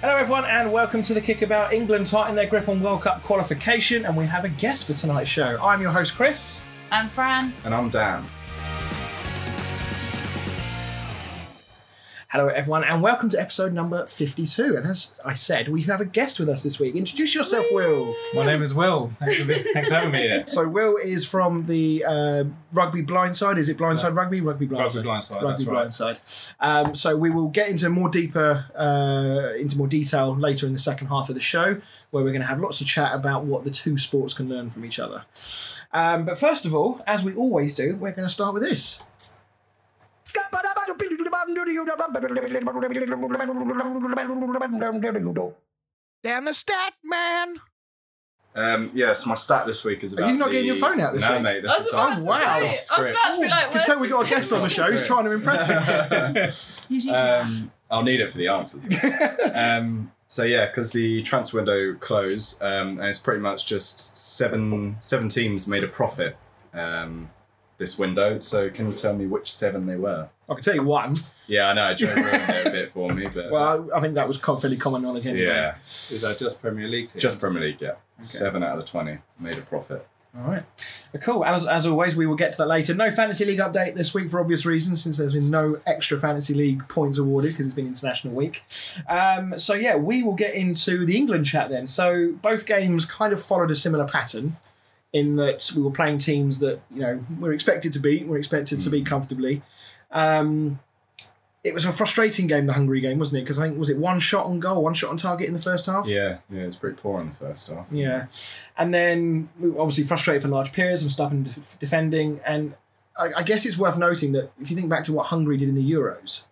Hello, everyone, and welcome to the Kickabout. England tighten their grip on World Cup qualification, and we have a guest for tonight's show. I'm your host, Chris. I'm Fran. And I'm Dan. Hello, everyone, and welcome to episode number 52. And as I said, we have a guest with us this week. Introduce yourself, Will. My name is Will. Thanks for, be- thanks for having me here. So, Will is from the uh, Rugby Blindside. Is it Blindside Rugby? Rugby Blindside. Rugby blindside. Rugby that's right. Blindside. Um, so we will get into more deeper, uh, into more detail later in the second half of the show, where we're going to have lots of chat about what the two sports can learn from each other. Um, but first of all, as we always do, we're going to start with this. Down the stat, man. Um, yes, my stat this week is Are about. you not the- getting your phone out this no, week? mate. This I was is about off- to wow. say, off I was script. about to be like, You can where's tell we got a this guest on the show. He's trying to impress me. He's usually um, I'll need it for the answers. um, so yeah, because the transfer window closed, um, and it's pretty much just seven seven teams made a profit um, this window. So can you tell me which seven they were? I can tell you one. Yeah, I know Joe ruined it a bit for me, but Well, I think that was com- fairly common knowledge anyway. yeah, Is that just Premier League team? uh, just Premier League. Yeah, seven out of the twenty made a profit. All right. Well, Cool. As, as always, we will get to that later. No Fantasy League update this week for obvious reasons, since there's been no extra Fantasy League points awarded because it's been International Week. Um, so, yeah, we will get into the England chat then. So, both games kind of followed a similar pattern in that we were playing teams that, you know, we're expected to beat, we're expected to beat comfortably. Um, it was a frustrating game, the Hungary game, wasn't it? Because I think, was it one shot on goal, one shot on target in the first half? Yeah, yeah, it's pretty poor in the first half. Yeah, and then we were obviously frustrated for large periods and stopping def- defending. And I, I guess it's worth noting that if you think back to what Hungary did in the Euros,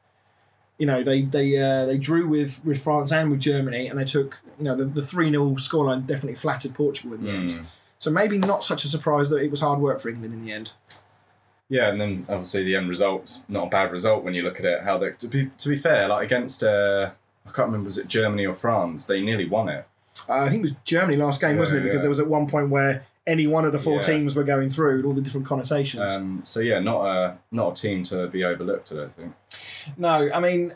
you know they they uh, they drew with with France and with Germany, and they took you know the the three 0 scoreline definitely flattered Portugal in the end. Mm. So maybe not such a surprise that it was hard work for England in the end. Yeah, and then obviously the end result's not a bad result when you look at it. How they to be to be fair, like against uh, I can't remember was it Germany or France, they nearly won it. Uh, I think it was Germany last game, wasn't it? Yeah, Because yeah. there was at one point where any one of the four Yeah. teams were going through and all the different connotations. Um, so yeah, not a not a team to be overlooked. I don't think. No, I mean,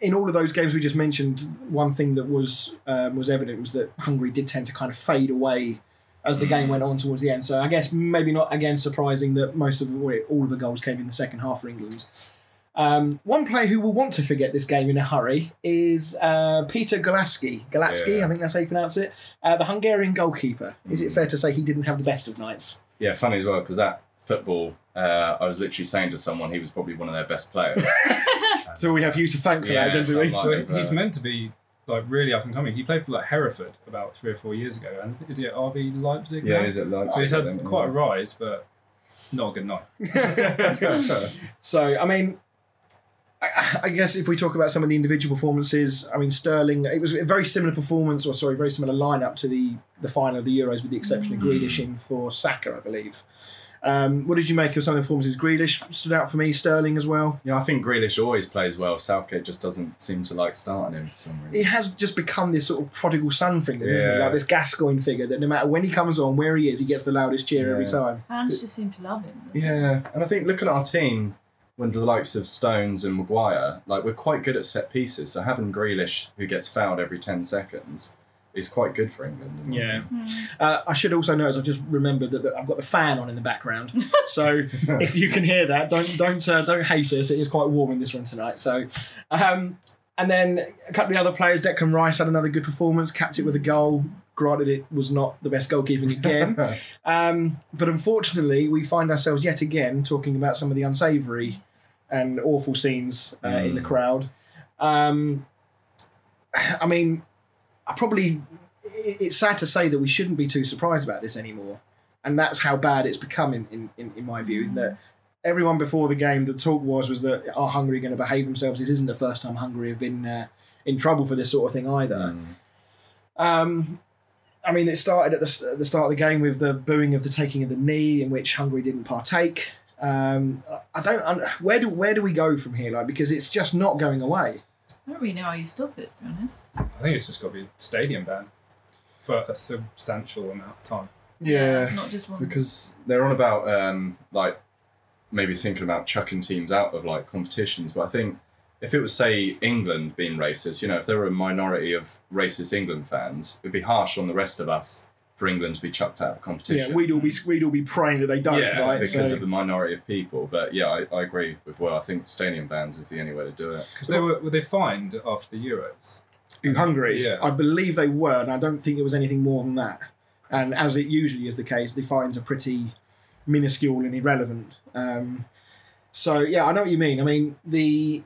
in all of those games we just mentioned, one thing that was um, was evident was that Hungary did tend to kind of fade away as the Mm. game went on towards the end. So I guess maybe not again surprising that most of the, all of the goals came in the second half for England. Um, one player who will want to forget this game in a hurry is uh, Peter Golaski. Golaski, Yeah. Mm. I think that's how you pronounce it. Uh, the Hungarian goalkeeper. Is it fair to say he didn't have the best of nights? Yeah, funny as well because that football, uh, I was literally saying to someone he was probably one of their best players. So we have you to thank for that, Yeah, don't we? something Well, like that. uh, he's meant to be like really up and coming. He played for like Hereford about three or four years ago, and is he at RB Leipzig? yeah, now? is it like So he's had quite a rise, but not a good night. So I mean, I, I guess if we talk about some of the individual performances, I mean Sterling, it was a very similar performance, or sorry, very similar lineup to the the final of the Euros, with the exception Mm. of Grealish in for Saka, I believe. Um, what did you make of some of the performances? Grealish stood out for me, Sterling as well. yeah, I think Grealish always plays well. Southgate just doesn't seem to like starting him for some reason. It has just become this sort of prodigal son thing, isn't it? Yeah. Like this Gascoigne figure that no matter when he comes on, where he is, he gets the loudest cheer every Yeah. time. fans just seem to love him. Yeah, and I think looking at our team, when the likes of Stones and Maguire, like we're quite good at set pieces. So having Grealish, who gets fouled every ten seconds, is quite good for England. in my opinion. Uh, I should also notice. I just remembered that, that I've got the fan on in the background, so if you can hear that, don't don't uh, don't hate us. It is quite warm in this room tonight. So, um, and then a couple of the other players. Declan Rice had another good performance, capped it with a goal. Granted, it was not the best goalkeeping again, um, but unfortunately, we find ourselves yet again talking about some of the unsavoury and awful scenes uh, in the crowd. Um, I mean, I probably it- it's sad to say that we shouldn't be too surprised about this anymore. And that's how bad it's become, in, in, in, in my view. in That everyone before the game, the talk was was that are Hungary going to behave themselves? This isn't the first time Hungary have been uh, in trouble for this sort of thing Mm. either. Um, I mean, it started at the, s- at the start of the game with the booing of the taking of the knee, in which Hungary didn't partake. Um, I- I don't. un- Where do where do we go from here? Like, because it's just not going away. I don't really know how you stop it, to be honest. I think it's just got to be stadium ban for a substantial amount of time. Not just one. because they're on about um, like maybe thinking about chucking teams out of like competitions, but I think if it was say England being racist, you know, if there were a minority of racist England fans, it'd be harsh on the rest of us for England to be chucked out of competition. Yeah, we'd all be we'd all be praying that they don't, yeah, right? because So- of the minority of people. But yeah, I, I agree with well. I think stadium bans is the only way to do it. Because they were, were they fined after the Euros? in Hungary. Yeah. I believe they were, and I don't think it was anything more than that. And as it usually is the case, the fines are pretty minuscule and irrelevant. Um, so yeah, I know what you mean. I mean the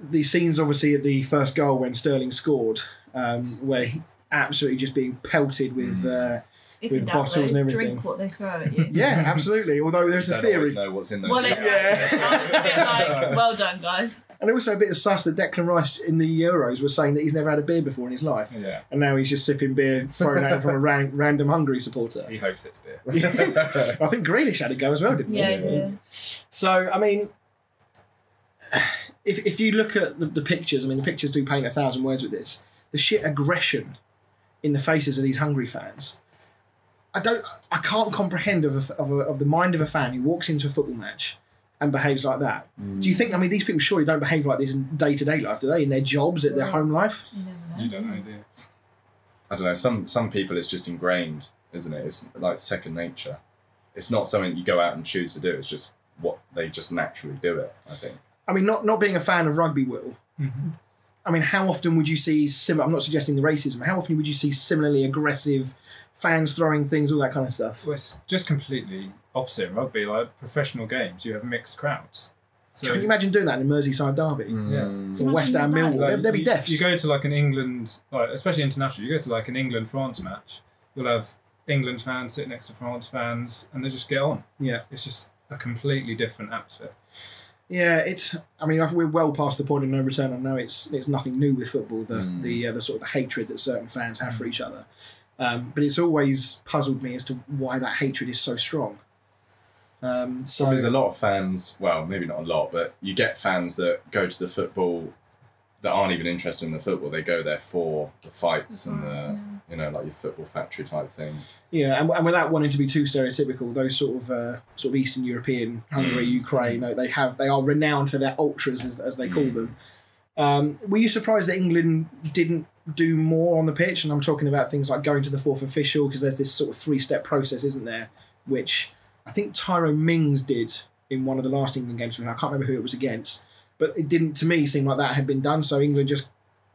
the scenes obviously at the first goal when Sterling scored, um, where he's absolutely just being pelted with. Uh, If With in doubt, bottles though, and everything. Drink what they throw at you. yeah, absolutely. Although there's a don't theory, always know what's in those. Well, it's, cups. it's a bit like, well done, guys. and also a bit of sus that Declan Rice in the Euros was saying that he's never had a beer before in his life, Yeah. and now he's just sipping beer thrown at him from a ran- random Hungary supporter. He hopes it's beer. I think Grealish had a go as well, didn't Yeah, he? yeah. So I mean, if if you look at the, the pictures, I mean, the pictures do paint a thousand words with this. The sheer aggression in the faces of these hungry fans. I don't. I can't comprehend of a, of, a, of the mind of a fan who walks into a football match and behaves like that. Do you think? I mean, these people surely don't behave like this in day to day life, do they? In their jobs, at their home life. You never know. You don't know, do you? I don't know. Some some people it's just ingrained, isn't it? It's like second nature. It's not something you go out and choose to do. It's just what they just naturally do it. I think. I mean, not not being a fan of rugby, will. I mean, how often would you see similar? I'm not suggesting the racism. How often would you see similarly aggressive fans throwing things, all that kind of stuff? Well, it's just completely opposite in rugby. Like professional games, you have mixed crowds. So Can you imagine doing that in a Merseyside derby Can you or West Ham imagine Millwall? that? There'd, there'd be you, deaths. You go to like an England, like especially international. You go to like an England France match. You'll have England fans sit next to France fans, and they just get on. yeah, It's just a completely different atmosphere. yeah. It's. I mean, I- we're well past the point of no return. I know it's it's nothing new with football. The the uh, the sort of hatred that certain fans have for each other. Um, but it's always puzzled me as to why that hatred is so strong. Um, so There's a lot of fans. Well, maybe not a lot, but you get fans that go to the football that aren't even interested in the football. They go there for the fights and the Mm-hmm. you know like your football factory type thing. Yeah, and, and without wanting to be too stereotypical, those sort of uh, sort of Eastern European, Hungary, Ukraine, they, they have they are renowned for their ultras as, as they call them. Um, were you surprised that England didn't do more on the pitch? And I'm talking about things like going to the fourth official because there's this sort of three step process, isn't there? Which I think Tyrone Mings did in one of the last England games. I can't remember who it was against, but it didn't to me seem like that had been done. So England just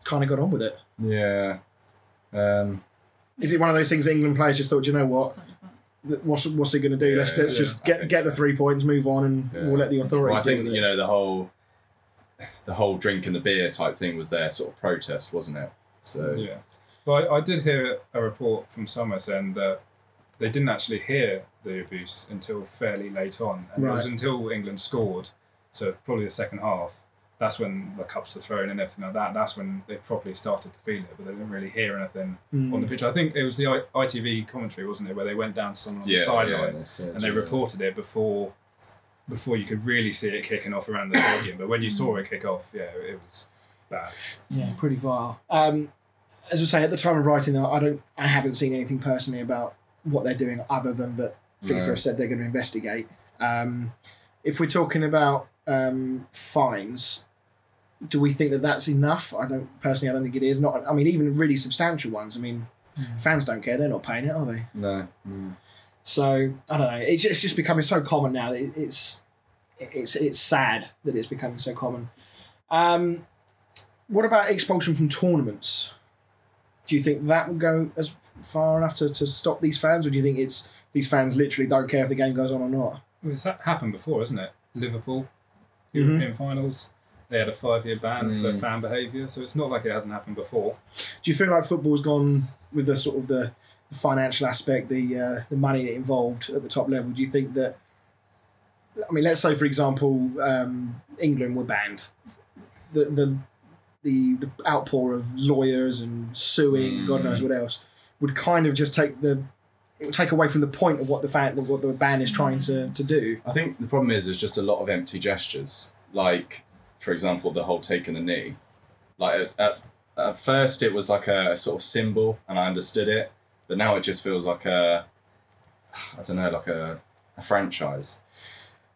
kind of got on with it. Yeah. Um, Is it one of those things England players just thought, "Do you know what? that- what's what's he going to do? let's Yeah, let's yeah, just I get think get so. the three points, move on, and Yeah. we'll let the well, authorities I think deal with you it. know the whole the whole drink and the beer type thing was their sort of protest, wasn't it? So Yeah. Well, I, I did hear a report from Summer saying that they didn't actually hear the abuse until fairly late on. And it was Right. until England scored, so probably the second half, that's when the cups were thrown and everything like that. That's when they properly started to feel it, but they didn't really hear anything Mm. on Hmm. the pitch. I think it was the I- ITV commentary, wasn't it, where they went down to someone on Yeah, the sideline yeah, they said, and they yeah. reported it before before you could really see it kicking off around the stadium. But when Hmm. you saw it kick off, yeah, it was bad. yeah, pretty vile. Um, as I say, at the time of writing, I I don't, I haven't seen anything personally about what they're doing other than that FIFA No. have said they're going to investigate. Um, if we're talking about um, fines, do we think that that's enough? I don't personally. I don't think it is. Not. I mean, even really substantial ones. I mean, fans don't care. They're not paying it, are they? no. So I don't know. It's just, it's just becoming so common now. That it- it's it's it's sad that it's becoming so common. Um, what about expulsion from tournaments? Do you think that will go as far enough to, to stop these fans, or do you think it's these fans literally don't care if the game goes on or not? Well, it's ha- happened before, isn't it? Liverpool, Mm-hmm. European finals, they had a five year ban Mm. for fan behaviour, so it's not like it hasn't happened before. Do you feel like football's gone with the sort of the, the financial aspect, the uh, the money that involved at the top level? Do you think that? I mean, let's say for example, um, England were banned. The the the, the outpour of lawyers and suing, and God knows what else, would kind of just take the it would take away from the point of what the fan, what the ban is trying to, to do. I think the problem is there's just a lot of empty gestures. Like, for example, the whole taking the knee. Like at, at, at first it was like a, sort of symbol, and I understood it, but now it just feels like a, I don't know, like a, a franchise.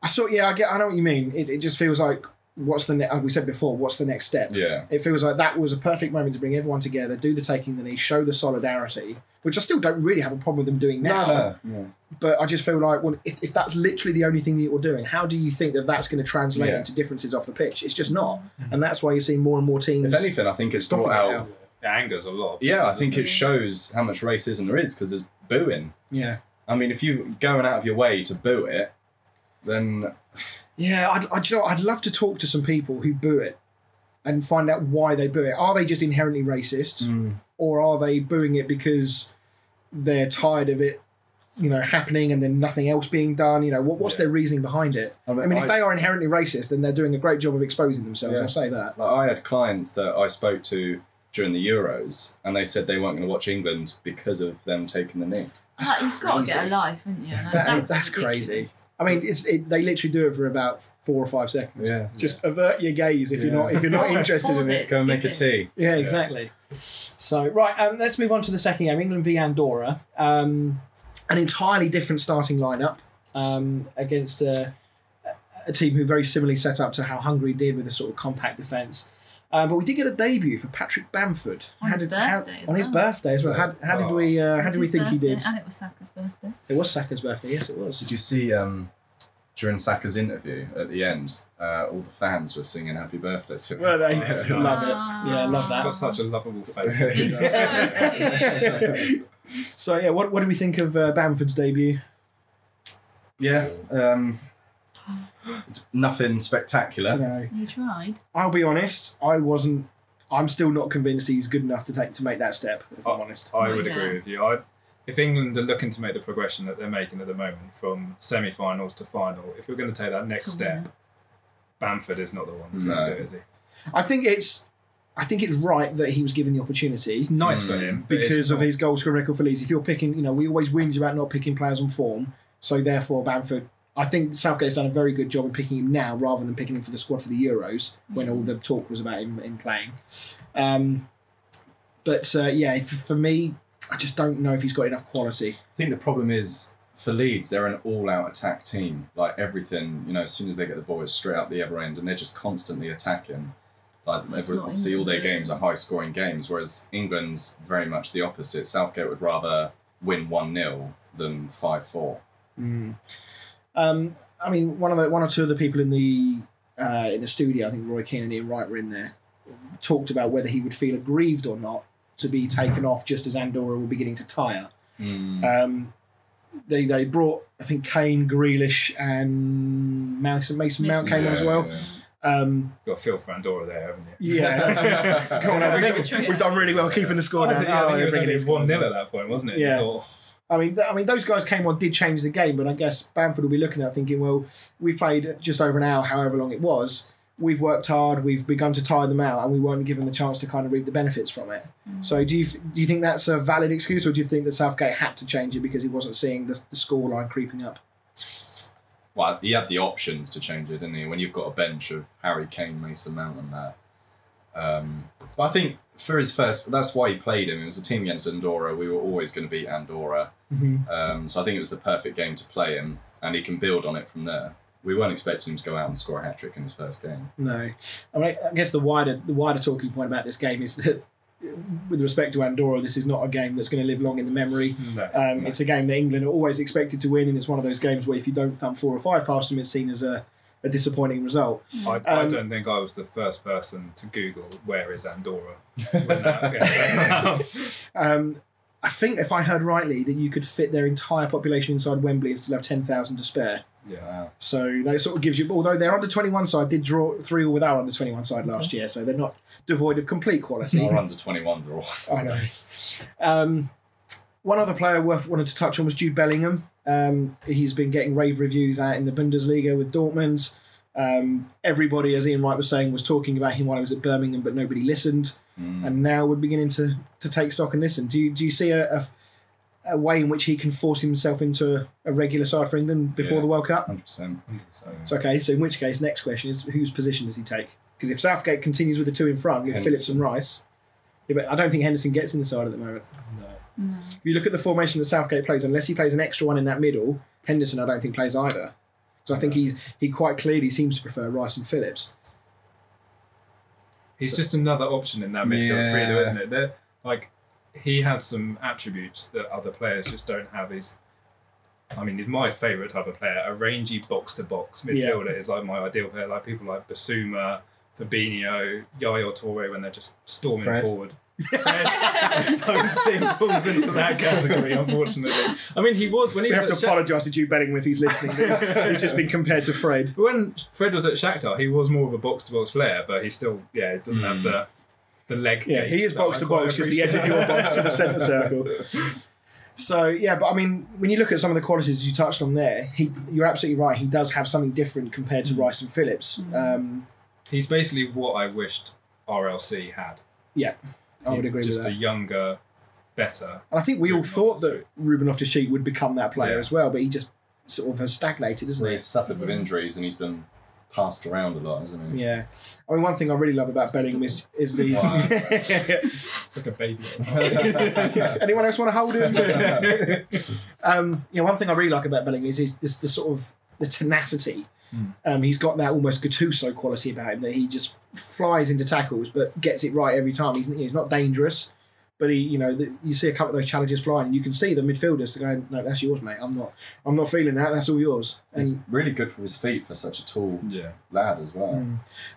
I sort yeah, I get I know what you mean. It, it just feels like what's the next? We said before, what's the next step? Yeah. It feels like that was a perfect moment to bring everyone together, do the taking the knee, show the solidarity, which I still don't really have a problem with them doing now. no. But I just feel like, well, if, if that's literally the only thing that you're doing, how do you think that that's going to translate Yeah. into differences off the pitch? It's just not, and that's why you see more and more teams. If anything, I think it's Stop brought it now. out. It angers a lot. of people, Yeah, I doesn't think it? it shows how much racism there is because there's booing. yeah, I mean, if you're going out of your way to boo it, then yeah, I'd, I'd, you know, I'd love to talk to some people who boo it and find out why they boo it. Are they just inherently racist? Mm. or are they booing it because they're tired of it, you know, happening and then nothing else being done? You know, what, what's Yeah. their reasoning behind it? I mean, I mean, if I- they are inherently racist, then they're doing a great job of exposing themselves. Yeah. I'll say that. Like I had clients that I spoke to during the Euros, and they said they weren't going to watch England because of them taking the knee. Like, you've got to get a crazy. life, haven't you? Like, That- that's that's crazy. ridiculous. I mean, it's, it, they literally do it for about four or five seconds. Yeah. Just avert your gaze if Yeah. you're not if you're not Pause- interested pause in it. it. Go and make a tea. Yeah, exactly. So right, um, let's move on to the second game: England v Andorra. Um, an entirely different starting lineup um, against a, a team who very similarly set up to how Hungary did with a sort of compact defence. Uh, but we did get a debut for Patrick Bamford On How his did- how- birthday as on his well. birthday as well. How, how did Oh. we? Uh, It how was did we his think he birthday, did? And it was Saka's birthday. It was Saka's birthday. Yes, it was. Did you see um, during Saka's interview at the end, uh, all the fans were singing happy birthday to him? Were they? Yeah. Love it. Ah. Yeah, love He's that. got such a lovable face. He's Yeah. so cute. So yeah, what, what do we think of uh, Bamford's debut? Yeah. Um, nothing spectacular. No. You tried. I'll be honest, I wasn't. I'm still not convinced he's good enough to take to make that step. If I'm Oh. honest, I would Yeah. agree with you. I, if England are looking to make the progression that they're making at the moment from semi finals to final, if you're going to take that next To step, win. Bamford is not the one that's No. going to do it, is he? I think it's. I think it's right that he was given the opportunity It's nice for Mm. him but it's because of not- his goal scoring record for Leeds. If you're picking, you know, we always whinge about not picking players on form. So therefore, Bamford. I think Southgate's done a very good job in picking him now rather than picking him for the squad for the Euros when all the talk was about him, him playing. Um, but uh, yeah, for, for me, I just don't know if he's got enough quality. I think the problem is for Leeds, they're an all-out attack team. Like everything, you know, as soon as they get the ball, it's straight up the other end, and they're just constantly attacking. Like That's every, not obviously, all their England, games are high-scoring games, whereas England's very much the opposite. Southgate would rather win one 0 than five four. Mm. Um, I mean, one of the one or two of the people in the uh, in the studio, I think Roy Keane and Ian Wright were in there, talked about whether he would feel aggrieved or not to be taken off just as Andorra were beginning to tire. Um, they they brought I think Kane, Grealish, and Mason, Mason Mount Mason came on as well. Um, got Phil for Andorra there, haven't you? yeah, Come on, I think That's true. we've done really well keeping the score I down. think, yeah, I Oh, think they're it was bringing only these guys one 0 on. at that point, wasn't it? Yeah. Or- I mean, th- I mean, those guys came on, did change the game, but I guess Bamford will be looking at it thinking, well, we've played just over an hour, however long it was. We've worked hard, we've begun to tire them out, and we weren't given the chance to kind of reap the benefits from it. So, do you f- do you think that's a valid excuse, or do you think that Southgate had to change it because he wasn't seeing the, the scoreline creeping up? Well, he had the options to change it, didn't he? When you've got a bench of Harry Kane, Mason Mount, and that. Um, but I think for his first, that's why he played him. It was a team against Andorra. We were always going to beat Andorra. Mm-hmm. Um, so I think it was the perfect game to play him, and he can build on it from there. We weren't expecting him to go out and score a hat trick in his first game. No, I, mean, I guess the wider the wider talking point about this game is that, with respect to Andorra, this is not a game that's going to live long in the memory. No. Um, It's a game that England are always expected to win, and it's one of those games where if you don't thump four or five past them, it's seen as a, a disappointing result. I, I Um, don't think I was the first person to Google where is Andorra. when that game came out. Um, I think, if I heard rightly, that you could fit their entire population inside Wembley and still have 10,000 to spare. yeah. Wow. So that sort of gives you, although their under 21 side did draw three all with our under 21 side last year, so they're not devoid of complete quality. Our under 21s are awful. I know. Um, one other player worth wanted to touch on was Jude Bellingham. Um, he's been getting rave reviews out in the Bundesliga with Dortmund. Um, everybody, as Ian Wright was saying, was talking about him while I was at Birmingham, but nobody listened. And now we're beginning to, to take stock and listen. Do you, do you see a, a, a way in which he can force himself into a regular side for England before Yeah. the World Cup? 100%. So, It's okay. So in which case, next question is whose position does he take? Because if Southgate continues with the two in front with Phillips and Rice, yeah, but I don't think Henderson gets in the side at the moment. No. If you look at the formation that Southgate plays, unless he plays an extra one in that middle, Henderson I don't think plays either. So I think he's he quite clearly seems to prefer Rice and Phillips. He's just another option in that midfield Yeah. three, though, isn't it? They're, like he has some attributes that other players just don't have. He's, I mean, he's my favourite type of player. A rangy box to box Yeah. midfielder is like my ideal player. Like people like Basuma, Fabinho, Yaya Torre when they're just storming Fred. forward. Fred, I don't think falls into that category, unfortunately. I mean, he was when he We was have to at Shef- apologise to Jude Bellingham if he's listening. he's just been compared to Fred. But when Fred was at Shakhtar, he was more of a box to box player, but he still, yeah, he doesn't have the the leg. Hmm. Yeah, he gait is that I box to quite box, just the edge of your appreciate. box to the centre circle. So yeah, but I mean, when you look at some of the qualities you touched on there, he, you're absolutely right. He does have something different compared Mm. to Rice and Phillips. Um, He's basically what I wished RLC had. yeah, I would He's agree just with that. a younger, better. and I think we all Ruben thought off the that Ruben off the sheet would become that player Yeah. as well, but he just sort of has stagnated, isn't Well, he? he's suffered with injuries and he's been passed around a lot, hasn't he? Yeah, I mean, one thing I really love about Bellingham is, is the. It's like a baby. Anyone else want to hold him? um, you know, one thing I really like about Bellingham is, is this, the sort of the tenacity. Hmm. Um, he's got that almost Gattuso quality about him that he just flies into tackles but gets it right every time. He's, he's not dangerous, but he, you know, the, you see a couple of those challenges flying, and you can see the midfielders going, "No, that's yours, mate. I'm not, I'm not feeling that. That's all yours." He's And, Mm. really good for his feet for such a tall yeah. lad as well.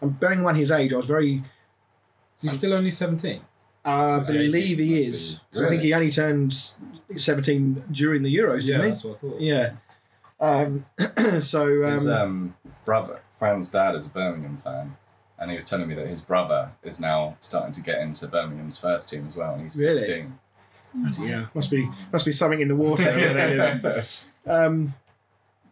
and bearing in mind his age, I was very, He's still only 17. I His age believe must he be- is. 'Cause I think Really? he only turned seventeen during the Euros, Yeah, didn't he? that's what I thought. Yeah. Um, so um, His um, brother, Fran's dad, is a Birmingham fan, and he was telling me that his brother is now starting to get into Birmingham's first team as well, and he's Really? 15. yeah, must be must be something in the water. over there. That's um,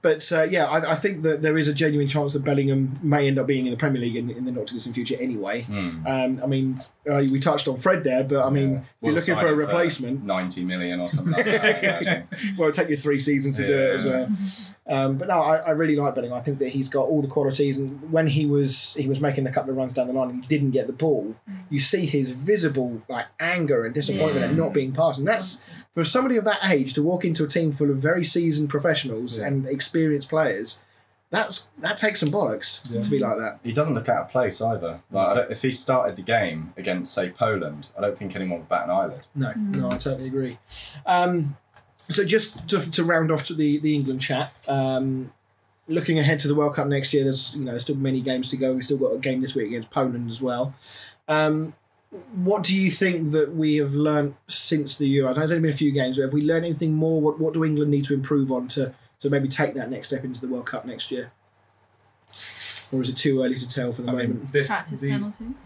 but uh, yeah, I, I think that there is a genuine chance that Bellingham may end up being in the Premier League in, in the not too distant future. Anyway, um, I mean, uh, we touched on Fred there, but I mean, Hmm. if Yeah. you're We'll looking sign for a him for replacement, 90 million or something like that. I imagine. well, it'll take you three seasons to do it as well. Um, but no, I, I really like Bellingham. I think that he's got all the qualities, and when he was he was making a couple of runs down the line and he didn't get the ball, you see his visible like anger and disappointment at Yeah. not being passed, and that's for somebody of that age to walk into a team full of very seasoned professionals Yeah. and experienced players. That's that takes some bollocks Yeah. to be like that. He doesn't look out of place either. Like, I don't, if he started the game against, say, Poland, I don't think anyone would bat an eyelid. No, no, I totally agree. Um, so just to, to round off to the the England chat. Um, looking ahead to the World Cup next year, there's you know there's still many games to go. We've still got a game this week against Poland as well. Um, what do you think that we have learnt since the Euros? I know it's only been a few games, but have we learned anything more? What what do England need to improve on to to maybe take that next step into the World Cup next year? Or is it too early to tell for the Mm. I moment? mean, this, Practice these- penalties.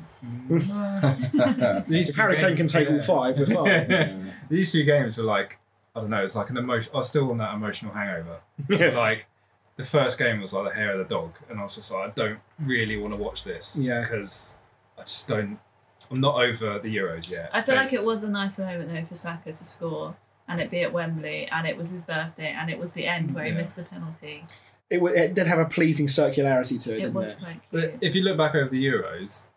these if Harry two Kane can games- take all yeah. five, we're fine. These two games were like, I don't know, it's like an emotion. I was still on that emotional hangover. So, like, the first game was like the hair of the dog, and I was just like, I don't really want to watch this. Yeah. Because I just don't. I'm not over the Euros yet. I feel like Basically. it was a nice moment though for Saka to score and it be at Wembley and it was his birthday and it was the end where he Yeah. missed the penalty. It, wa- it did have a pleasing circularity to it. It didn't was it? quite But cute. if you look back over the Euros,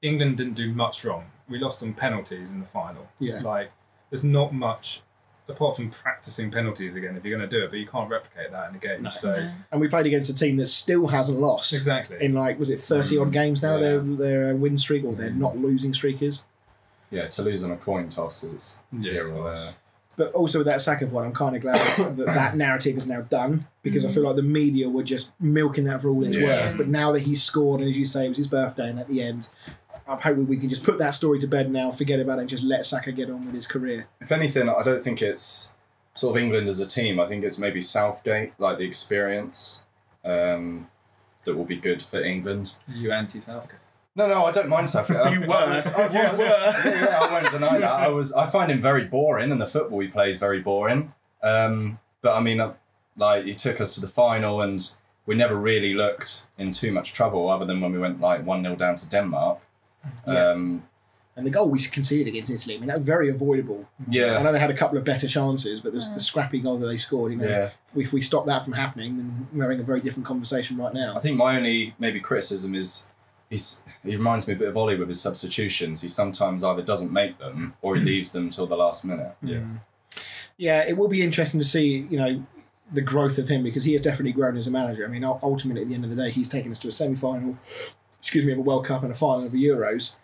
England didn't do much wrong. We lost on penalties in the final. Yeah. Like, there's not much apart from practicing penalties again if you're going to do it, but you can't replicate that in a game. So No. and we played against a team that still hasn't lost exactly. in like was it 30 odd games now Yeah. Mm. their their uh, win streak or their not losing streak is Yeah, to lose on a coin toss is Yeah, here it's or nice. there. but also with that second one i'm kind of glad that that narrative is now done because i feel like the media were just milking that for all it's Mm. Yeah. worth but now that he's scored and as you say it was his birthday and at the end i'm hoping we can just put that story to bed now forget about it and just let saka get on with his career If anything, I don't think it's sort of England as a team. I think it's maybe Southgate, like the experience um, that will be good for England. You anti Southgate. No, no, I don't mind Southgate. You I, were. I was, I You was. were. Yeah, I won't deny that. I was. I find him very boring, and the football he plays very boring. Um, but I mean, uh, like he took us to the final, and we never really looked in too much trouble, other than when we went like one 0 down to Denmark. Um, and the goal we conceded against italy i mean that was very avoidable i yeah. know they had a couple of better chances but the, the scrappy goal that they scored you know Yeah. if we, if we stop that from happening, then we're having a very different conversation right now. I think my only maybe criticism is he's he reminds me a bit of Ollie with his substitutions. He sometimes either doesn't make them or Mm. he leaves them till the last minute. Yeah. Yeah, it will be interesting to see, you know, the growth of him because he has definitely grown as a manager. I mean, ul- ultimately, at the end of the day, he's taken us to a semi final, excuse me, of a World Cup and a final of the Euros.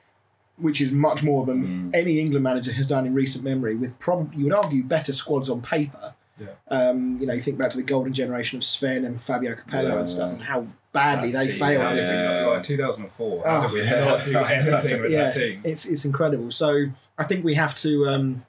which is much more than Mm. any England manager has done in recent memory, with probably, you would argue, better squads on paper. Yeah. Um, you know, you think back to the golden generation of Sven and Fabio Capello and Yeah. stuff, and how badly That they team, failed. that It's- team, Yeah. Like 2004. Oh. How did we not do anything with yeah, that team? It's it's incredible. So I think we have to um,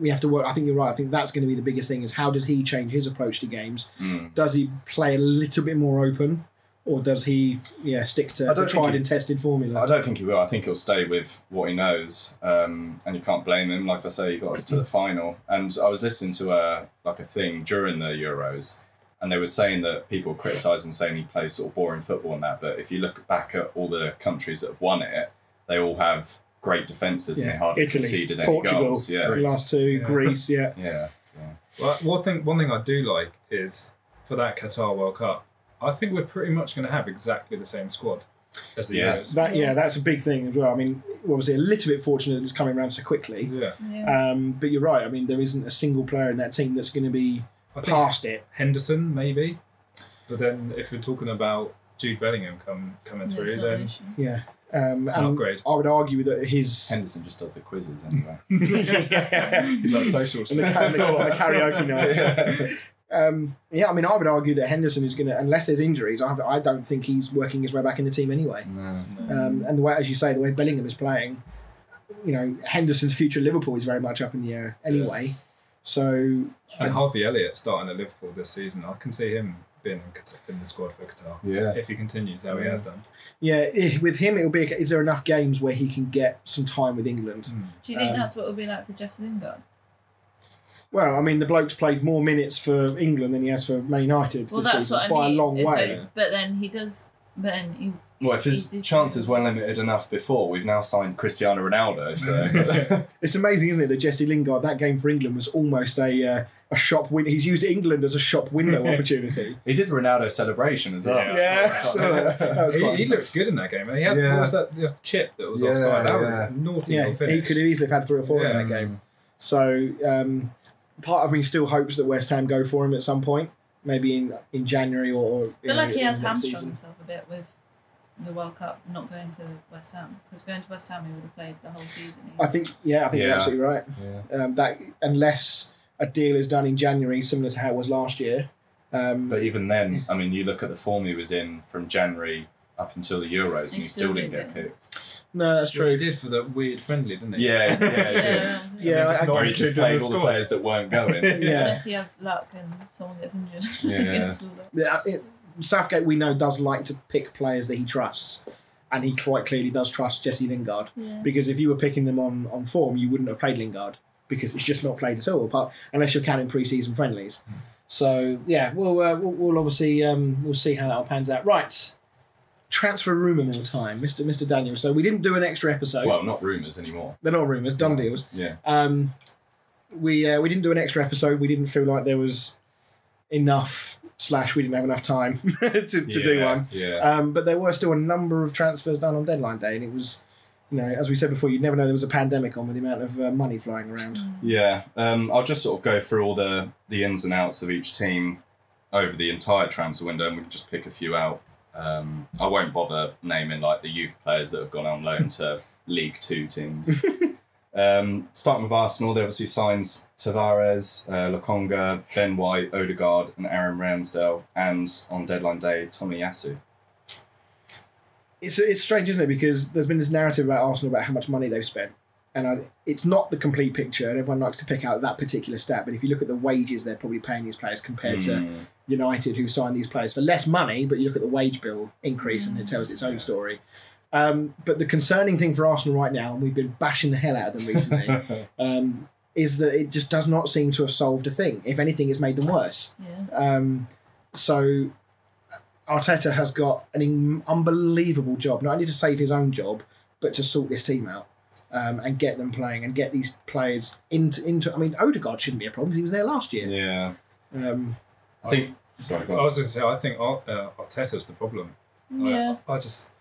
we have to work. I think you're right. I think that's going to be the biggest thing is how does he change his approach to games? Mm. Does he play a little bit more open, or does he yeah stick to I the don't think tried he- and tested I formula? don't think he will. I think he'll stay with what he knows, um, and you can't blame him. Like I say, he got us to the final, and I was listening to a like a thing during the Euros, and they were saying that people criticising saying he plays sort of boring football and that, but if you look back at all the countries that have won it, they all have great defences and Yeah. they hardly Italy, conceded any Portugal, goals. Yeah, Greece. Last two, Yeah. Greece, yeah. yeah. So. Well, one thing, one thing I do like is for that Qatar World Cup, I think we're pretty much going to have exactly the same squad as the Yeah. Euros. That yeah, that's a big thing as well. I mean, obviously a little bit fortunate that it's coming around so quickly. yeah. Yeah. Um, but you're right. I mean, there isn't a single player in that team that's going to be I think past it. Henderson, maybe. But then if we're talking about Jude Bellingham come, coming Yeah, through, it's not an then issue. Yeah. Um, it's an and upgrade. I would argue that his Henderson just does the quizzes anyway. He's like social And the, ca- and the, and the karaoke nights. Um, yeah, I mean, I would argue that Henderson is going to, unless there's injuries, I, have, I don't think he's working his way back in the team anyway. No. Um, and the way, as you say, the way Bellingham is playing, you know, Henderson's future Liverpool is very much up in the air anyway. So And Harvey Elliott starting at Liverpool this season, I can see him being in, Qat- in the squad for Qatar Yeah. if he continues how he has done. yeah, i- with him, it'll be. a ca- Is there enough games where he can get some time with England? Do you think Um, that's what it'll be like for Jesse Lingard? Well, I mean, the bloke's played more minutes for England than he has for Man United Well, this that's season what I by mean. a long It's way. like- but then he does. But then he. Well, if his He did. chances were limited enough before, we've now signed Cristiano Ronaldo. So It's amazing, isn't it, that Jesse Lingard, that game for England was almost a uh, a shop win. He's used England as a shop window opportunity. he did Ronaldo celebration as well. Yeah. Yeah, so that, that was He, quite. he looked good in that game. And he had Yeah. what was that the chip that was Yeah, offside. That was yeah. a naughty yeah, little he finish. could have easily have had three or four Yeah. in that game. So um, part of me still hopes that West Ham go for him at some point, maybe in in January or. or I feel in- like he in has next hamstrung season. himself a bit with the World Cup not going to West Ham because going to West Ham he would have played the whole season. I think, yeah, I think you're Yeah. absolutely right. Yeah. Um, that unless a deal is done in January, similar to how it was last year. Um, But even then, I mean, you look at the form he was in from January up until the Euros, and He he still still didn't did get picked. no, that's Well, true. he did for that weird friendly, didn't he? Yeah, yeah, he did. yeah, Yeah, And then I- just I- not Where he just included in played all the squad. players that weren't going. Yeah. Unless he has luck and someone gets injured. Yeah. against Wolves. Yeah, it, Southgate, we know, does like to pick players that he trusts, and he quite clearly does trust Jesse Lingard. Yeah. Because if you were picking them on, on form, you wouldn't have played Lingard because it's just not played at all, apart unless you're counting pre-season friendlies. So yeah, we'll uh, we'll, we'll obviously um, we'll see how that all pans out. Right, transfer rumour mill time, Mister Mister Daniel. So we didn't do an extra episode. Well, not rumours anymore. They're not rumours, done deals. Yeah. Um, we uh, we didn't do an extra episode. We didn't feel like there was enough. Slash, we didn't have enough time to, to do Yeah, one. Yeah. Um, but there were still a number of transfers done on deadline day, and it was, you know, as we said before, you'd never know there was a pandemic on with the amount of uh, money flying around. Yeah, um, I'll just sort of go through all the the ins and outs of each team over the entire transfer window, and we can just pick a few out. Um, I won't bother naming like the youth players that have gone on loan to League Two teams. um, starting with Arsenal, they obviously signed Tavares, uh, Lokonga, Ben White, Odegaard, and Aaron Ramsdale, and on deadline day, Tommy Yasu. It's it's strange, isn't it? Because there's been this narrative about Arsenal about how much money they've spent, and I, it's not the complete picture. And everyone likes to pick out that particular stat, but if you look at the wages they're probably paying these players compared to Mm. United who signed these players for less money, but you look at the wage bill increase and it tells its own story. Um, but the concerning thing for Arsenal right now, and we've been bashing the hell out of them recently, um, is that it just does not seem to have solved a thing. If anything, it's made them worse. Yeah. Um, so Arteta has got an in- unbelievable job, not only to save his own job, but to sort this team out um, and get them playing and get these players into. into I mean, Odegaard shouldn't be a problem because he was there last year. yeah, Um, I think. Sorry, go I on. was going to say, I think Ar- uh, Arteta's the problem. I- Yeah. I, just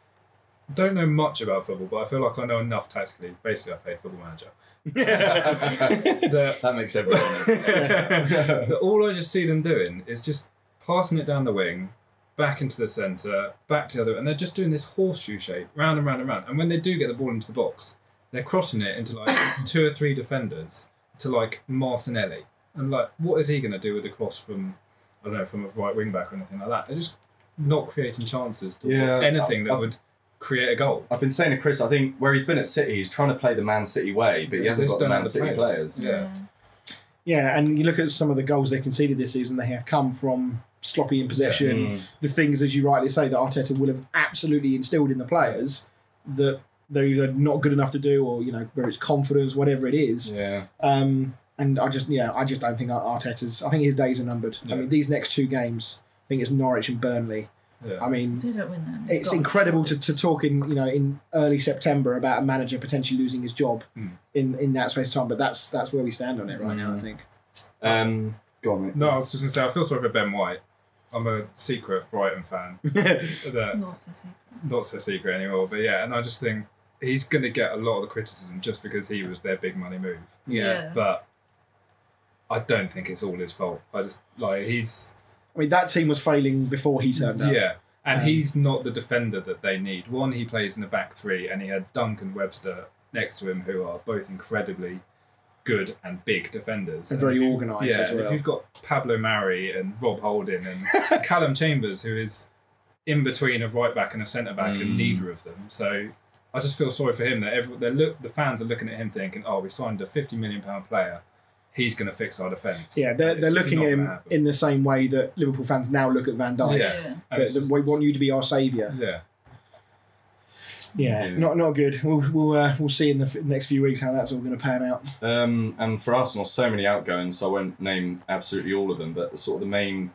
don't know much about football, but I feel like I know enough tactically. Basically, I played football manager. that, that makes everyone. that all I just see them doing is just passing it down the wing, back into the centre, back to the other, and they're just doing this horseshoe shape, round and round and round. And when they do get the ball into the box, they're crossing it into like two or three defenders to like Martinelli. And like, what is he going to do with the cross from, I don't know, from a right wing back or anything like that? They're just not creating chances to Yeah, anything I- that I- would create a goal. I've been saying to Chris, I think where he's been at City, he's trying to play the Man City way, but he Yeah, they hasn't got just the don't Man have the City players. players. Yeah. Yeah, and you look at some of the goals they conceded this season, they have come from sloppy in possession, Mm. the things, as you rightly say, that Arteta will have absolutely instilled in the players that they're either not good enough to do or, you know, whether it's confidence, whatever it is. Yeah. Um, and I just, yeah, I just don't think Arteta's, I think his days are numbered. I Yeah. mean, these next two games, I think it's Norwich and Burnley. Yeah. I mean, Still don't win them. it's got- incredible to, to talk in you know in early September about a manager potentially losing his job Mm. in in that space of time. But that's that's where we stand on it right now. I think. Um, go on, mate. No, I was just going to say, I feel sorry for Ben White. I'm a secret Brighton fan. that Not so secret. not so secret anymore. But yeah, and I just think he's going to get a lot of the criticism just because he was their big money move. Yeah. But I don't think it's all his fault. I just like he's I mean, that team was failing before he turned up. yeah, and Um, he's not the defender that they need. One, he plays in the back three, and he had Duncan Webster next to him, who are both incredibly good and big defenders, And very if you- organised Yeah, as and well. if you've got Pablo Mari and Rob Holding and Callum Chambers, who is in between a right back and a centre back, Mm. and neither of them. So I just feel sorry for him that every, they look, the fans are looking at him thinking, "Oh, we signed a fifty million pound player. He's going to fix our defence." Yeah, they're, It's they're just looking not at him gonna happen. in the same way that Liverpool fans now look at Van Dijk. Yeah. Yeah. And That, it's that just- we want you to be our saviour. yeah. Yeah, Yeah. not not good. We'll we'll, uh, we'll see in the f- next few weeks how that's all going to pan out. Um, and for Arsenal, so many outgoings, so I won't name absolutely all of them, but sort of the main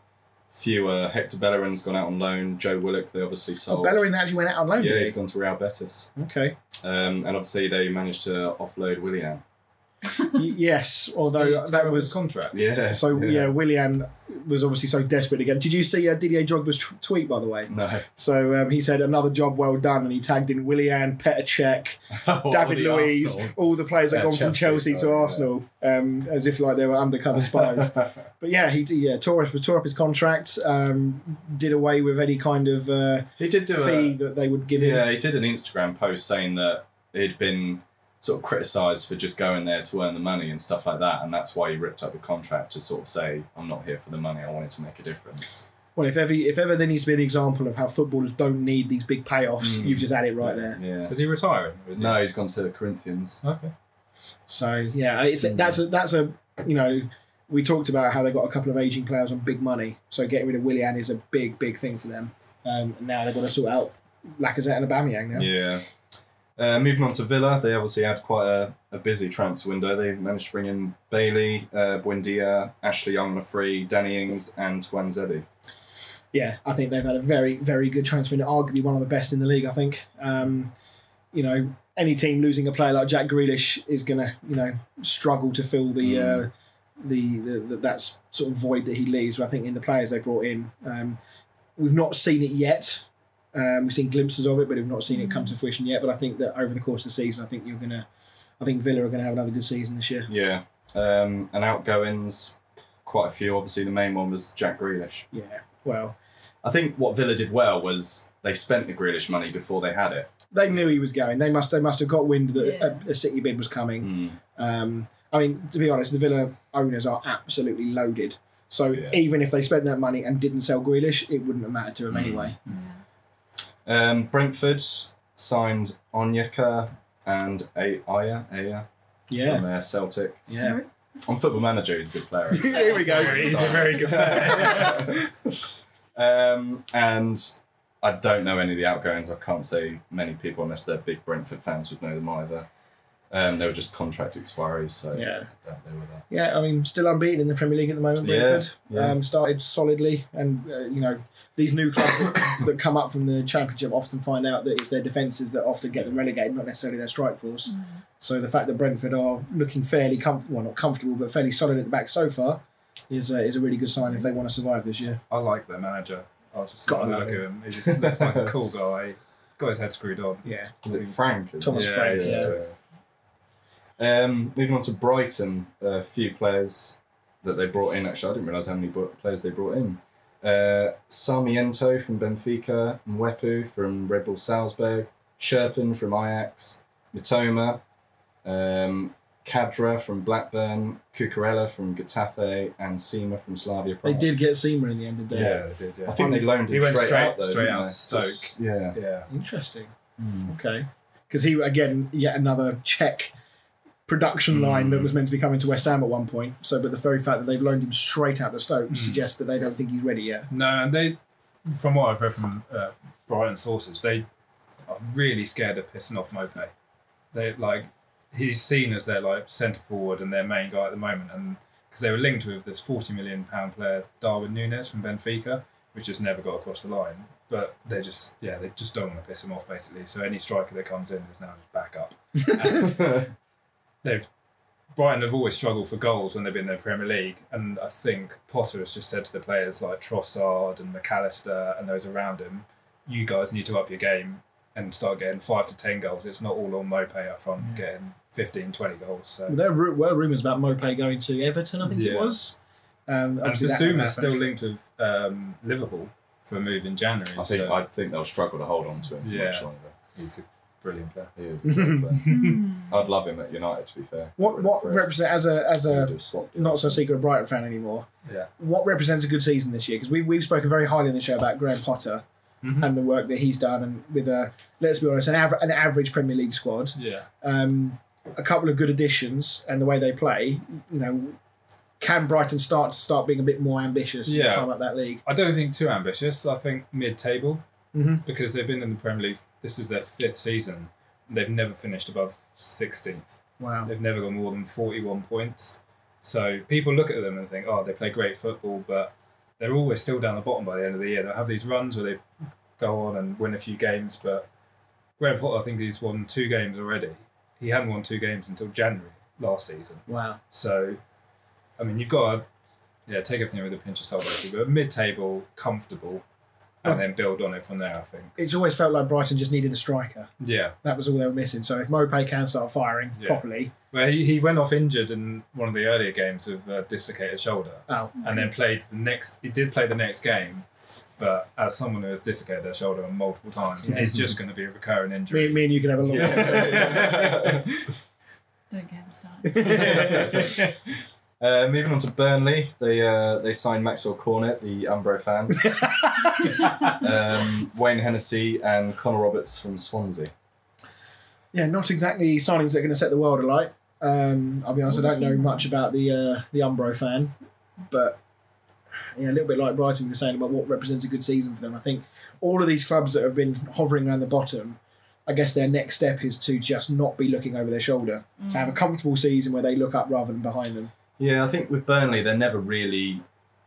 few are Hector Bellerin's gone out on loan, Joe Willock, they obviously Oh, sold. Bellerin actually went out on loan. yeah, did he's he? gone to Real Betis. Okay. Um, and obviously they managed to offload Willian. Y- yes, although He that took was a contract. Yeah. So yeah, Willian was obviously so desperate to get. Did you see uh, Didier Drogba's t- tweet by the way? No. So um, he said another job well done, and he tagged in Willian, Petr Cech, David All the Luiz, Arsenal. all the players that Yeah, gone from Chelsea Chelsea, to sorry, yeah. Arsenal, um, as if like they were undercover spies. but yeah, he yeah tore up, tore up his contract, um, did away with any kind of uh, he did do fee a, that they would give him. Yeah, he did an Instagram post saying that he'd been sort of criticised for just going there to earn the money and stuff like that, and that's why he ripped up the contract to sort of say, "I'm not here for the money. I wanted to make a difference." Well, if ever if ever there needs to be an example of how footballers don't need these big payoffs, Mm. you've just had it right there. Yeah. Is he retiring? Or is he- No, he's gone to Corinthians. Okay. So yeah, it's Mm. that's a that's a you know we talked about how they got a couple of aging players on big money, so getting rid of Willian is a big big thing for them. Um, and now they've got to sort out Lacazette and Aubameyang now. Yeah. Uh, moving on to Villa, they obviously had quite a, a busy transfer window. They managed to bring in Bailey, uh, Buendia, Ashley Young on a free, Danny Ings, and Twanzeli. Yeah, I think they've had a very very good transfer, and arguably one of the best in the league. I think. Um, you know, any team losing a player like Jack Grealish is gonna you know struggle to fill the. Mm. Uh, the, the, the that's sort of void that he leaves. But I think in the players they brought in, um, we've not seen it yet. Um, we've seen glimpses of it, but we've not seen it come to fruition yet. But I think that over the course of the season, I think you're gonna, I think Villa are gonna have another good season this year. Yeah. Um, and outgoings, quite a few. Obviously, the main one was Jack Grealish. Yeah. Well, I think what Villa did well was they spent the Grealish money before they had it. they knew he was going. They must they must have got wind that Yeah. a, a City bid was coming. Um, I mean, to be honest, the Villa owners are absolutely loaded. So Yeah. even if they spent that money and didn't sell Grealish, it wouldn't have mattered to them Mm. anyway. Yeah. Um, Brentford signed Onyeka and a- Aya, Aya from uh, Celtic. Yeah. Sorry? On Football Manager, he's a good player. Here we go. He's a very good player. um, and I don't know any of the outgoings. I can't say many people, unless they're big Brentford fans, would know them either. Um, they were just contract expiries, so Yeah. I don't know where they're. Yeah, I mean, still unbeaten in the Premier League at the moment. Yeah, Brentford yeah. Um, started solidly, and uh, you know these new clubs that, that come up from the Championship often find out that it's their defences that often get them relegated, not necessarily their strike force. Mm. So the fact that Brentford are looking fairly comfortable, well, not comfortable, but fairly solid at the back so far, is uh, is a really good sign if they want to survive this year. I like their manager. I was just Gotta like, love look at him. He just looks like a cool guy. Got his head screwed on. Yeah, Is it Frank? Is Thomas it? Frank, yeah. yeah. Um, moving on to Brighton, a few players that they brought in. Actually, I didn't realise how many bro- players they brought in. Uh, Uh, Sarmiento from Benfica, Mwepu from Red Bull Salzburg, Sherpin from Ajax, Mitoma, um, Kadra from Blackburn, Cucurella from Getafe, and Sema from Slavia They Prague. did get Seamer in the end of the day. Yeah, they did. Yeah. I think they loaned him He went straight, straight- out though. straight didn't out they? to Stoke. Hmm. Just- yeah. Yeah. Interesting. Okay. Because he, again, yet another Czech Mm. production line that was meant to be coming to West Ham at one point. So, but the very fact that they've loaned him straight out to Mm. Stoke suggests that they don't think he's ready yet. No, and they, from what I've read from uh, Brighton sources, they are really scared of pissing off Mopey. They like he's seen as their like centre forward and their main guy at the moment, and because they were linked with this forty million pound player Darwin Nunes from Benfica, which just never got across the line. But they just yeah they just don't want to piss him off basically. So any striker that comes in is now just back up. And they've Brighton have always struggled for goals when they've been in the Premier League, and I think Potter has just said to the players like Trossard and McAllister and those around him, you guys need to up your game and start getting five to ten goals. It's not all on Mope up front getting 15, 20 goals. So. Well, there ru- were rumours about Mopé going to Everton, I think it Yeah. was. Um, and obviously that hasn't Basuma's still happened. linked with um, Liverpool for a move in January. I think so I think they'll struggle to hold on to him for Yeah. much longer. he's a brilliant player. He is a great player. I'd love him at United to be fair. What, what represent as a, as a not so secret. secret Brighton fan anymore. Yeah. What represents a good season this year? Because we've, we've spoken very highly on the show about Graham Potter Mm-hmm. and the work that he's done, and with a let's be honest, an, aver- an average Premier League squad, Yeah. um, a couple of good additions, and the way they play, you know, can Brighton start to start being a bit more ambitious? Yeah. and climb up that league. I don't think too ambitious. I think mid-table Mhm. because they've been in the Premier League. This is their fifth season. and They've never finished above 16th. Wow. They've never got more than 41 points. So people look at them and think, oh, they play great football, but they're always still down the bottom by the end of the year. They'll have these runs where they go on and win a few games, but Graham Potter, I think he's won two games already. He hadn't won two games until January last season. Wow. So, I mean, you've got to yeah take everything with a pinch of salt, basically, but mid-table, comfortable, and then build on it from there. I think. It's always felt like Brighton just needed a striker. Yeah, That was all they were missing. So if Mopé can start firing Yeah. properly, well, he, he went off injured in one of the earlier games with a dislocated shoulder, oh, and then played the next. He did play the next game, but as someone who has dislocated their shoulder multiple times, it's just Mm-hmm. going to be a recurring injury. me, me and you can have a look. Yeah. Don't get him started. Uh, moving on to Burnley, they uh, they signed Maxwell Cornet, the Umbro fan, um, Wayne Hennessy, and Connor Roberts from Swansea. Yeah, not exactly signings that are going to set the world alight. Um, I'll be honest, I don't know much about the uh, the Umbro fan, but yeah, a little bit like Brighton we were saying about what represents a good season for them. I think all of these clubs that have been hovering around the bottom, I guess their next step is to just not be looking over their shoulder, to have a comfortable season where they look up rather than behind them. Yeah, I think with Burnley, they're never really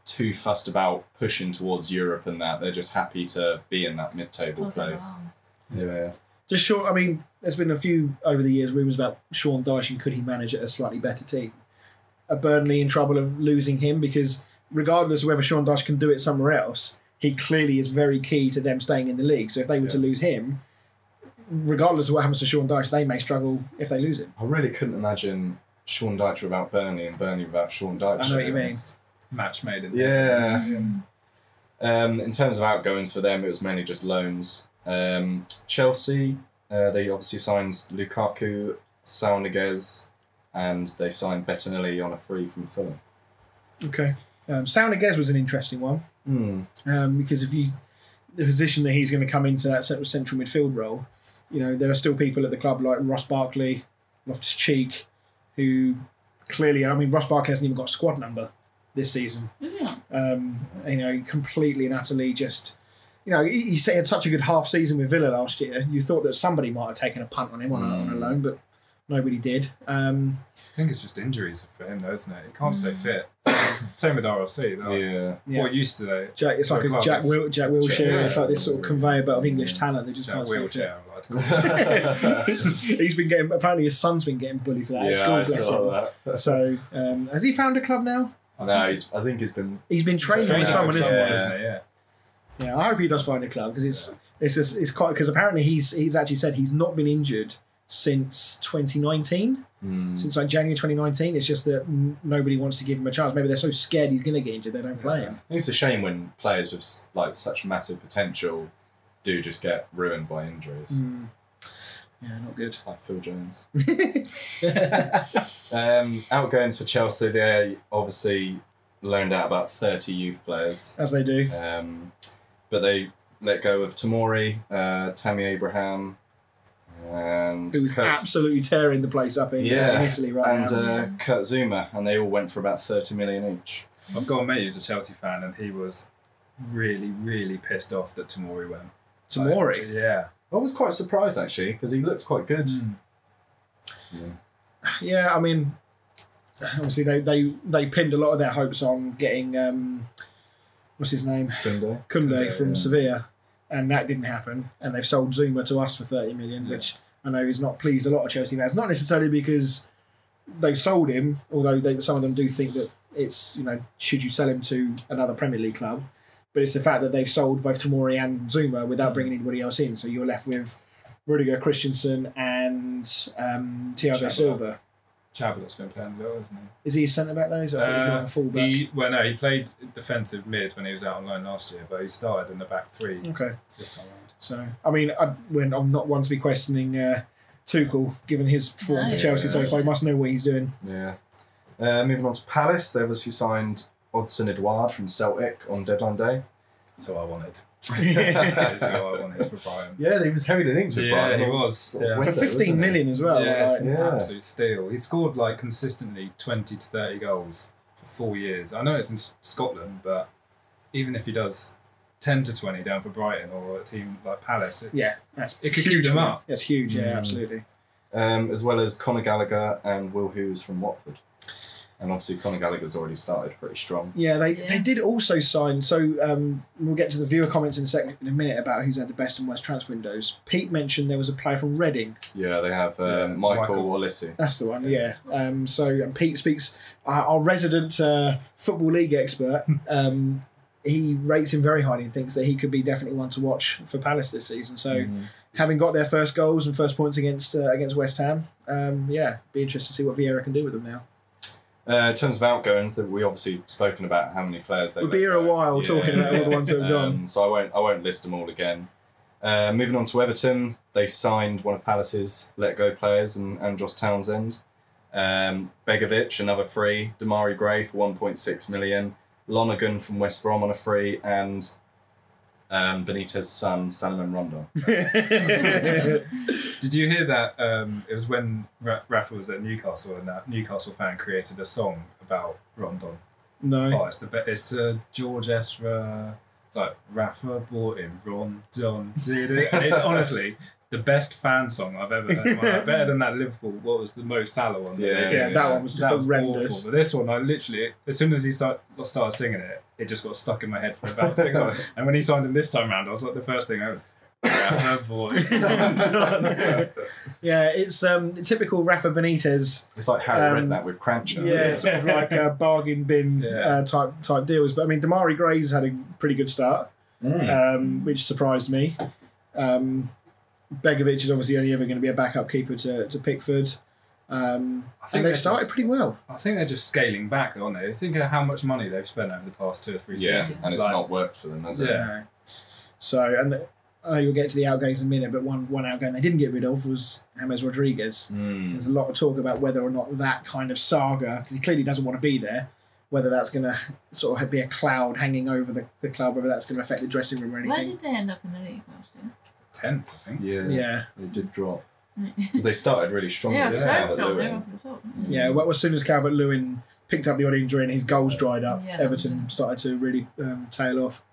too fussed about pushing towards Europe and that. They're just happy to be in that mid-table Hold them place. on. Yeah, Just sure, I mean, there's been a few over the years rumours about Sean Dyche and could he manage at a slightly better team? Are Burnley in trouble of losing him because regardless of whether Sean Dyche can do it somewhere else, he clearly is very key to them staying in the league. So if they were to lose him, regardless of what happens to Sean Dyche, they may struggle if they lose him. I really couldn't imagine Sean Dyche without Burnley and Burnley without Sean Dyche. I know to what be you mean. honest. Match made in Yeah. Um, in terms of outgoings for them, it was mainly just loans. Um, Chelsea, uh, they obviously signed Lukaku, Sauniguez, and they signed Bettinelli on a free from Fulham. Okay. Um, Sauniguez was an interesting one Hmm. um, because if you the position that he's going to come into that sort of central midfield role, you know there are still people at the club like Ross Barkley, Loftus Cheek, who clearly I mean Ross Barkley hasn't even got a squad number this season. Is he not? Um, you know, completely and utterly just. You know, he, he had such a good half season with Villa last year. You thought that somebody might have taken a punt on him on, a, Hmm. on a loan, but nobody did. Um, I think it's just injuries for him, though, isn't it? He can't Mm. stay fit. Same with RLC. Though. Yeah. Yeah. What used to they? Jack, it's For like a a club, Jack, it's- Wil- Jack Wilshere. Yeah. it's like this sort of conveyor belt of English talent that just Jack can't stay fit. wheelchair. I like to call it. he's been getting apparently his son's been getting bullied for that at school. I bless saw him. So um, has he found a club now? that. No, he's, I think he's been. He's been training Training with someone, with isn't someone, he? yeah. isn't it? Yeah. Yeah, I hope he does find a club because it's it's just, it's quite because apparently he's he's actually said he's not been injured since 2019. hmm. since like January 2019. It's just that n- nobody wants to give him a chance. Maybe they're so scared he's going to get injured they don't play him. It's a shame when players with s- like such massive potential do just get ruined by injuries, Mm. Yeah, not good. like Phil Jones. Um, outgoings for Chelsea, they obviously loaned out about 30 youth players, As they do. um, but they let go of Tamori, uh, Tammy Abraham, and Who was Kurt- absolutely tearing the place up in, Yeah, in Italy right and now. uh, Kurt Zuma, and they all went for about 30 million each. I've got a mate who's a Chelsea fan, and he was really, really pissed off that Tamori went. Tomori. Yeah. I was quite surprised actually because he looked quite good. Hmm. Yeah, I mean, obviously they, they, they pinned a lot of their hopes on getting, um, what's his name? Kunde. Kunde Kunde, from yeah. Sevilla, and that didn't happen. And they've sold Zuma to us for 30 million, Yeah. which I know is not pleased a lot of Chelsea fans. Not necessarily because they've sold him, although they, some of them do think that it's, you know, should you sell him to another Premier League club? But it's the fact that they've sold both Tamori and Zuma without bringing anybody else in. So you're left with Rudiger Christensen and um, Thiago Chabot. Silva. Chabot's been playing well, isn't he? Is he a centre back though? Is that Uh, more of a full back? He well, no, he played defensive mid when he was out on loan last year, but he started in the back three Okay. this time round. So I mean, I, when I'm not one to be questioning uh, Tuchel, given his form for No. Chelsea so far, he must know what he's doing. Yeah. Uh, moving on to Palace, they obviously signed Odson Edouard from Celtic on deadline day. That's all I wanted. for That's all I wanted for Brian. Yeah, he was heavily linked with Yeah, Brian. he It was, sort of yeah. For window, wasn't 15 it? million as well. yeah, it's like, an Yeah. absolute steal. He scored like consistently twenty to thirty goals for four years. I know it's in S- Scotland, but even if he does ten to twenty down for Brighton or a team like Palace, it's, yeah, that's it could keep them up. That's huge. Yeah, Mm. absolutely. Um, as well as Conor Gallagher and Will Hughes from Watford. And obviously, Conor Gallagher's already started pretty strong. Yeah, they, Yeah. they did also sign. So um, we'll get to the viewer comments in a second in a minute about who's had the best and worst transfer windows. Pete mentioned there was a player from Reading. Yeah, they have uh, Yeah, Michael, Michael. Olisi. That's the one. Yeah. Um, so and Pete speaks our, our resident uh, football league expert. Um, he rates him very highly and thinks that he could be definitely one to watch for Palace this season. So Mm-hmm. having got their first goals and first points against uh, against West Ham, um, yeah, be interested to see what Vieira can do with them now. Uh, in terms of outgoings, that we obviously spoken about how many players they. We'll let be here a go. while Yeah. talking about all the ones that have gone. Um, so I won't I won't list them all again. Uh, moving on to Everton, they signed one of Palace's let go players and Andros Townsend, um, Begovic another free, Damari Gray for one point six million, Lonergan from West Brom on a free, and um, Benitez's son Salomon Rondon. Did you hear that? Um, it was when Ra- Rafa was at Newcastle, and that Newcastle fan created a song about Rondon. no. Oh, it's the be- it's to George Ezra. It's like Rafa bought him, Ron Don did it. And it's honestly the best fan song I've ever heard. in my life. Better than that Liverpool. What was the Mo Salah one? that they Yeah, did? Yeah, that one was That was horrendous. awful. But this one, I literally, as soon as he start, started singing it, it just got stuck in my head for about six hours. And when he signed him this time round, I was like, the first thing I was, Rafa bought him, Ron Don. Yeah, it's um, typical Rafa Benitez. It's like Harry Um, Redknapp with Crancher. Yeah, sort of like a bargain bin Yeah. uh, type type deals. But I mean, Damari Gray's had a pretty good start, Mm. um, which surprised me. Um, Begovic is obviously only ever going to be a backup keeper to, to Pickford. Um, I think and they've they're started just- pretty well. I think they're just scaling back, aren't they? Think of how much money they've spent over the past two or three Yeah, seasons. and it's Like, not worked for them, has it? Yeah. No. So, and the, I know you'll get to the outgoings in a minute, but one, one outgoing they didn't get rid of was James Rodriguez. Mm. There's a lot of talk about whether or not that kind of saga, because he clearly doesn't want to be there, whether that's going to sort of be a cloud hanging over the, the club, whether that's going to affect the dressing room or Where anything. did they end up in the league last year? tenth, I think. Yeah, yeah, they did drop Right. because they started really strong. yeah, with yeah, so strong. Calvert-Lewin. They were up the top. yeah. Well, as soon as Calvert Lewin picked up the odd injury and his goals dried up, Yeah. Everton started to really um, tail off.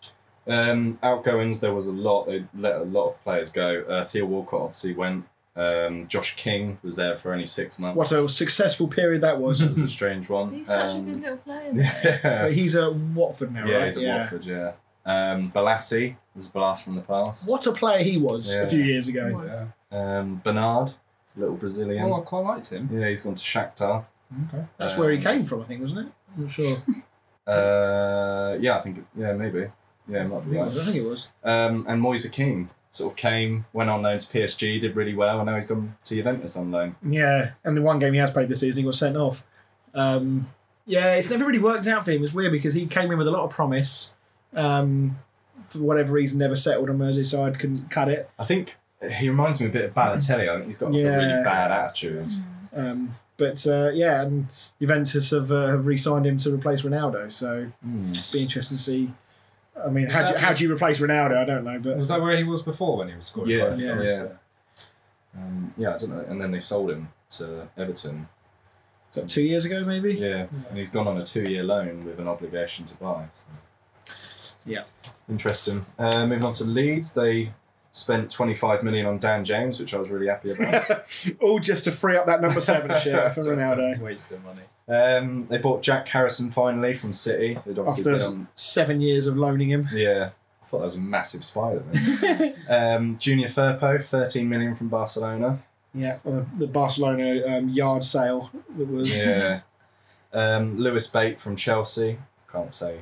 Um, outgoings, there was a lot. They let a lot of players go. Uh, Theo Walcott obviously went. Um, Josh King was there for only six months. What a successful period that was. It was a strange one. He's such a Um, good little player. though. Yeah, But he's at Watford now, yeah right? he's at Watford, yeah. Um, Balassi was a blast from the past. What a player he was Yeah. a few years ago. He was. Yeah. Um, Bernard, little Brazilian. Oh, I quite liked him. Yeah, he's gone to Shakhtar. Okay. That's where he Um, came from, I think, wasn't it? I'm not sure. Uh, yeah, I think, yeah, maybe. Yeah, it might I think be it right. was. I think it was. Um, and Moise Keane sort of came, went on loan to PSG, did really well, and now he's gone to Juventus on loan. Yeah, and the one game he has played this season, he was sent off. Um, yeah, it's never really worked out for him. It's weird because he came in with a lot of promise. Um, for whatever reason, never settled on Merseyside, couldn't cut it. I think he reminds me a bit of Balotelli. I think he's got like, a Yeah. really bad attitude. Um, but uh, yeah, and Juventus have, uh, have re-signed him to replace Ronaldo. So Hmm. be interesting to see. I mean, how do you, how do you replace Ronaldo? I don't know, but Was that where he was before when he was scoring? Yeah, both yeah, goals? yeah. Um, yeah, I don't know. And then they sold him to Everton. was that two years ago maybe. Yeah, and he's gone on a two-year loan with an obligation to buy. So. Yeah. interesting. Uh, moving on to Leeds, they spent 25 million on Dan James, which I was really happy about. All just to free up that number seven shirt for Just Ronaldo Wasting money. um, they bought Jack Harrison finally from City. They'd obviously been after on seven years of loaning him. Yeah. I thought that was a massive spider. then. um, Junior Firpo, 13 million from Barcelona. Yeah, well, the, the Barcelona um, yard sale that was. Yeah. Um, Lewis Bate from Chelsea. Can't say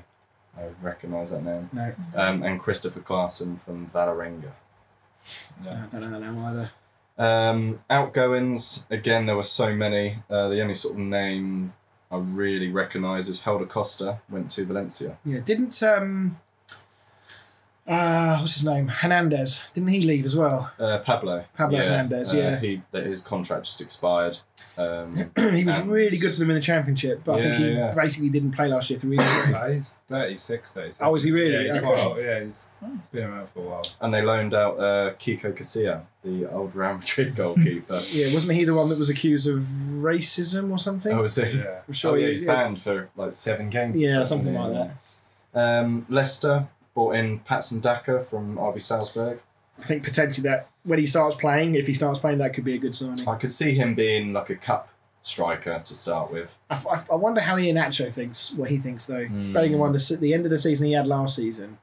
I recognise that name. No, Um, and Christopher Clarkson from Valarenga. I don't know that name either. Um, outgoings, again, there were so many. Uh, the only sort of name I really recognise is Helder Costa, went to Valencia. Yeah, didn't um, uh, what's his name? Hernandez. Didn't he leave as well? Uh, Pablo. uh, Pablo Hernandez, yeah. He, that his contract just expired. Um, he was And- really good for them in the championship, but I think Yeah, he yeah. basically didn't play last year through injury. Uh, he's 36, 37. Oh, is he really? Yeah, he's, Is quite he? old. yeah, he's Hmm. been around for a while. and they loaned out uh, Kiko Casilla, the old Real Madrid goalkeeper. yeah, wasn't he the one that was accused of racism or something? oh, was he? Yeah. I'm Oh, sure yeah, he he's banned for like seven games. or Yeah, something like yeah. Um, Leicester bought in Patson Daka from RB Salzburg. I think potentially that when he starts playing, if he starts playing, that could be a good signing. I, I could see him being like a cup striker to start with. f- I f- I wonder how Ian Acho thinks what he thinks though. Hmm. Bearing in mind the, se- the end of the season he had last season,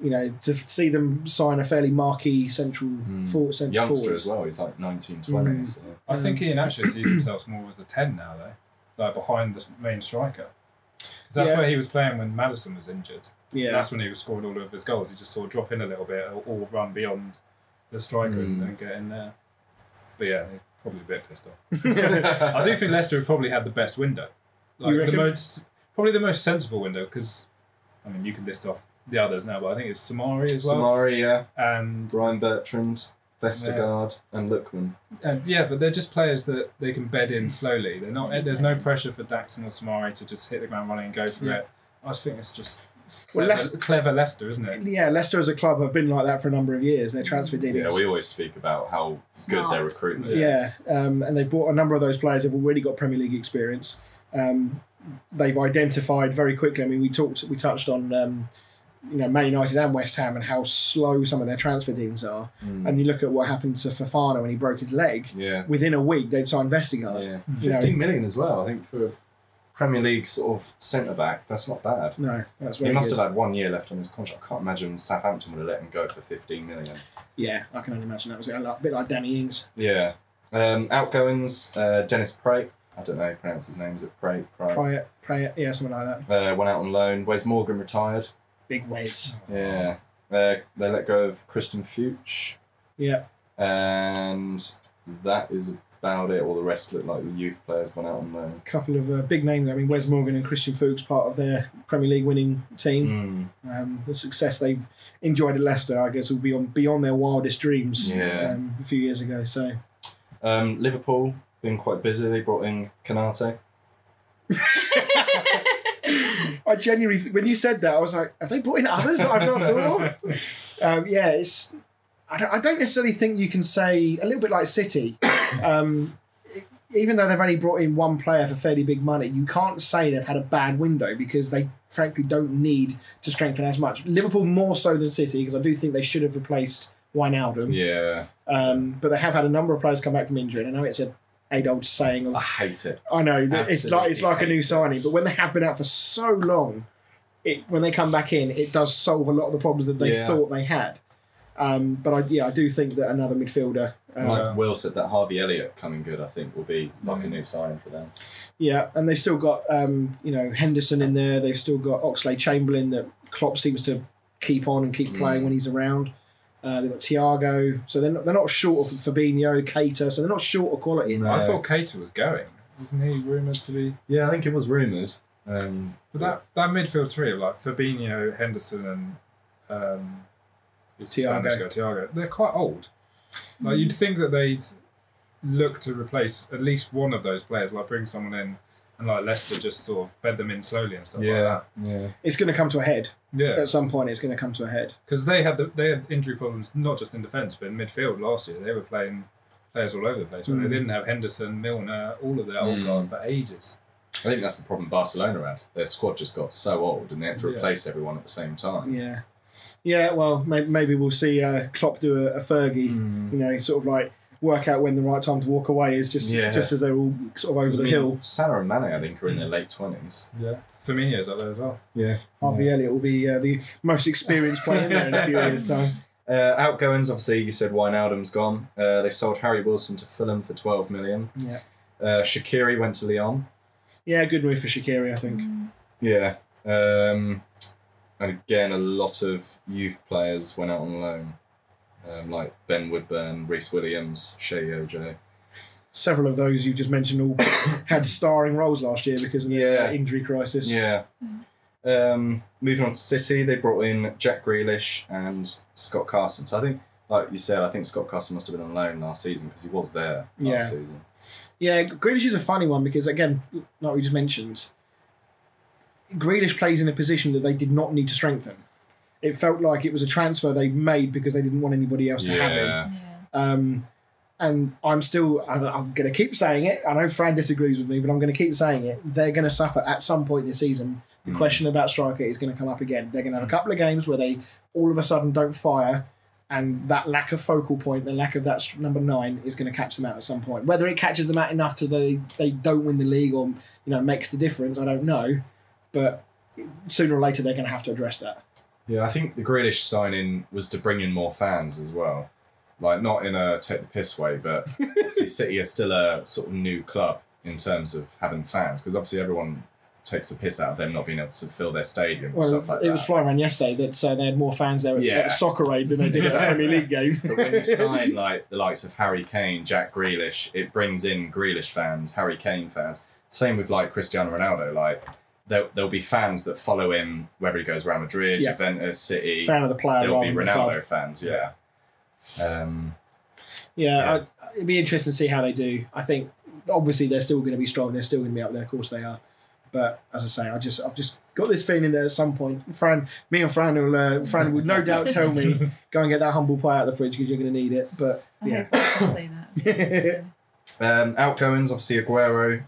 you know, to f- see them sign a fairly marquee central forward, centre Hmm. Youngster forward. as well. He's like 19, 20. Mm. So. I Um, think Ian actually sees himself more as a 10 now, though, like behind the main striker. 'Cause that's Yeah. where he was playing when Madison was injured. Yeah, And that's when he was scoring all of his goals. He just sort of drop in a little bit or, or run beyond the striker and, Hmm. Mm. and get in there. But yeah, he's probably a bit pissed off. I do think Leicester have probably had the best window. Like You the reckon? most, probably the most sensible window because, I mean, you can list off the others now, but I think it's Samari as well. Samari, yeah. And, Ryan Bertrand, Vestergaard, and Lookman. and yeah, but they're just players that they can bed in slowly. They're not. There's no pressure for Daxon or Samari to just hit the ground running and go for Yeah. it. I just think it's just it's Well, clever, Leicester- clever Leicester, isn't it? yeah. Leicester as a club have been like that for a number of years. Their transfer Hmm. Yeah, dealings. we always speak about how good their Smart. recruitment Yeah, is. um, and they've bought a number of those players who've already got Premier League experience. Um, they've identified very quickly. I mean, we talked, we touched on, um, you know, Man United and West Ham and how slow some of their transfer dealings are. Mm. And you look at what happened to Fafana when he broke his leg. Yeah. Within a week, they'd signed Vestergaard. Yeah. You know- Fifteen million as well, I think, for a Premier League sort of centre back. That's not bad. No, that's very He must good. have had one year left on his contract. I can't imagine Southampton would have let him go for 15 million. Yeah, I can only imagine that was it. A lot- a bit like Danny Ings. Yeah. Um, outgoings, uh, Dennis Prate. I don't know how you pronounce his name. Is it Prate? Prate. Pray it, pray it, yeah, something like that. Uh, went out on loan. Wes Morgan retired. Big waves. Yeah. Uh, they let go of Kristen Fuchs. Yeah, And that is about it. All the rest look like the youth players gone out on loan. couple of uh, big names. I mean, Wes Morgan and Christian Fuchs, part of their Premier League winning team. Mm. Um, the success they've enjoyed at Leicester, I guess, will be on beyond their wildest dreams. Yeah. Um, a few years ago, so Um, Liverpool, been quite busy. They brought in Canate. I genuinely, th- when you said that, I was like, have they brought in others that I've not thought of? Um, yeah, it's. I don't, I don't necessarily think you can say a little bit like City. Um, e- even though they've only brought in one player for fairly big money, you can't say they've had a bad window because they frankly don't need to strengthen as much. Liverpool more so than City because I do think they should have replaced Wijnaldum. Yeah. Um, but they have had a number of players come back from injury, and I know it's a eight old saying. Of, I hate it. I know that it's like it's absolutely like a new signing, but when they have been out for so long, it when they come back in, it does solve a lot of the problems that they Yeah. thought they had. Um, but I, yeah, I do think that another midfielder. Um, Like Yeah. Will said, that Harvey Elliott coming good, I think, will be like a new sign for them. Yeah, and they've still got um, you know Henderson in there. Mm. They've still got Oxley Chamberlain that Klopp seems to keep on and keep playing when he's around. Uh, they've got Tiago, so they're not, they're not short of Fabinho, Cater, so they're not short of quality. No. I thought Cater was going. Uh, Wasn't he rumoured to be? Yeah, I think it was rumoured. Um, But that, that midfield three of like Fabinho, Henderson, and um, Thiago. Tiago, they're quite old. Like you'd think that they'd look to replace at least one of those players, like bring someone in and like Leicester just sort of bed them in slowly and stuff yeah, like yeah. It's going to come to a head that. Yeah, at some point. It's going to come to a head. because they had the, they had injury problems not just in defence but in midfield last year. They were playing players all over the place. weren't They They didn't have Henderson, Milner, all of their old Mm. guard for ages. I think that's the problem Barcelona had. Their squad just got so old, and they had to Yeah. replace everyone at the same time. Yeah, yeah. Well, may- maybe we'll see uh, Klopp do a, a Fergie. Hmm. You know, sort of like work out when the right time to walk away is. Just Yeah. just as they're all sort of over I the mean, hill. Salah and Mane, I think, are in their late twenties. Yeah, Firmino's up there as well. Yeah. Harvey Elliott will be uh, the most experienced player in there in a few years' time. Uh, outgoings, obviously, you said Wijnaldum's gone. Uh, they sold Harry Wilson to Fulham for 12 million. Yeah. Uh, Shakiri went to Lyon. Yeah, good move for Shakiri, I think. Yeah. Um, and again, a lot of youth players went out on loan, um, like Ben Woodburn, Reese Williams, Shea Ojo. Several of those you just mentioned all had starring roles last year because of the uh, Yeah. injury crisis. Yeah. Um, moving on to City, they brought in Jack Grealish and Scott Carson. So I think, like you said, I think Scott Carson must have been on loan last season because he was there last Yeah. season. Yeah, Grealish is a funny one because again, like we just mentioned, Grealish plays in a position that they did not need to strengthen. It felt like it was a transfer they made because they didn't want anybody else to have him. Yeah. Um, and I'm still, I'm, I'm going to keep saying it. I know Fran disagrees with me, but I'm going to keep saying it. They're going to suffer at some point this season. The question about striker is going to come up again. They're going to have a couple of games where they all of a sudden don't fire, and that lack of focal point, the lack of that st- number nine, is going to catch them out at some point. Whether it catches them out enough to they they don't win the league or you know makes the difference, I don't know. But sooner or later, they're going to have to address that. Yeah, I think the Grealish signing was to bring in more fans as well. Like, not in a take the piss way, but obviously City are still a sort of new club in terms of having fans because obviously everyone takes the piss out of them not being able to fill their stadium and Well, stuff like it that. was flying around yesterday that uh, they had more fans there at, Yeah. at the soccer raid than they did at the Yeah. Premier League game. but when you sign like the likes of Harry Kane, Jack Grealish, it brings in Grealish fans, Harry Kane fans. Same with like Cristiano Ronaldo. Like there, there'll be fans that follow him whether he goes Real Madrid, Yeah. Juventus, City. fan of the player There'll rather be than the club. Ronaldo fans. Yeah. Um, Yeah, Yeah. I, it'd be interesting to see how they do. I think obviously they're still going to be strong. They're still going to be up there. Of course they are. But as I say, I just I've just got this feeling that at some point, Fran, me and Fran will uh, Fran would no doubt tell me go and get that humble pie out of the fridge because you're going to need it. But I yeah, hope I can say that. Um, outgoings, obviously Aguero.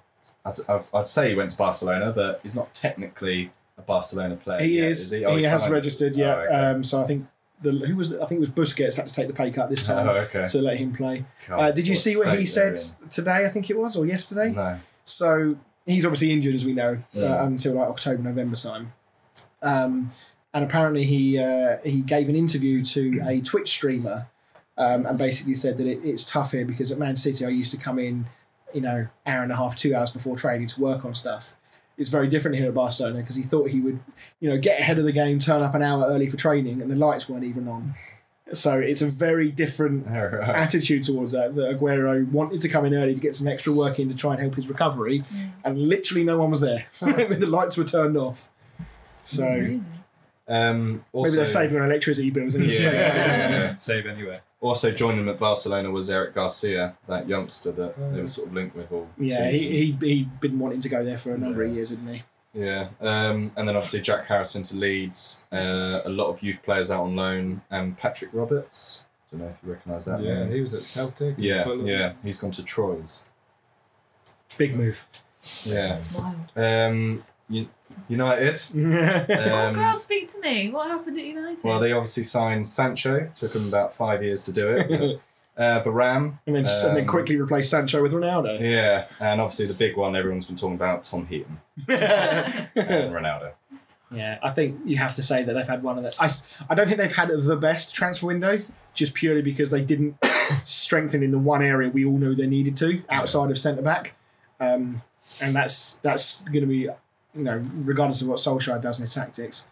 I'd, I'd- I'd say he went to Barcelona, but he's not technically a Barcelona player. he yet, is. he, He, Oh, has signed. registered. Yeah. Oh, okay. um, so I think the who was I think it was Busquets had to take the pay cut this time Oh, okay. to let him play. God, Uh, did you see what he state they're said today? I think it was or yesterday. in. No. So he's obviously injured, as we know, Yeah. uh, until like October, November time. Um, and apparently he uh, he gave an interview to a Twitch streamer um, and basically said that it, it's tough here because at Man City I used to come in, you know, hour and a half, two hours before training to work on stuff. It's very different here at Barcelona because he thought he would, you know, get ahead of the game, turn up an hour early for training, and the lights weren't even on. So it's a very different attitude towards that that Aguero wanted to come in early to get some extra work in to try and help his recovery, and literally no one was there. the lights were turned off. So maybe Really? Um, also, Ah. they're saving on electricity bills. And Yeah. Yeah. Save anywhere. Also joined him at Barcelona was Eric Garcia, that youngster that they were sort of linked with all yeah, season. he, he he'd been wanting to go there for a number of years, hadn't he? Yeah, um, and then obviously Jack Harrison to Leeds, uh, a lot of youth players out on loan, and Patrick Roberts. Don't know if you recognise that. Yeah, name. he was at Celtic. yeah, Fulham. yeah. He's gone to Troyes. Big move. Yeah. Wow. Um, U- United. oh, Um, girl, speak to me. What happened at United? well, they obviously signed Sancho. Took them about five years to do it. Uh, Varane. And then and then um, quickly replace Sancho with Ronaldo. Yeah, and obviously the big one everyone's been talking about, Tom Heaton and Ronaldo. Yeah, I think you have to say that they've had one of the. I, I don't think they've had the best transfer window, just purely because they didn't strengthen in the one area we all knew they needed to outside of centre back, um, and that's that's going to be, you know, regardless of what Solskjaer does in his tactics,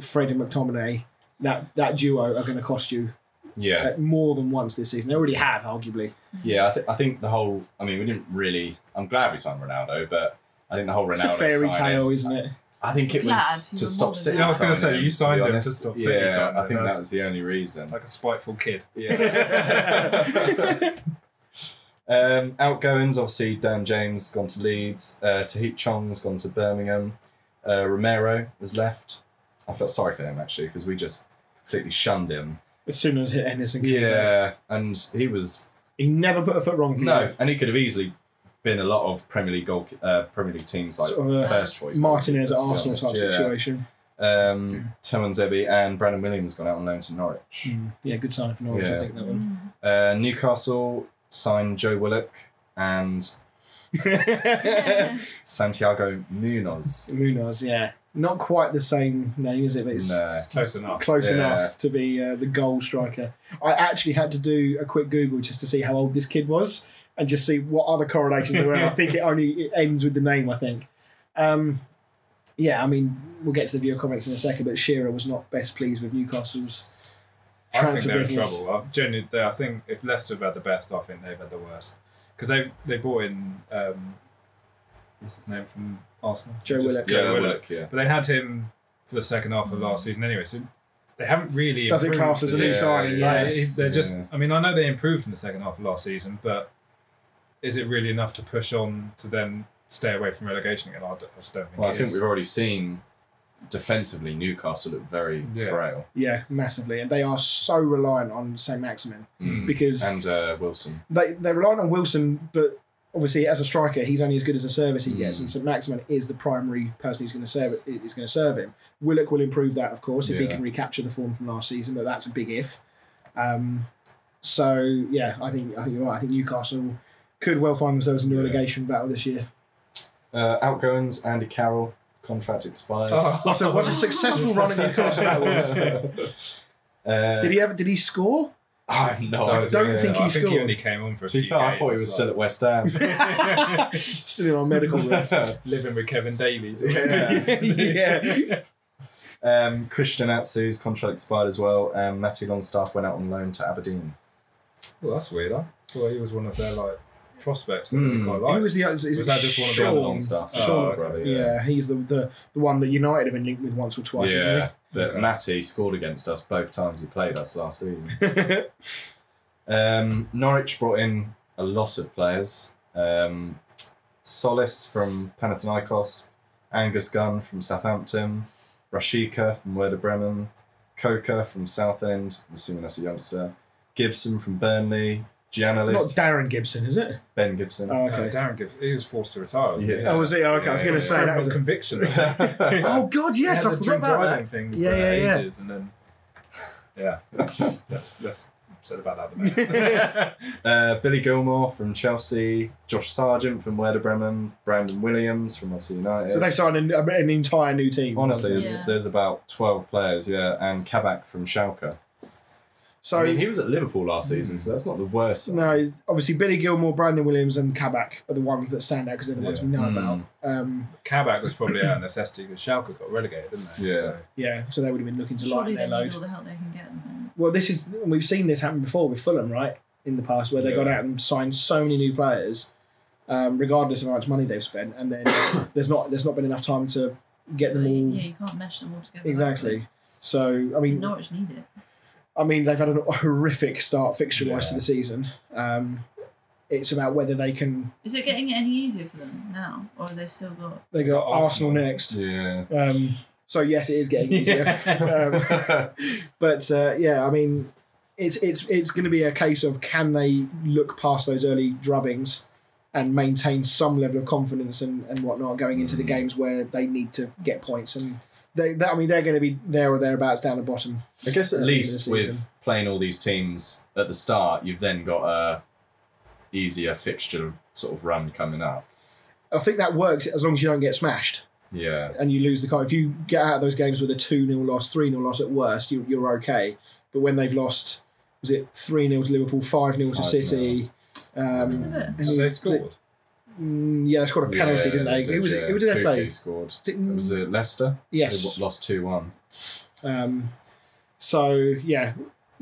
Fred and McTominay, that that duo are going to cost you Yeah, uh, more than once this season. They already have, arguably. yeah. I, th- I think the whole. I mean, we didn't really. I'm glad we signed Ronaldo, but I think the whole It's Ronaldo. a fairy signing- tale, isn't it? I think it Glad was you to were stop more than City. that. Yeah, I was gonna say, signing him, you be signed him to honest. stop City Yeah, signing I him. think that That's- was the only reason. like a spiteful kid. Yeah. um, outgoings, obviously, Dan James gone to Leeds. Uh, Tahit Chong's gone to Birmingham. Uh, Romero has left. I felt sorry for him, actually, because we just completely shunned him. As soon as Henderson came back. Yeah, and he was He never put a foot wrong for no, and he could have easily been a lot of Premier League goal, uh, Premier League teams like Sort of a first choice. you. Martinez at goalkeeper, to be Arsenal type honest. Yeah. situation. Um, Tillman Zebi and Brandon Williams gone out on loan to Norwich. Mm. Yeah, good sign for Norwich, I Yeah. think, that Hmm. one. Uh, Newcastle signed Joe Willock and Santiago Munoz. Munoz, yeah. Not quite the same name, is it? But it's No. It's close enough. close Yeah. enough to be uh, the goal striker. I actually had to do a quick Google just to see how old this kid was and just see what other correlations there were. I think it only it ends with the name, I think. Um, yeah, I mean, we'll get to the viewer comments in a second, but Shearer was not best pleased with Newcastle's I think transfer they're in business. trouble. I genuinely, they- I think if Leicester have had the best, I think they've had the worst because they they bought in um, what's his name from Arsenal, Joe Just Willock. Joe Yeah, Willock. Willock, yeah. But they had him for the second half of last season anyway, so they haven't really. Does it improved. class as a new Yeah, signing? Like, Yeah. it- they're just. Yeah. I mean, I know they improved in the second half of last season, but is it really enough to push on to then stay away from relegation again? I d- I just don't think. Well, I it think is. we've already seen defensively Newcastle look very Yeah. frail. Yeah, massively. And they are so reliant on St. Maximin Mm. because And uh, Wilson. they, they're reliant on Wilson, but obviously as a striker, he's only as good as the service he gets, Mm. and St Maximin is the primary person who's going to serve it, is going to serve him. Willock will improve that, of course, if he Yeah. can recapture the form from last season, but that's a big if. Um, so yeah, I think I think you're right. I think Newcastle could well find themselves in the Yeah. relegation battle this year. Uh, outgoings, Andy Carroll, contract expired. Oh. What a, what a successful run at Newcastle that was. Uh, Did he ever? Did he score? I have no I idea. don't think Oh, I he think scored. he only came on for a To be few fair, I thought he games, was like- still at West Ham. Still in our medical room. living with Kevin Davies. Yeah. yeah. um, Christian Atsu's contract expired as well. Um, Matty Longstaff went out on loan to Aberdeen. Well, that's weird. I thought he was one of their like prospects that Hmm. they quite liked. Who was the other? Is, is Was it that just one of the Sean? other Longstaff's Oh, Sean- okay. brother, yeah. he's the, the the one that United have been linked with once or twice, isn't he? yeah, but Okay. Matty scored against us both times he played us last season. um, Norwich brought in a lot of players. Um, Solis from Panathinaikos, Angus Gunn from Southampton, Rashika from Werder Bremen, Coker from Southend, I'm assuming that's a youngster, Gibson from Burnley, Not Giannalis, Darren Gibson, is it? Ben Gibson. Oh, Uh, okay. Darren Gibbs. He was forced to retire. wasn't he? Yeah. Oh, was it? Oh, okay, I was Yeah, going to yeah, say Criminal that was. A... conviction. Yes, Oh God, yes, I forgot about that. Thing Yeah, for yeah, yeah. ages, And then, yeah, that's that's said about that. at the moment. Uh, Billy Gilmore from Chelsea, Josh Sargent from Werder Bremen, Brandon Williams from obviously United. So they signed an, an entire new team. Honestly, there's, Yeah. there's about 12 players, yeah, and Kabak from Schalke. So I mean, he was at Liverpool last season, so that's not the worst. no, obviously Billy Gilmore, Brandon Williams, and Kabak are the ones that stand out because they're the ones we know Mm. about. Um, Kabak was probably out of necessity because Schalke got relegated, didn't they? Yeah. So, yeah, so they would have been looking to lighten Surely they their need load. all the help they can get. at the moment. Well, this is we've seen this happen before with Fulham, right? In the past, where they got Yeah. out and signed so many new players, um, regardless of how much money they've spent, and then there's not there's not been enough time to get them all Yeah, you can't mesh them all together. like exactly. So I that. mean, Norwich need it. I mean they've had a horrific start fixture wise to Yeah. the season. Um, it's about whether they can. Is it getting any easier for them now, or have they still got? They They've got got Arsenal, Arsenal. next. Yeah. Um, so yes, it is getting easier. um, But uh, yeah, I mean, it's it's it's going to be a case of can they look past those early drubbings and maintain some level of confidence and, and whatnot going into the Mm. games where they need to get points and they that, I mean they're going to be there or thereabouts down the bottom. I guess at Yeah, least the season. with playing all these teams at the start, you've then got a easier fixture sort of run coming up. I think that works as long as you don't get smashed Yeah. and you lose the car. If you get out of those games with a 2 0 loss, 3 0 loss at worst, you, you're okay. But when they've lost, was it 3 0 to Liverpool, 5 0 to 5-0. City? Um, Look at Yeah. this. so they scored. mm, yeah, they scored a penalty, Yeah, didn't they? did, who was yeah. it? Who did they Pukki play? scored. Was it- It was uh, it Leicester? Yes. They lost 2 1. Um, so yeah,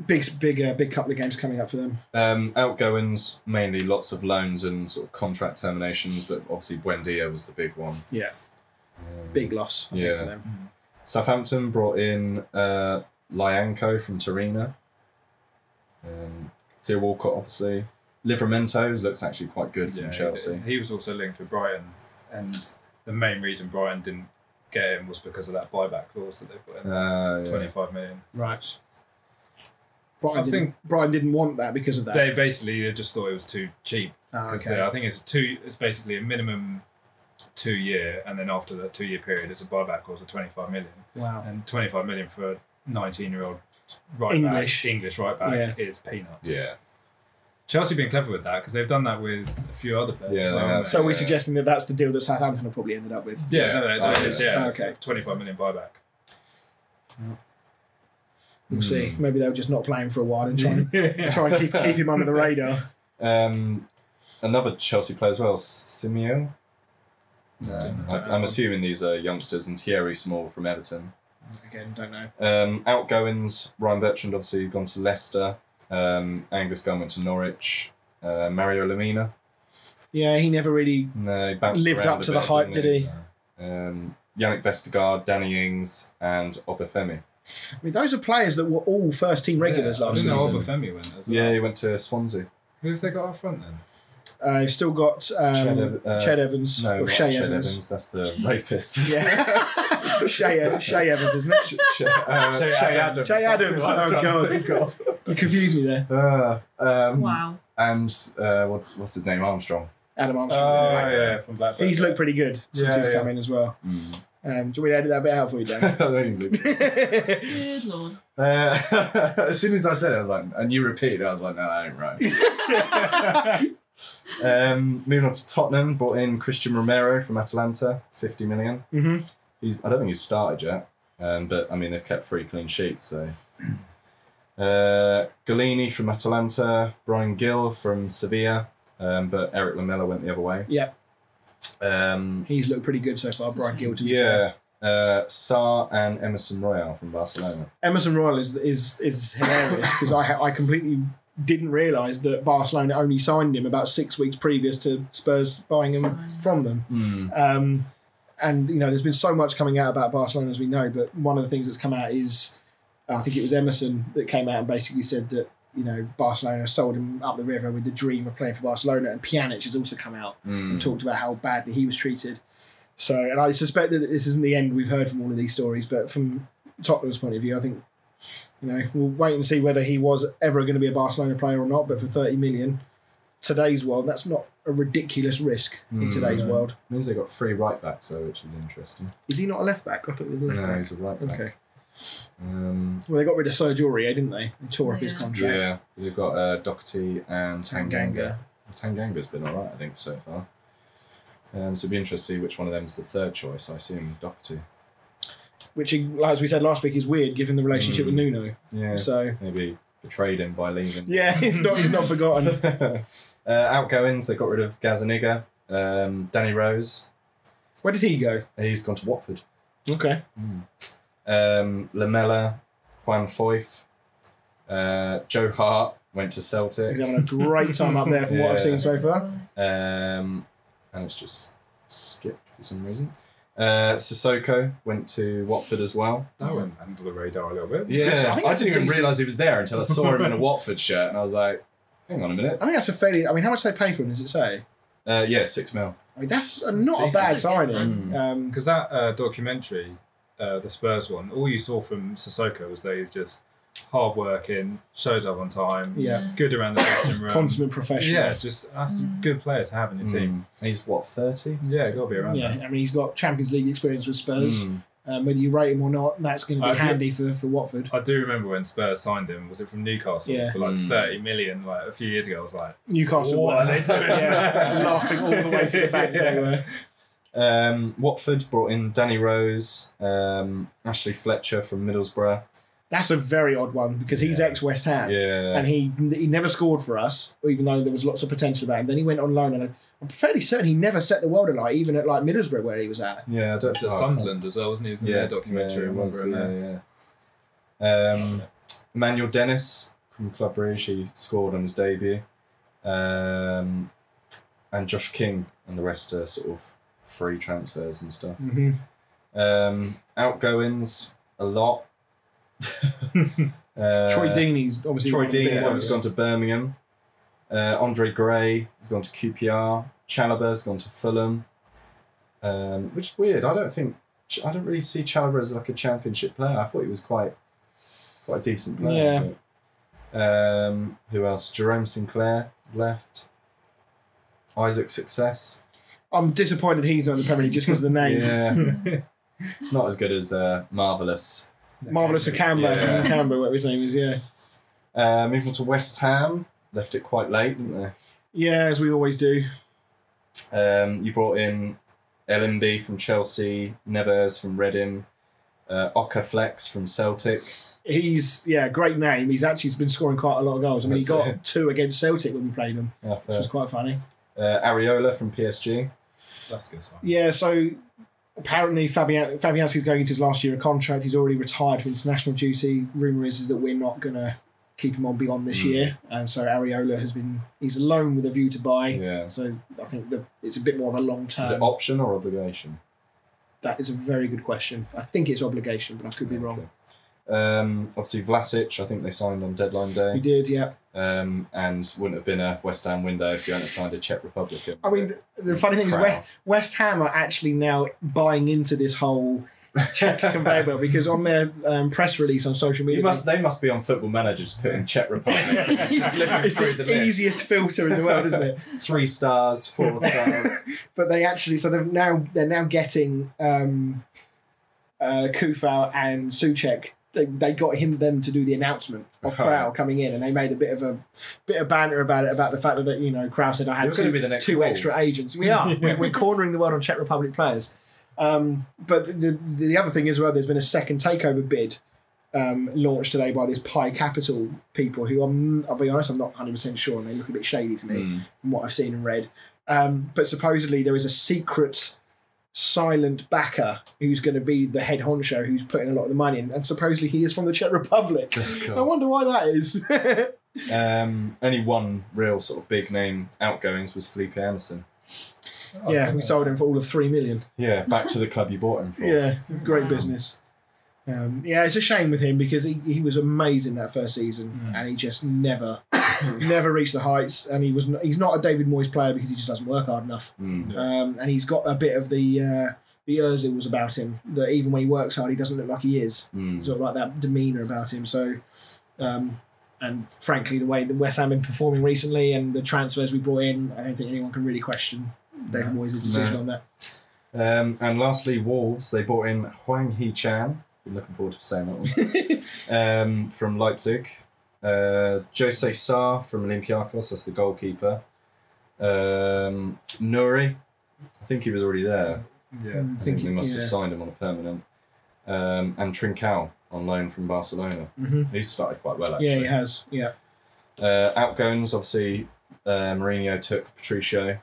big, big, uh, big couple of games coming up for them. Um, outgoings mainly lots of loans and sort of contract terminations, but obviously Buendia was the big one. Yeah. Um, Big loss. I think, Yeah. For them. Southampton brought in uh, Lyanko from Torino. Um, Theo Walcott, obviously. Livramentos looks actually quite good from Yeah, Chelsea. He, he was also linked with Brighton, and the main reason Brighton didn't get him was because of that buyback clause that they put in. Uh, yeah. Twenty-five million. Right. Brian I didn't, think- Brian didn't want that because of that. They basically they just thought it was too cheap Ah, because okay. I think it's a two. It's basically a minimum two-year, and then after that two-year period, it's a buyback clause of twenty-five million. Wow. And twenty-five million for a nineteen-year-old right English. back, English right back, Yeah. is peanuts. Yeah. Chelsea have been clever with that because they've done that with a few other players. Yeah, as they well, have. haven't So we're Yeah. suggesting that that's the deal that Southampton have probably ended up with. Yeah, no, Oh, no, that is, yeah, Okay. twenty-five million buyback. We'll see. Maybe they were just not playing for a while and try and, try and keep, keep him under the radar. Um, another Chelsea player as well, S- Simeo. Um, I, I'm assuming these are youngsters and Thierry Small from Everton. Again, don't know. Um, outgoings, Ryan Bertrand obviously gone to Leicester. Um, Angus Gunn went to Norwich. Uh, Mario Lamina. Yeah, he never really No, he bounced lived around up a to the bit, hype, didn't did he? Um, Yannick Vestergaard, Danny Ings, and Obafemi. I mean, those are players that were all first team regulars yeah, last I season. didn't know Obafemi went as well. Yeah, he went to Swansea. Who have they got up front then? Uh, you've still got um, Ched, Ched Ev- uh, Evans No, or not Shay Ched Evans. That's the rapist. Yeah, Shay, Ev- Shay Evans, isn't it? Ch- uh, Shay Adams. Shay Adams. Shay That's Adams. who I was Oh, trying to God. think of. You confused me there. Uh, um, Wow. And uh, what, what's his name? Armstrong. Adam Oh, Armstrong. yeah, from Blackburn. He's looked pretty good since Yeah, he's yeah. come in as well. Um, do we edit that bit out for you, Dan? Good lord. uh, as soon as I said it, I was like, and you repeated it, I was like, no, that ain't right. um, moving on to Tottenham, brought in Christian Romero from Atalanta, 50 million. mm-hmm. He's, I don't think he's started yet, um, but I mean, they've kept three clean sheets, so. Uh, Galini from Atalanta, Brian Gill from Sevilla, um, but Eric Lamela went the other way. Yeah, Um, he's looked pretty good so far. Brian Gill, to be fair. yeah, uh, Saar and Emerson Royale from Barcelona. Emerson Royal is is is hilarious because I ha- I completely didn't realise that Barcelona only signed him about six weeks previous to Spurs buying him Signing. from them. Mm. Um, and you know, there's been so much coming out about Barcelona as we know, but one of the things that's come out is, uh, I think it was Emerson that came out and basically said that you know Barcelona sold him up the river with the dream of playing for Barcelona, and Pjanic has also come out Mm. and talked about how badly he was treated. So, and I suspect that this isn't the end we've heard from all of these stories, but from Tottenham's point of view, I think you know we'll wait and see whether he was ever going to be a Barcelona player or not. But for thirty million, today's world, that's not a ridiculous risk in Mm. today's world. Means they got three right backs though, which is interesting. Is he not a left back? I thought he was a left No, back. he's a right back. Okay. Um, Well, they got rid of Serge Aurier, didn't they? They tore up his Yeah. contract. yeah, they've got uh, Doherty and Tanganga. Tanganga. Tanganga's been all right, I think, so far. Um, so it'd be interesting to see which one of them's the third choice. I assume Doherty. Which, as we said last week, is weird given the relationship with Nuno. Yeah, So, maybe betrayed him by leaving. yeah, he's not, he's not forgotten. uh, outgoings, they got rid of Gazaniga, um, Danny Rose. Where did he go? He's gone to Watford. Okay. um, Lamella, Juan Foyth, uh, Joe Hart went to Celtic, He's having a great time up there from what I've Yeah. seen so far. um, and it's just skipped for some reason. Uh, Sissoko went to Watford as well. that went under the radar a little bit. good. I Yeah, think I, that's didn't a even decent- realise he was there until I saw him in a Watford shirt, and I was like, "Hang on a minute." I think that's a fairly. I mean, how much they pay for him? Does it say? Uh, yeah, six mil. I mean, that's, a not decent. a bad That's a good signing. Um, Because that uh, documentary, uh, the Spurs one, all you saw from Sissoko was they were just hard working, shows up on time, Yeah. good around the dressing room. consummate professional. Um, Yeah, just that's a good player to have in Hmm. your team. Mm. He's what thirty? Yeah, got to be around Mm. Yeah, that. I mean, he's got Champions League experience with Spurs. Hmm. Um, whether you rate him or not, that's going to be I do- handy for, for Watford. I do remember when Spurs signed him. Was it from Newcastle Yeah. for like Mm. thirty million? Like a few years ago, I was like, Newcastle. What were- are they doing? Yeah, laughing all the way to the bank. They were. Um, Watford brought in Danny Rose, um, Ashley Fletcher from Middlesbrough. That's a very odd one because he's ex West Ham. Yeah, And he he never scored for us, even though there was lots of potential about him. Then he went on loan, and I'm fairly certain he never set the world alight, even at like Middlesbrough where he was at. yeah. I don't was it oh, I can't- Sunderland as well, wasn't he? It was in their documentary. I it remember was, in there. yeah, yeah. Um, Emmanuel Dennis from Club Brugge, he scored on his debut. Um, and Josh King and the rest are sort of free transfers and stuff. Mm-hmm. Um, outgoings, a lot. uh, Troy Deeney's obviously Troy one of the Dean big has ones. obviously gone to Birmingham. Uh, Andre Gray has gone to QPR. Chalaba's gone to Fulham. Um, which is weird. I don't think I don't really see Chalaba as like a championship player. I thought he was quite quite a decent player. Yeah. but- um, who else? Jerome Sinclair left. Isaac Success. I'm disappointed he's not in the Premier League just because of the name. Yeah. it's not as good as uh, Marvelous. Marvelous Akamba, Yeah. Akamba, whatever his name is. Yeah, Uh, moving on to West Ham. Left it quite late, didn't they? yeah, as we always do. Um, you brought in LMB from Chelsea, Neves from Reading, uh, Ocker Flex from Celtic. He's yeah, great name. He's actually been scoring quite a lot of goals. I mean, he That's got it. two against Celtic when we played them, Uh, which was quite funny. uh, Ariola from PSG. That's a good sign. Yeah, so apparently Fabian Fabianski's going into his last year of contract. He's already retired from international duty. Rumor is, is that we're not gonna keep him on beyond this Mm. year, and so Ariola has been he's a loan with a view to buy. Yeah. So I think the, it's a bit more of a long Is it term. option or obligation? that is a very good question. I think it's obligation, but I could be wrong. Um, obviously, Vlasic, I think they signed on deadline We day. did, yeah. Um, and wouldn't have been a West Ham window if you hadn't signed a Czech Republican. I mean, the, the funny thing is, Crap. West, West Ham are actually now buying into this whole check conveyor belt because on their um, press release on social media, You must, they must be on football managers putting Czech Republic. Just looking it's through the, the list. easiest filter in the world, isn't it? Three stars, four stars. But they actually, so they're now they're now getting um, uh, Kufau and Suchek. They, they got him them to do the announcement of Right. Crow coming in, and they made a bit of a bit of banter about it about the fact that you know Crow said I had You're two, gonna be the next two Wolves. extra agents. We are we're, we're cornering the world on Czech Republic players. Um, but the, the the other thing is well, there's been a second takeover bid um, launched today by this Pi Capital people who I'm I'll be honest I'm not 100 percent sure, and they look a bit shady to me Mm. from what I've seen and read. Um, but supposedly there is a secret silent backer who's going to be the head honcho who's putting a lot of the money in, and supposedly he is from the Czech Republic. I wonder why that is. Um, only one real sort of big name outgoings was Felipe Anderson. Oh, yeah, we sold him for all of three million. Yeah, back to the club you bought him for. Yeah, great Wow. business. Um, yeah, it's a shame with him because he, he was amazing that first season Mm. and he just never, never reached the heights. And he was not, he's not a David Moyes player because he just doesn't work hard enough. Mm. Yeah. Um, and he's got a bit of the uh, the Özil was about him that even when he works hard, he doesn't look like he is. Mm. Sort of like that demeanour about him. So, um, and frankly, the way that West Ham been performing recently and the transfers we brought in, I don't think anyone can really question David Moyes' decision No. on that. Um, and lastly, Wolves, they bought in Huang He Chan. Been looking forward to saying that one. um, from Leipzig. Uh, Jose Sarr from Olympiacos, that's the goalkeeper. Um, Nuri, I think he was already there. Yeah. Mm, I think we he- must yeah. have signed him on a permanent. Um, and Trincao on loan from Barcelona. Mhm. He's started quite well, actually. Yeah, he has. Yeah. Uh, outgoings, obviously, uh, Mourinho took Patricio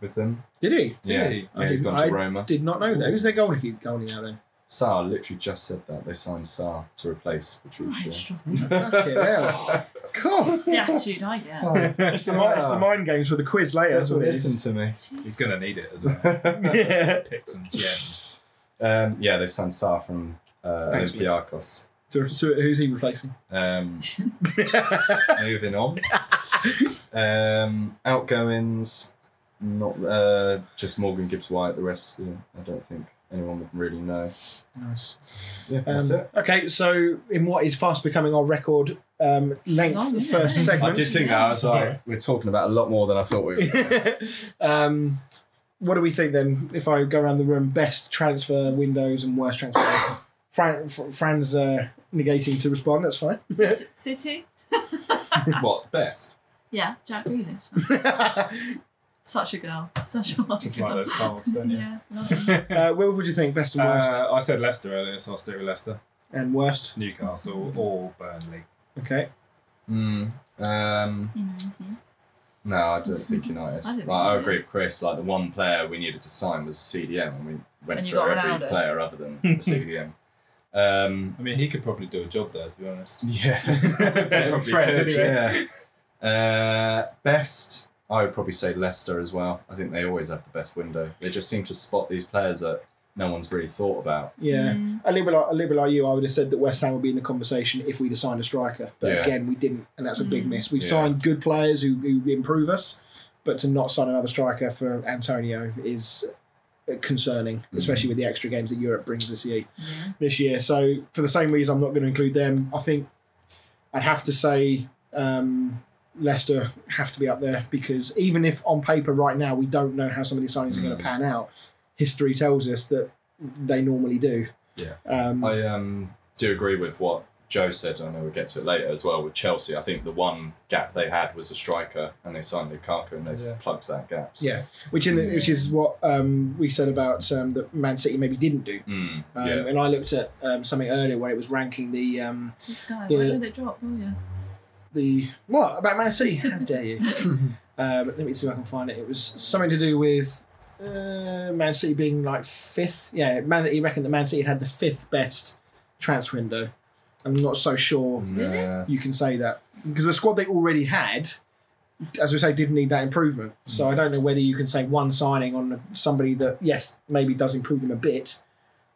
with them. Did he? Yeah, he? I yeah he's didn't- gone to Roma. Did not know that. Ooh. Who's their goalie, goalie now then? Saar literally just said that. They signed Saar to replace Patricio. Fucking hell. God. That's the attitude I get. It's the, mi- it's the mind games for the quiz later. That's Doesn't what it listen is. to me. He's going to need it as well. Yeah. Pick some gems. um, yeah, they signed Saar from uh, Thanks, mate. Olympiacos. So, so who's he replacing? Um, moving on. Um, outgoings, not uh, just Morgan Gibbs White. The rest, yeah, I don't think anyone would really know. Nice. Yeah, that's Um, it. okay, so in what is fast becoming our record um, length Long, isn't first it? segment, I did think that. I was like, we're talking about a lot more than I thought we were. um, what do we think then? If I go around the room, best transfer windows and worst transfer. Fran, Fr- Fran's uh, negating to respond. That's fine. City- City? what best? Yeah, Jack Grealish. Uh, Such a girl. Such a hot Just girl. like those cards, don't you? yeah. love him. uh, Will, what do you think? Best and worst Uh, I said Leicester earlier, so I'll stick with Leicester. and worst. Newcastle or Burnley. Okay. Hmm. um, You know, mhm. no, I don't think United. I don't think like, I United. agree with Chris. Like the one player we needed to sign was a CDM, and we went And you through got every Ronaldo. player other than a CDM. Um, I mean, he could probably do a job there, to be honest. yeah. Probably could, yeah. Uh, best, I would probably say Leicester as well. I think they always have the best window. They just seem to spot these players that no one's really thought about. Yeah. Mm. A liberal, like, a liberal like you, I would have said that West Ham would be in the conversation if we'd have signed a striker. But Yeah. again, we didn't, and that's a big Mm. miss. We've Yeah. signed good players who, who improve us, but to not sign another striker for Antonio is uh, concerning, Mm. especially with the extra games that Europe brings this year. Yeah. This year, so for the same reason, I'm not going to include them. I think I'd have to say um, Leicester have to be up there because even if on paper right now we don't know how some of these signings are going Mm. to pan out, history tells us that they normally do. Yeah. Um, I um, do agree with what Joe said. I know we'll get to it later as well with Chelsea. I think the one gap they had was a striker, and they signed Lukaku, and they've Yeah. plugged that gap. so- Yeah, which in the, which is what um, we said about um, that Man City maybe didn't do. Mm, Um, yeah. And I looked at um, something earlier where it was ranking the um, This guy, The- where did it drop? Oh, yeah. the what about Man City? How dare you? um, let me see if I can find it. It was something to do with uh, Man City being like fifth. Yeah, Man, he reckoned that Man City had the fifth best transfer window. I'm not so sure Really? Yeah. you can say that because the squad they already had, as we say, didn't need that improvement. So I don't know whether you can say one signing on somebody that yes maybe does improve them a bit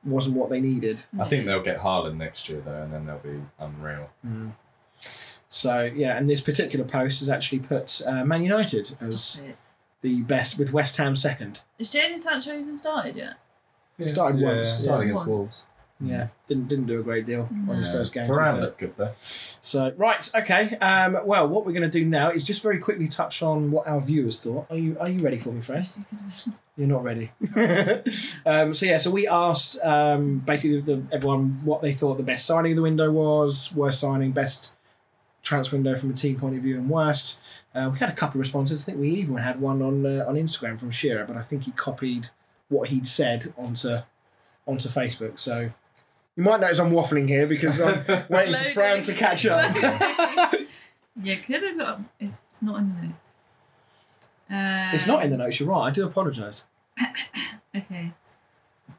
wasn't what they needed. I think they'll get Haaland next year though, and then they'll be unreal. So yeah, and this particular post has actually put uh, Man United as Stop it. the best with West Ham second. Has Jadon Sancho even started yet? It started Yeah. once. Starting Yeah. against Once. Wolves. Yeah. didn't didn't do a great deal on his Yeah. first game. Varane looked good though. So right, okay. Um, well, what we're going to do now is just very quickly touch on what our viewers thought. Are you are you ready for me, Fred? Yes, you could You're not ready. um, so yeah, so we asked um, basically the, everyone what they thought the best signing of the window was, worst signing, best transfer window from a team point of view, and worst. Uh, we had a couple of responses. I think we even had one on uh, on Instagram from Shearer, but I think he copied what he'd said onto onto Facebook. So you might notice I'm waffling here because I'm waiting for Fran to catch up. you could have done. It's, it's not in the notes. Um, it's not in the notes. You're right. I do apologise. Okay.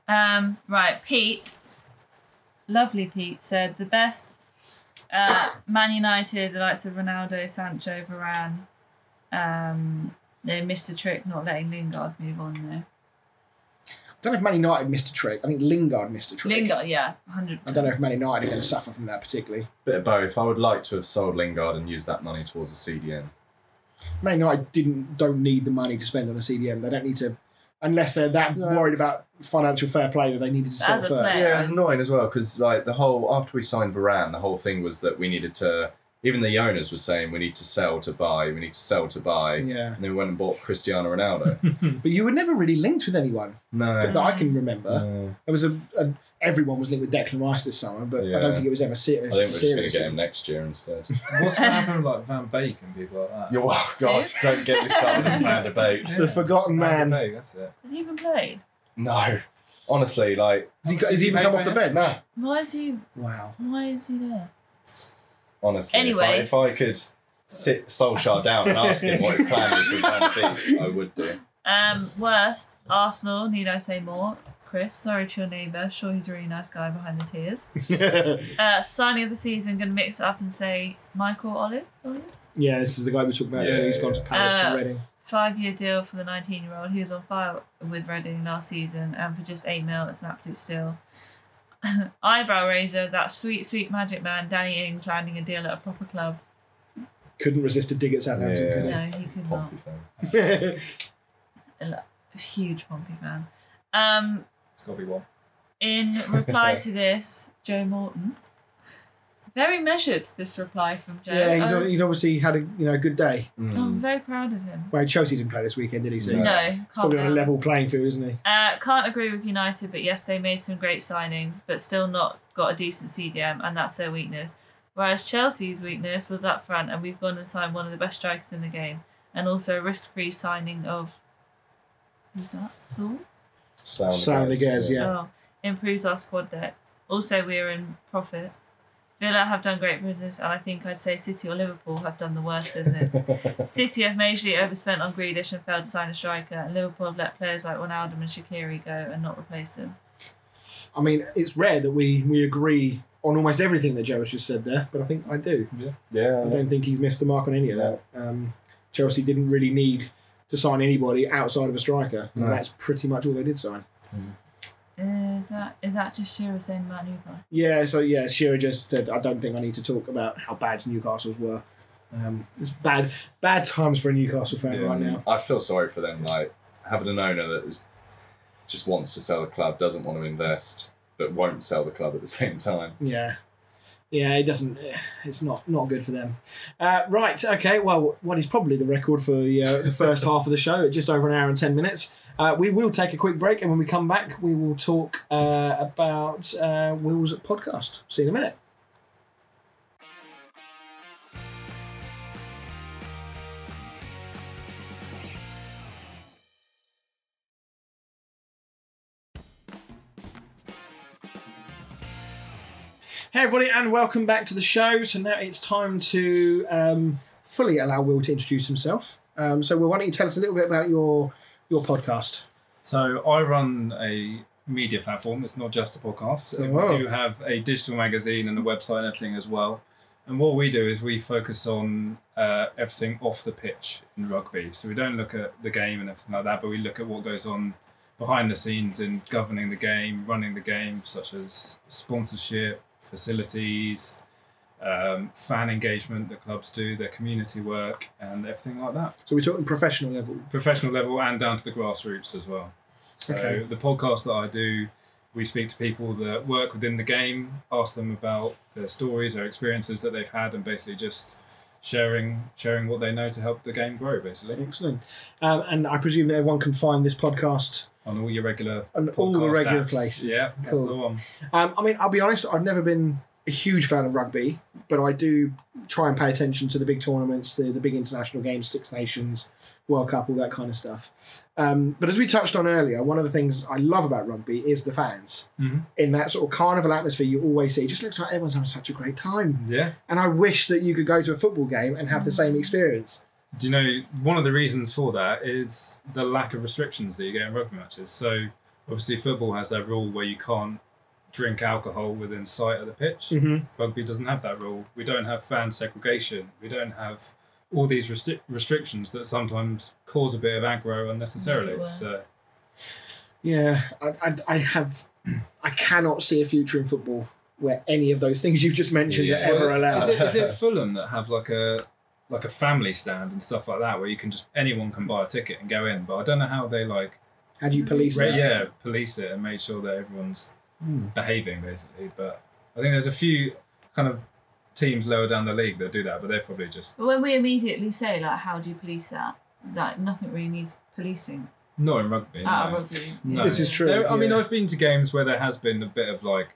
Um, right, Pete, lovely Pete, said the best uh, Man United, the likes of Ronaldo, Sancho, Varane. Um, they missed a trick not letting Lingard move on though. I don't know if Man United missed a trick. I think Lingard missed a trick. Lingard, yeah, hundred I don't percent. know if Man United are going to suffer from that particularly. Bit of both. I would like to have sold Lingard and used that money towards a CDM. Man United didn't don't need the money to spend on a CDM. They don't need to, unless they're that No. worried about financial fair play that they needed to As sell a first. player. Yeah, it was annoying as well because like the whole after we signed Varane, the whole thing was that we needed to. Even the owners were saying we need to sell to buy, we need to sell to buy, Yeah, and then we went and bought Cristiano Ronaldo. but you were never really linked with anyone that, no. that I Mm. can remember. No. There was a, a everyone was linked with Declan Rice this summer, but I Yeah. don't think it was ever I serious. think we're just going to serious. get him next year instead. What's going to happen with like Van Beek and people like that? Yo, oh God, don't get me started on fan debate. Yeah. The forgotten Van man. Beek, that's it. Has he even played? No, honestly, like Has he, got- has he even come off the bench? no, Why is he? Wow. Why is he there? honestly. Anyway. if I, if I could sit Solskjaer down and ask him what his plan is with Van Beek, I would do. Um, worst Arsenal. Need I say more? Chris, sorry to your neighbour. Sure, he's a really nice guy behind the tears. Uh, signing of the season. Going to mix it up and say Michael Olive. Olive? yeah, this is the guy we talked about Yeah, earlier who's gone yeah. to Palace Uh, for Reading. Five-year deal for the 19-year-old. He was on fire with Reading last season, and for just eight mil, it's an absolute steal. Eyebrow raiser. That sweet, sweet magic man, Danny Ings, landing a deal at a proper club. Couldn't resist a dig at Southampton, Yeah. could he? No, he could not. Pompey thing. A huge Pompey fan. Um, It's got to be one. In reply to this, Joe Morton. Very measured, this reply from Joe. Yeah, he's, I al- was- he'd obviously had a you know good day. I'm Mm. very proud of him. Well, Chelsea didn't play this weekend, did he? So No, he's can't, probably on a help. level playing field, isn't he? Uh, can't agree with United, but yes, they made some great signings, but still not got a decent CDM, and that's their weakness. Whereas Chelsea's weakness was up front, and we've gone and signed one of the best strikers in the game, and also a risk free signing of. Who's that? Saul? Sound, Sound Agares, yeah. Oh, improves our squad depth. Also, we are in profit. Villa have done great business, and I think I'd say City or Liverpool have done the worst business. City have majorly overspent on Grealish and failed to sign a striker, and Liverpool have let players like Ronaldo and Shakiri go and not replace them. I mean, it's rare that we we agree on almost everything that Joe has just said there, but I think I do. Yeah. I don't think he's missed the mark on any of that. Um, Chelsea didn't really need to sign anybody outside of a striker. and No. That's pretty much all they did sign. Is that is that just Shearer saying about Newcastle? Yeah, so yeah, Shearer just said, I don't think I need to talk about how bad Newcastle's were. Um, it's bad, bad times for a Newcastle fan Yeah, right now. I feel sorry for them, like having an owner that is just wants to sell the club, doesn't want to invest, but won't sell the club at the same time. Yeah. Yeah, it doesn't. It's not not good for them. Uh, right. Okay. Well, what is probably the record for the, uh, the first half of the show at just over an hour and ten minutes. Uh, we will take a quick break, and when we come back, we will talk uh, about uh, Will's podcast. See you in a minute. Hey everybody, and welcome back to the show. So now it's time to um, fully allow Will to introduce himself. Um, so, Will, why don't you tell us a little bit about your your podcast? So I run a media platform. It's not just a podcast. Uh, Oh, wow. We do have a digital magazine and a website and everything as well. And what we do is we focus on uh, everything off the pitch in rugby. So we don't look at the game and everything like that, but we look at what goes on behind the scenes in governing the game, running the game, such as sponsorship, facilities, um, fan engagement that clubs do, their community work, and everything like that So, we're talking professional level. professional level and down to the grassroots as well. So Okay. the podcast that I do, we speak to people that work within the game, ask them about their stories or experiences that they've had, and basically just sharing sharing what they know to help the game grow. Basically, Excellent. Um, and I presume that everyone can find this podcast on all your regular on all the podcast regular apps. places. Yeah, that's Cool. the one. Um, I mean, I'll be honest, I've never been a huge fan of rugby, but I do try and pay attention to the big tournaments, the, the big international games, Six Nations, World Cup, all that kind of stuff. Um, but as we touched on earlier, one of the things I love about rugby is the fans. Mhm. In that sort of carnival atmosphere, you always see, it just looks like everyone's having such a great time. Yeah. And I wish that you could go to a football game and Mm. have the same experience. Do you know one of the reasons for that is the lack of restrictions that you get in rugby matches? So obviously football has that rule where you can't drink alcohol within sight of the pitch. Mm-hmm. rugby doesn't have that rule. We don't have fan segregation. We don't have all these resti- restrictions that sometimes cause a bit of aggro unnecessarily. Makes it So worse. Yeah, I, I, I have, I cannot see a future in football where any of those things you've just mentioned Yeah. are ever Well, allowed. Is it, is it Fulham that have like a like a family stand and stuff like that where you can just anyone can buy a ticket and go in? But I don't know how they like How do you police re- that? yeah police it and make sure that everyone's Hmm. behaving basically. But I think there's a few kind of teams lower down the league that do that, but they're probably just But when we immediately say like, how do you police that? Like nothing really needs policing not in rugby. out of no. rugby. No. This is true. There, I mean, yeah. I've been to games where there has been a bit of like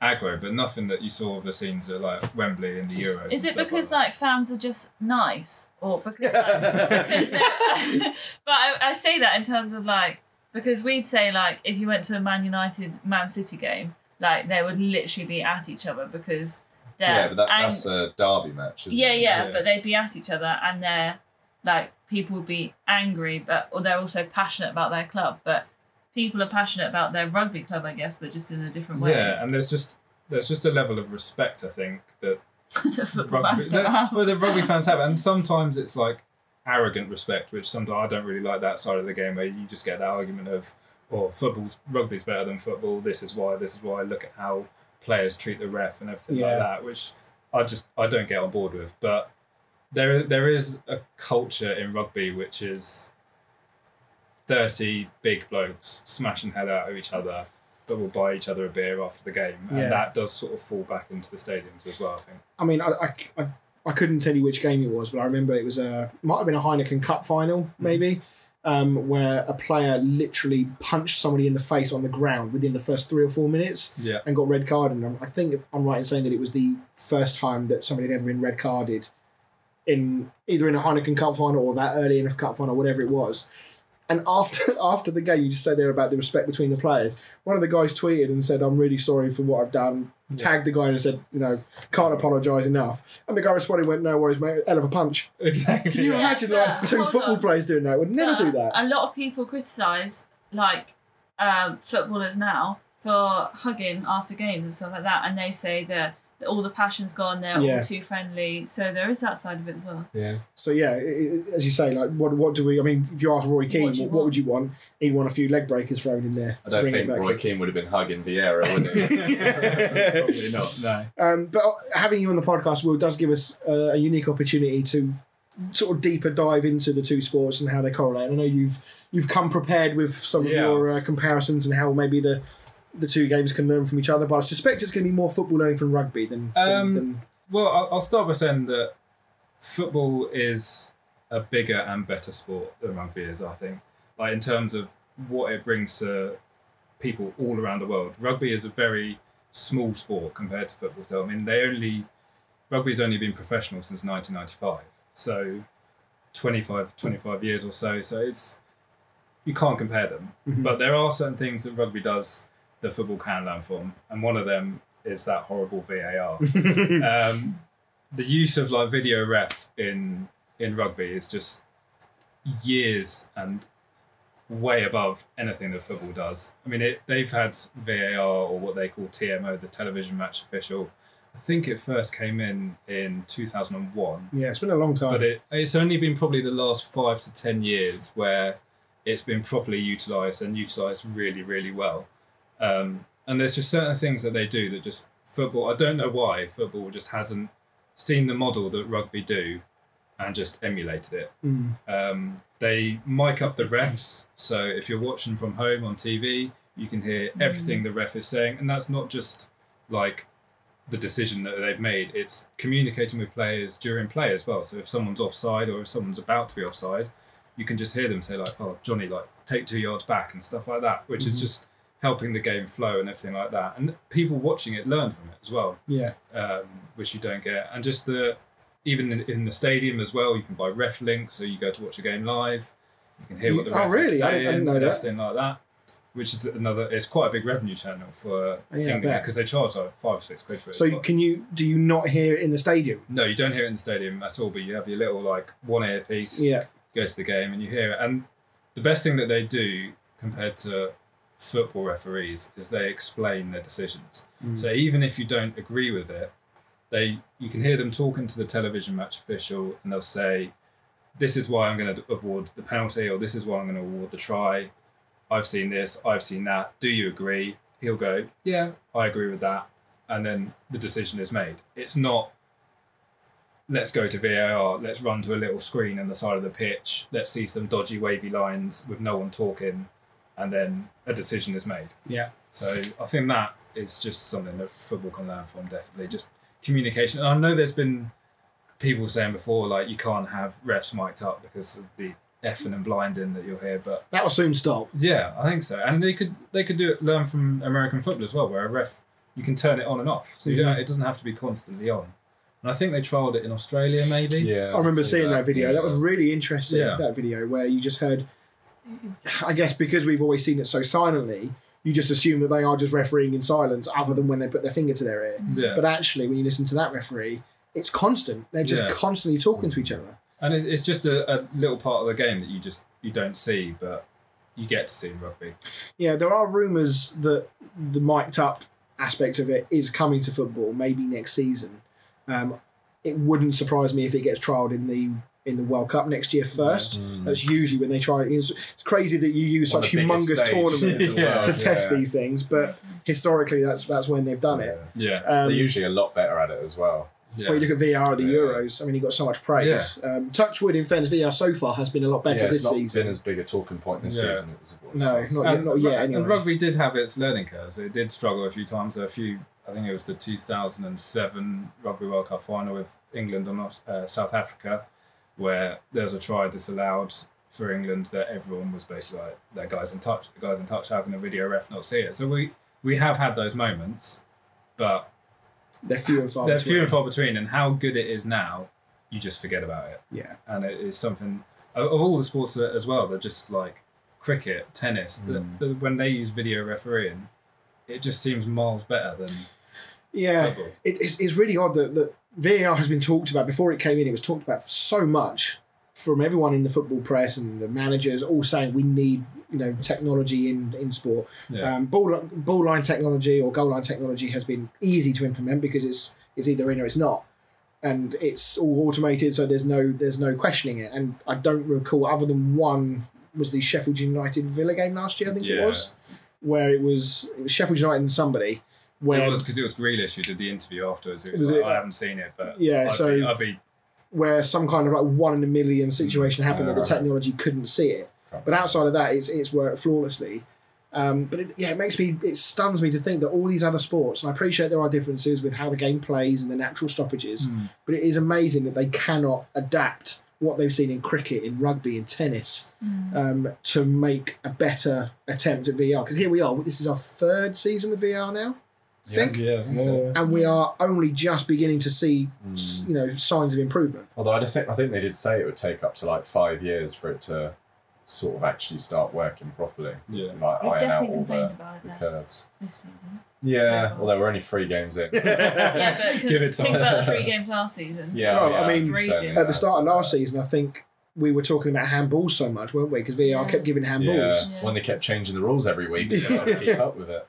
aggro, but nothing that you saw of the scenes at like Wembley in the Euros. Is and it stuff because like like fans are just nice, or because? Like, because they're- but I, I say that in terms of like because we'd say like if you went to a Man United Man City game, like they would literally be at each other because they're Yeah, but that, ang- that's a derby match. Isn't yeah, it? yeah, Yeah. but they'd be at each other and they're like people would be angry, but or they're also passionate about their club, but people are passionate about their rugby club, I guess, but just in a different that. way. yeah, and there's just there's just a level of respect I think that The football rugby, fans don't no, have. well, the rugby fans have, and sometimes it's like arrogant respect, which sometimes I don't really like that side of the game where you just get that argument of, oh, football's rugby's better than football. This is why. This is why. Look at how players treat the ref and everything Yeah. like that, which I just I don't get on board with. But there there is a culture in rugby which is thirty big blokes smashing hell out of each other. But will buy each other a beer after the game, and Yeah. that does sort of fall back into the stadiums as well. I think. I mean, I, I, I, I couldn't tell you which game it was, but I remember it was a might have been a Heineken Cup final, maybe, um, where a player literally punched somebody in the face on the ground within the first three or four minutes Yeah. and got red carded. And I think I'm right in saying that it was the first time that somebody had ever been red carded in either in a Heineken Cup final or that early in a cup final, whatever it was. And after after the game, you just said there about the respect between the players. One of the guys tweeted and said, "I'm really sorry for what I've done." Tagged the guy and said, "You know, can't apologise enough." And the guy responded, "Went, no worries, mate. Hell of a punch." Exactly. Can you Yeah. imagine Yeah. like two Hold football on. players doing that? Would never do But that. A lot of people criticise like um, footballers now for hugging after games and stuff like that, and they say that, that all the passion's gone, they're Yeah. all too friendly. So there is that side of it as well. Yeah. So yeah, i i as you say, like what what do we? I mean, if you ask Roy Keane, What do you what, what would you want? He'd want a few leg breakers thrown in there. I to don't bring think it back. Roy Keane would have been hugging Vieira, would he? Probably not. No. Um, but having you on the podcast, Will, does give us uh, a unique opportunity to sort of deeper dive into the two sports and how they correlate. And I know you've you've come prepared with some Yeah. of your uh, comparisons and how maybe the the two games can learn from each other. But I suspect it's going to be more football learning from rugby than. than- Um, than- Well, I'll, I'll start by saying that football is a bigger and better sport than rugby is. I think, like in terms of what it brings to people all around the world. Rugby is a very small sport compared to football. So I mean, they only rugby's only been professional since 1995, so 25, 25 years or so. So it's you can't compare them, Mhm. but there are certain things that rugby does that football can learn from, and one of them is that horrible VAR um, the use of like video ref in in rugby is just years and way above anything that football does. I mean, it, they've had VAR or what they call TMO, the television match official. I think it first came in in 2001, yeah, it's been a long time. but it it's only been probably the last five to ten years where it's been properly utilised and utilised really, really well. Um, and there's just certain things that they do that just football. I don't know why football just hasn't seen the model that rugby do and just emulated it. Mm. Um, they mic up the refs, so if you're watching from home on TV, you can hear everything the ref is saying, and that's not just like the decision that they've made. It's communicating with players during play as well. So if someone's offside or if someone's about to be offside, you can just hear them say like, "Oh, Johnny, like take two yards back" and stuff like that, which Mm-hmm. is just helping the game flow and everything like that. And people watching it learn from it as well yeah, um, which you don't get, and just the even in, in the stadium as well, you can buy ref links, so you go to watch a game live, you can hear what the Oh, ref is really? I saying, didn't- I didn't know and that. everything like that. Which is another, it's quite a big revenue channel for Yeah, I bet. because they charge like five or six quid for it. so But- can you do you not hear it in the stadium? no, you don't hear it in the stadium at all, but you have your little like one ear piece, Yeah, go to the game and you hear it. And the best thing that they do compared to football referees is they explain their decisions. So even if you don't agree with it, they you can hear them talking to the television match official and they'll say, "This is why I'm going to award the penalty," or "This is why I'm going to award the try." I've seen this. I've seen that. Do you agree? He'll go, "Yeah, I agree with that," and then the decision is made. It's not let's go to VAR, let's run to a little screen on the side of the pitch, let's see some dodgy wavy lines with no one talking, and then a decision is made. yeah. So I think that is just something that football can learn from, definitely. Just communication. And I know there's been people saying before, like, you can't have refs mic'd up because of the effing and blinding that you'll hear, but That will soon stop. yeah, I think so. And they could they could do it, learn from American football as well, where a ref you can turn it on and off, so you don't, it doesn't have to be constantly on. And I think they trialled it in Australia, maybe. Yeah, I remember seeing that, video. yeah. That was really interesting. Yeah. That video where you just heard, I guess, because we've always seen it so silently, you just assume that they are just refereeing in silence, other than when they put their finger to their ear. Yeah, But actually, when you listen to that referee, it's constant. They're just Yeah. constantly talking to each other. and it, it's just a, a little part of the game that you just you don't see, but you get to see in rugby. Yeah, there are rumours that the mic'd up aspect of it is coming to football, maybe next season. Um, it wouldn't surprise me if it gets trialled in the in the World Cup next year first. That's usually when they try. It's, it's crazy that you use On such Mm. the biggest humongous stage tournaments in the world, to test yeah. these things, but historically, that's that's when they've done it. Yeah, Um, They're usually a lot better at it as well. yeah. When you look at VR at the Yeah. Euros, I mean, he got so much praise. Um, Touchwood, in fairness, VR so far has been a lot better yeah, this it's not season. been as big a talking point this Yeah. season. It was, it was No, not And not yet, ru- anyway. And rugby did have its learning curves. It did struggle a few times. A few, I think it was the 2007 Rugby World Cup final with England on uh, South Africa, where there was a try disallowed for England that everyone was basically like, "That guy's in touch. The guy's in touch. How can the video ref not see it?" So we we have had those moments, but They're few and far they're between. few and far between. And how good it is now, you just forget about it yeah, and it is something of of all the sports that- as well. They're just like cricket, tennis. Mm. that that when they use video refereeing, it just seems miles better than yeah. football. it, it's, it's really odd that, that VAR has been talked about before it came in. It was talked about so much, from everyone in the football press and the managers all saying we need you know technology in in sport. Yeah. Um, ball li- ball line technology or goal line technology has been easy to implement because it's it's either in or it's not, and it's all automated. So there's no there's no questioning it. And I don't recall other than one was the Sheffield United Villa game last year. I think it Yeah. was where it was it was Sheffield United and somebody. Where it was because it was Grealish who did the interview afterwards. It was Was like, it- I haven't seen it, but Yeah, I'd so- be, I'd be where some kind of like one in a million situation happened that the Alright. technology couldn't see it. But outside of that, it's it's worked flawlessly. Um, but it, yeah, it makes me it stuns me to think that all these other sports, and I appreciate there are differences with how the game plays and the natural stoppages, but it is amazing that they cannot adapt what they've seen in cricket, in rugby, in tennis, um, to make a better attempt at VR. Because here we are, this is our third season with VR now, I think, yeah, so- and we are only just beginning to see s you know signs of improvement. Although I don't think I think they did say it would take up to like five years for it to sort of actually start working properly. yeah. and, Like We've iron out definitely all complained the, about the this curves. this season. Yeah. far. Although we're only three games in. Yeah, but 'cause Give it think time. about the three games last season. Yeah, Well, yeah, I mean, so many at the start of last season, I think we were talking about handballs so much, weren't we? Because VAR Yeah. kept giving handballs. Yeah, Yeah. when they kept changing the rules every week, you know, to keep up with it.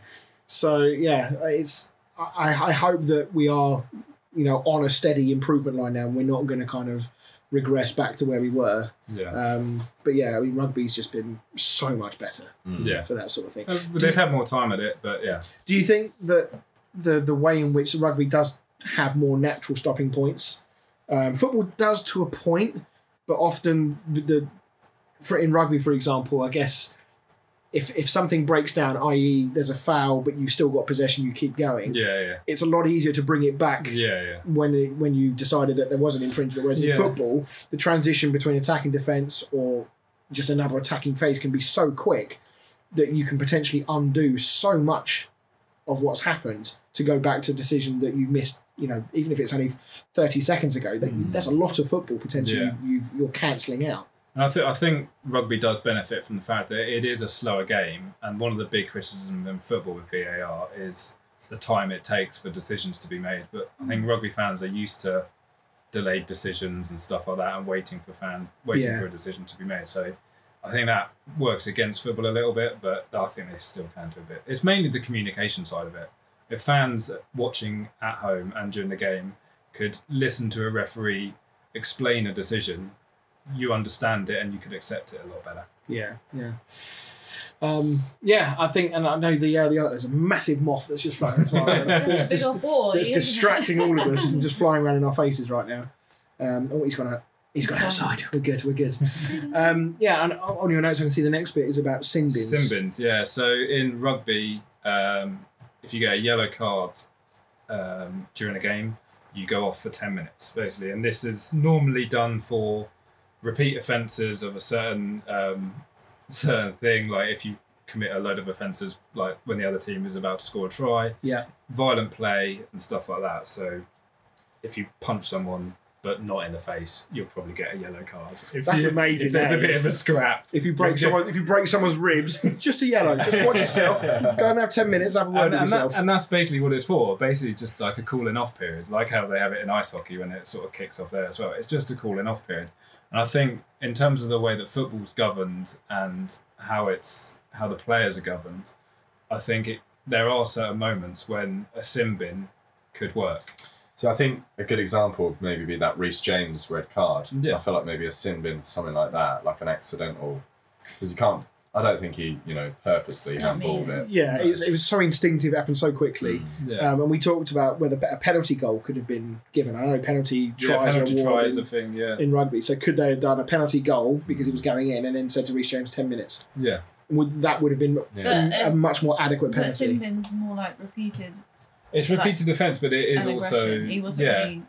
So yeah, it's I, I hope that we are, you know, on a steady improvement line now, and we're not going to kind of regress back to where we were. Yeah. Um, but yeah, I mean, rugby's just been so much better Yeah. for that sort of thing. Uh, well, they've had more time at it, but yeah. Do you think that the the way in which rugby does have more natural stopping points, um, football does to a point, but often the- the for in rugby, for example, I guess if if something breaks down, i.e., there's a foul, but you've still got possession, you keep going. Yeah, yeah. It's a lot easier to bring it back. Yeah, yeah. When, it, when you decided that there was an infringement, whereas Yeah. in football, the transition between attack and defence or just another attacking phase can be so quick that you can potentially undo so much of what's happened to go back to a decision that you missed. You know, even if it's only thirty seconds ago, that, there's a lot of football potential Mm. Yeah. you've, you've, you're cancelling out. And I think I think rugby does benefit from the fact that it is a slower game, and one of the big criticisms in football with VAR is the time it takes for decisions to be made. But I think rugby fans are used to delayed decisions and stuff like that, and waiting for fan waiting Yeah. for a decision to be made. So I think that works against football a little bit, but I think they still can do a bit. It's mainly the communication side of it. If fans watching at home and during the game could listen to a referee explain a decision you understand it and you could accept it a lot better. Yeah, yeah. Um, yeah, I think, and I know the uh, the other there's a massive moth that's just flying as well. That's a big old boy. that's isn't it? distracting all of us and just flying around in our faces right now. Um, oh, he's gone out. He's gone He's outside. We're good. We're good. Um, yeah, and on your notes, I can see the next bit is about sin bins. Sin bins, yeah. So in rugby, um, if you get a yellow card um, during a game, you go off for 10 minutes, basically. And this is normally done for repeat offences of a certain um, certain thing, like if you commit a load of offences, like when the other team is about to score a try, Yeah, violent play and stuff like that. So if you punch someone but not in the face, you'll probably get a yellow card. If That's you- amazing, If there's that a bit is. of a scrap, if you break someone, if you break someone's ribs, just a yellow. Just watch yourself. Go and have ten minutes. Have a word and, with and, yourself. that, and that's basically what it's for. Basically, just like a cooling off period, like how they have it in ice hockey when it sort of kicks off there as well. It's just a cooling off period. And I think in terms of the way that football's governed and how it's how the players are governed, I think it, there are certain moments when a sim bin could work. So I think a good example would maybe be that Reece James red card. Yeah. I feel like maybe a sin bin, something like that, like an accidental. Because you can't. I don't think he, you know, purposely Not me. handballed it. yeah, it was, it was so instinctive. It happened so quickly. Mm, Yeah, Um, and we talked about whether a penalty goal could have been given. I know penalty yeah tries penalty are try awarded is a in, thing. Yeah, in rugby. So could they have done a penalty goal because it was going in, and then said to Reece James ten minutes? yeah, Would that would have been Yeah. But, a um, much more adequate but penalty? Simbin's more like repeated it's Like, repeated defence, but it is and also aggression. He wasn't yeah. really.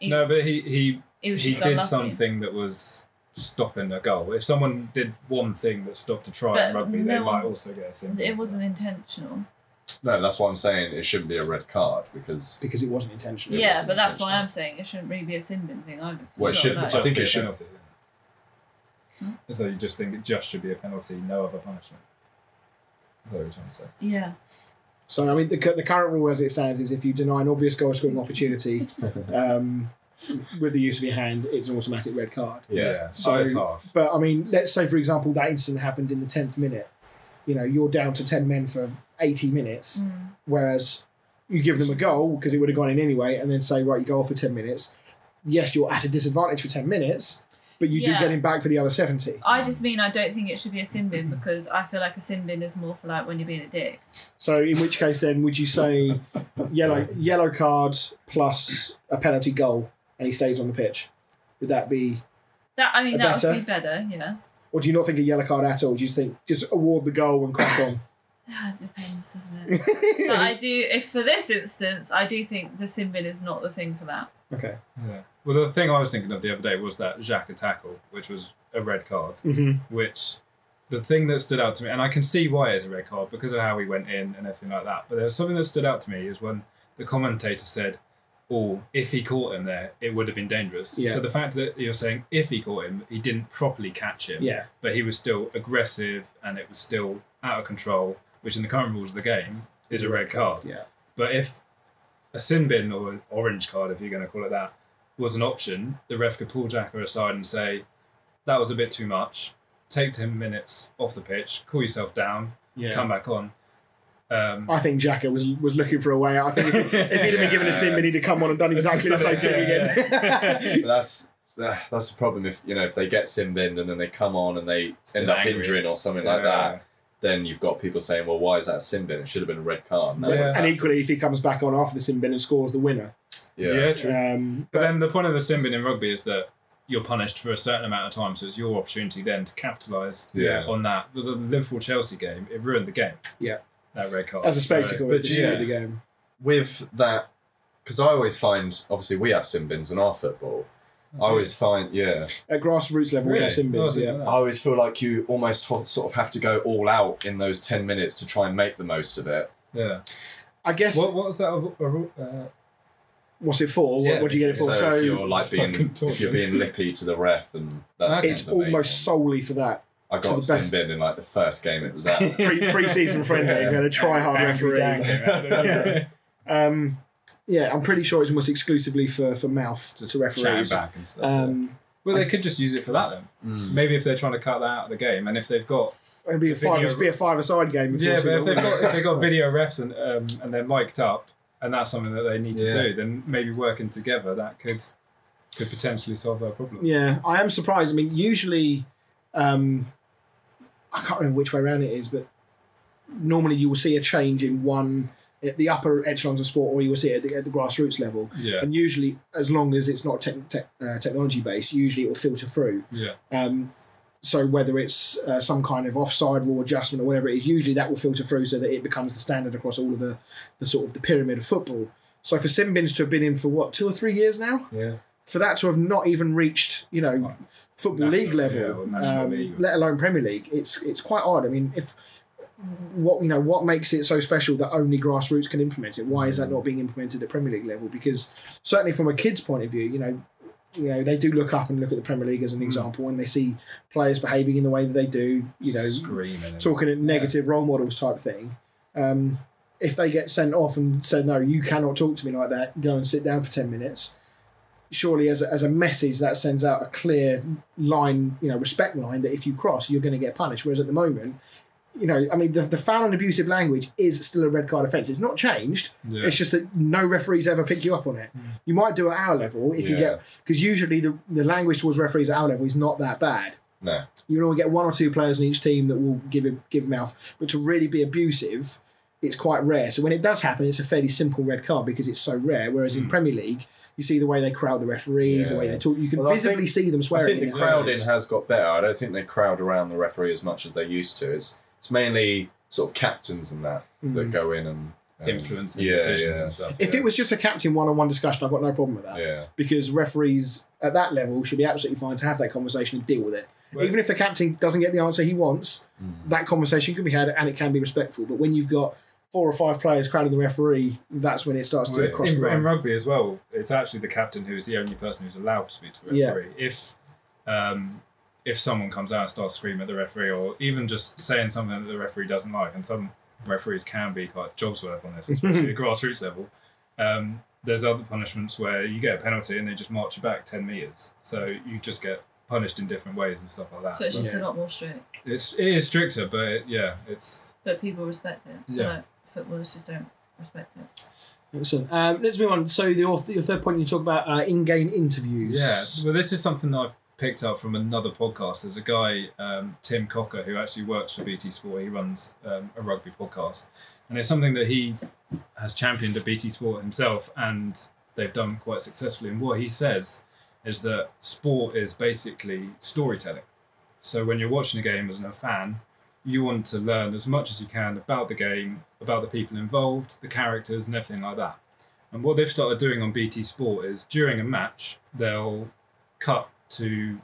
He, no, but he he he was he just did unlucky. something that was stopping a goal. If someone did one thing that stopped a try in But rugby, no they might one- also get a single. It wasn't intentional. No, that's what I'm saying. It shouldn't be a red card because. because it wasn't intentional. It yeah, wasn't but that's why intentional. I'm saying it shouldn't really be a Simbin thing either. 'cause Well, it it's shouldn't, not I think be it a should- penalty. Hmm? As though you just think it just should be a penalty, no other punishment. Is that what you're trying to say? Yeah. So I mean, the, cu- the current rule as it stands is if you deny an obvious goal scoring opportunity, um, with the use of your hand, it's an automatic red card. Yeah. So So- it's hard. But I mean, let's say for example that incident happened in the tenth minute. You know, you're down to ten men for eighty minutes, Mm. whereas you give them a goal because it would have gone in anyway, and then say, right, you go off for ten minutes. Yes, you're at a disadvantage for ten minutes, but you Yeah. do get him back for the other seventy. I just mean I don't think it should be a sin bin because I feel like a sin bin is more for like when you're being a dick. So in which case, then would you say yellow yellow card plus a penalty goal, and he stays on the pitch? Would that be, That I mean A that better? would be better, yeah. or do you not think a yellow card at all? Do you think just award the goal and crack on? Ah, It depends, doesn't it? but I do if for this instance, I do think the sin bin is not the thing for that. okay. Yeah. Well, the thing I was thinking of the other day was that Xhaka tackle, which was a red card, Mm-hmm. which the thing that stood out to me, and I can see why it's a red card because of how he went in and everything like that. But there was something that stood out to me is when the commentator said, "Oh, if he caught him there, it would have been dangerous." Yeah. So the fact that you're saying if he caught him, he didn't properly catch him, Yeah. but he was still aggressive and it was still out of control, which in the current rules of the game is a red card. Yeah. But if a sin bin or an orange card, if you're going to call it that, was an option, the ref could pull Jacker aside and say, that was a bit too much. Take 10 minutes off the pitch, cool yourself down, Yeah. come back on. Um, I think Xhaka was was looking for a way. out. I think if, if he'd have been given a sin, then he'd have come on and done exactly the Just done same it, thing again. But that's ah, that's the problem if you know if they get simbined and then they come on and they end Still up angry. injuring or something like that, then you've got people saying, "Well, why is that a simbin? It should have been a red card." And that Yeah. wouldn't And equally, if he comes back on after the sin bin and scores the winner, Yeah, Yeah. true. um, But then the point of the sin bin in rugby is that you're punished for a certain amount of time, so it's your opportunity then to capitalise Yeah. on that. But the Liverpool Chelsea game, it ruined the game. Yeah. That red card. as a So- spectacle, But it just yeah. made the game. With that, because I always find, obviously, we have simbins in our football. I always find, yeah, At grassroots level, we Really? have sin Oh, I bins. didn't Yeah. know I that. always feel like you almost ho- sort of have to go all out in those ten minutes to try and make the most of it. Yeah. I guess What, what was that? A, a, uh, what's it for? What, Yeah, what do you get it So, for? if So you're like It's being, fucking torture. if you're being lippy to the ref, and that's Okay. it's the main almost one. solely for that I to got the best- simbined in like the first game it was at. Pre- pre-season friendly. Yeah. We're going to try hard Angry Dan referee. came out of it. Um, yeah, I'm pretty sure it's almost exclusively for for mouth Just to referees. Chatting back and stuff. Um, well, they could just use it for that then. Mm. Maybe if they're trying to cut that out of the game, and if they've got it'd be a The video- five, it'd be a five-a-side game. if yeah, you're but if single, they've got wouldn't if it? they've got video refs and um, and they're mic'd up, and that's something that they need to Yeah. do, then maybe working together that could could potentially solve their problem. Yeah, I am surprised. I mean, usually, um, I can't remember which way around it is, but normally you will see a change in one at the upper echelons of sport, or you will see it at the, at the grassroots level. Yeah, And usually, as long as it's not tech tech uh, technology based, usually it will filter through. yeah, Um, so whether it's uh, some kind of offside rule adjustment or whatever it is, usually that will filter through so that it becomes the standard across all of the, the sort of the pyramid of football. So for Simbins to have been in for what two or three years now, yeah. for that to have not even reached you know football National- league level, yeah, or national um, league or let alone Premier League, it's it's quite odd. I mean, if what you know what makes it so special that only grassroots can implement it? Why is that not being implemented at Premier League level? Because certainly from a kid's point of view, you know. You know they do look up and look at the Premier League as an example, and they see players behaving in the way that they do. You know, screaming. and- talking at negative role models type thing. Um, if they get sent off and said, no, you cannot talk to me like that, go and sit down for 10 minutes, surely as a, as a message that sends out a clear line, you know, respect line that if you cross, you're going to get punished. Whereas at the moment, you know, I mean, the, the foul and abusive language is still a red card offence. It's not changed. Yeah. It's just that no referees ever pick you up on it. You might do at our level if you Yeah. get, because usually the, the language towards referees at our level is not that bad No. you'll only get one or two players in each team that will give a, give mouth. But to really be abusive, it's quite rare. So when it does happen, it's a fairly simple red card because it's so rare. Whereas in Premier League, you see the way they crowd the referees, the way Hmm. Yeah. they talk. You can Well, I visibly think- see them I swearing. think the in it. crowding has got better. I don't think they crowd around the referee as much as they used to. It's it's mainly sort of captains and that Hmm. that go in and um, influencing yeah, decisions yeah. and stuff. If it was just a captain one-on-one discussion, I've got no problem with that. Yeah, Because referees at that level should be absolutely fine to have that conversation and deal with it. Well- Even if the captain doesn't get the answer he wants, Hmm. that conversation can be had and it can be respectful. But when you've got four or five players crowding the referee, that's when it starts to Well, cross in, the line. in rugby as well, it's actually the captain who is the only person who's allowed to speak to the Yeah. referee. If um, if someone comes out and starts screaming at the referee, or even just saying something that the referee doesn't like, and some referees can be quite jobs worth on this, especially at grassroots level, um, there's other punishments where you get a penalty and they just march you back 10 metres. So you just get punished in different ways and stuff like that. So it's But just Yeah. a lot more strict, it's, it is stricter, but it, yeah, it's. but people respect it. Yeah. Like, footballers just don't respect it. Excellent. Um, let's move on. So the auth- your third point you talk about uh, in-game interviews. Yeah, well, this is something that I picked up from another podcast. There's a guy, um, Tim Cocker, who actually works for BT Sport. He runs um, a rugby podcast, and it's something that he has championed at BT Sport himself, and they've done quite successfully. And what he says is that sport is basically storytelling. So when you're watching a game as a fan, you want to learn as much as you can about the game, about the people involved, the characters, and everything like that. And what they've started doing on BT Sport is during a match, they'll cut to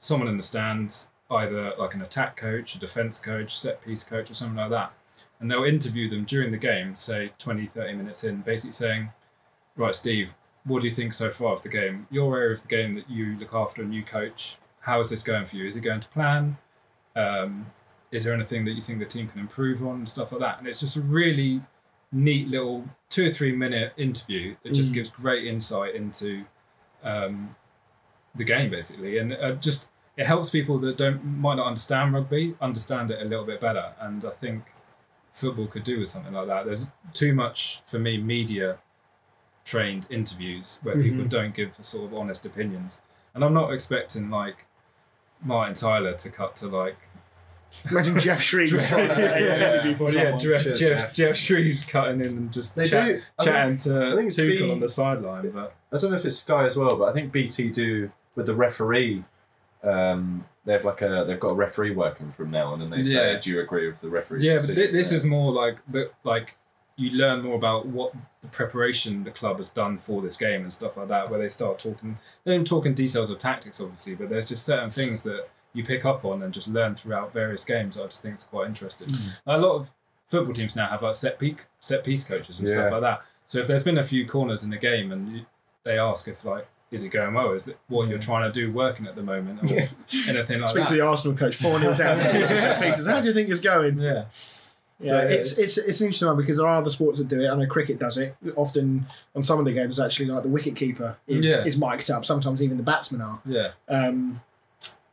someone in the stands, either like an attack coach, a defense coach, set piece coach, or something like that. And they'll interview them during the game, say 20, 30 minutes in, basically saying, Right, Steve, what do you think so far of the game? Your area of the game that you look after and you coach, how is this going for you? Is it going to plan? Um, is there anything that you think the team can improve on and stuff like that? And it's just a really neat little two or three minute interview that just Mm. gives great insight into um, the game basically, and uh, just it helps people that don't might not understand rugby understand it a little bit better. And I think football could do with something like that. There's too much for me media trained interviews where people Mhm. don't give sort of honest opinions, and I'm not expecting like Martin Tyler to cut to like Imagine Jeff Shreve. Yeah. Well, yeah, Jeff, Cheers, Jeff, Jeff. Jeff Shreve's cutting in and just They chat, do- I think- chatting to I think it's Tuchel been- on the sideline, but I don't know if it's Sky as well, but I think BT do with the referee. Um, they have like a they've got a referee working from now on, and they say, Yeah. "Do you agree with the referee's yeah, decision?" but thi- this Yeah. is more like the like you learn more about what the preparation the club has done for this game and stuff like that, where they start talking. They don't talk in details of tactics, obviously, but there's just certain things that you pick up on and just learn throughout various games. I just think it's quite interesting. Hmm. A lot of football teams now have like set peak set piece coaches and stuff Yeah. like that. So if there's been a few corners in the game and you, they ask if like. Is it going well? Is it what you're trying to do working at the moment, or anything like Speak to that? the Arsenal coach, 4 0 down. set pieces. How do you think it's going? Yeah, Yeah, So, it's, it's it's an interesting one because there are other sports that do it. I know cricket does it. Often on some of the games, actually, like the wicket keeper is, Yeah. is mic'd up. Sometimes even the batsmen are. yeah. Um,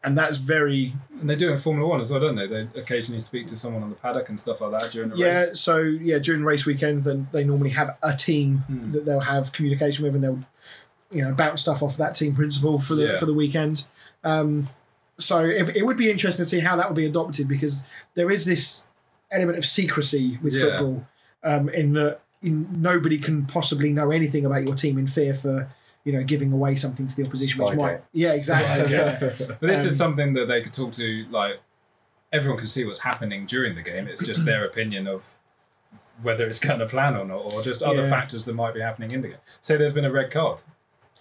and that's very And they do it in Formula One as well, don't they? They occasionally speak to someone on the paddock and stuff like that during a yeah. race. So yeah, during race weekends, then they normally have a team Hmm. that they'll have communication with, and they'll you know bounce stuff off that team principle for the Yeah. for the weekend. Um, so it, it would be interesting to see how that would be adopted because there is this element of secrecy with Yeah. football um, in that in, nobody can possibly know anything about your team in fear for you know giving away something to the opposition, which Spygate. might yeah exactly yeah. But this Um, is something that they could talk to, like, everyone can see what's happening during the game. It's just their opinion of whether it's going to plan or not, or just other Yeah. factors that might be happening in the game. Say there's been a red card.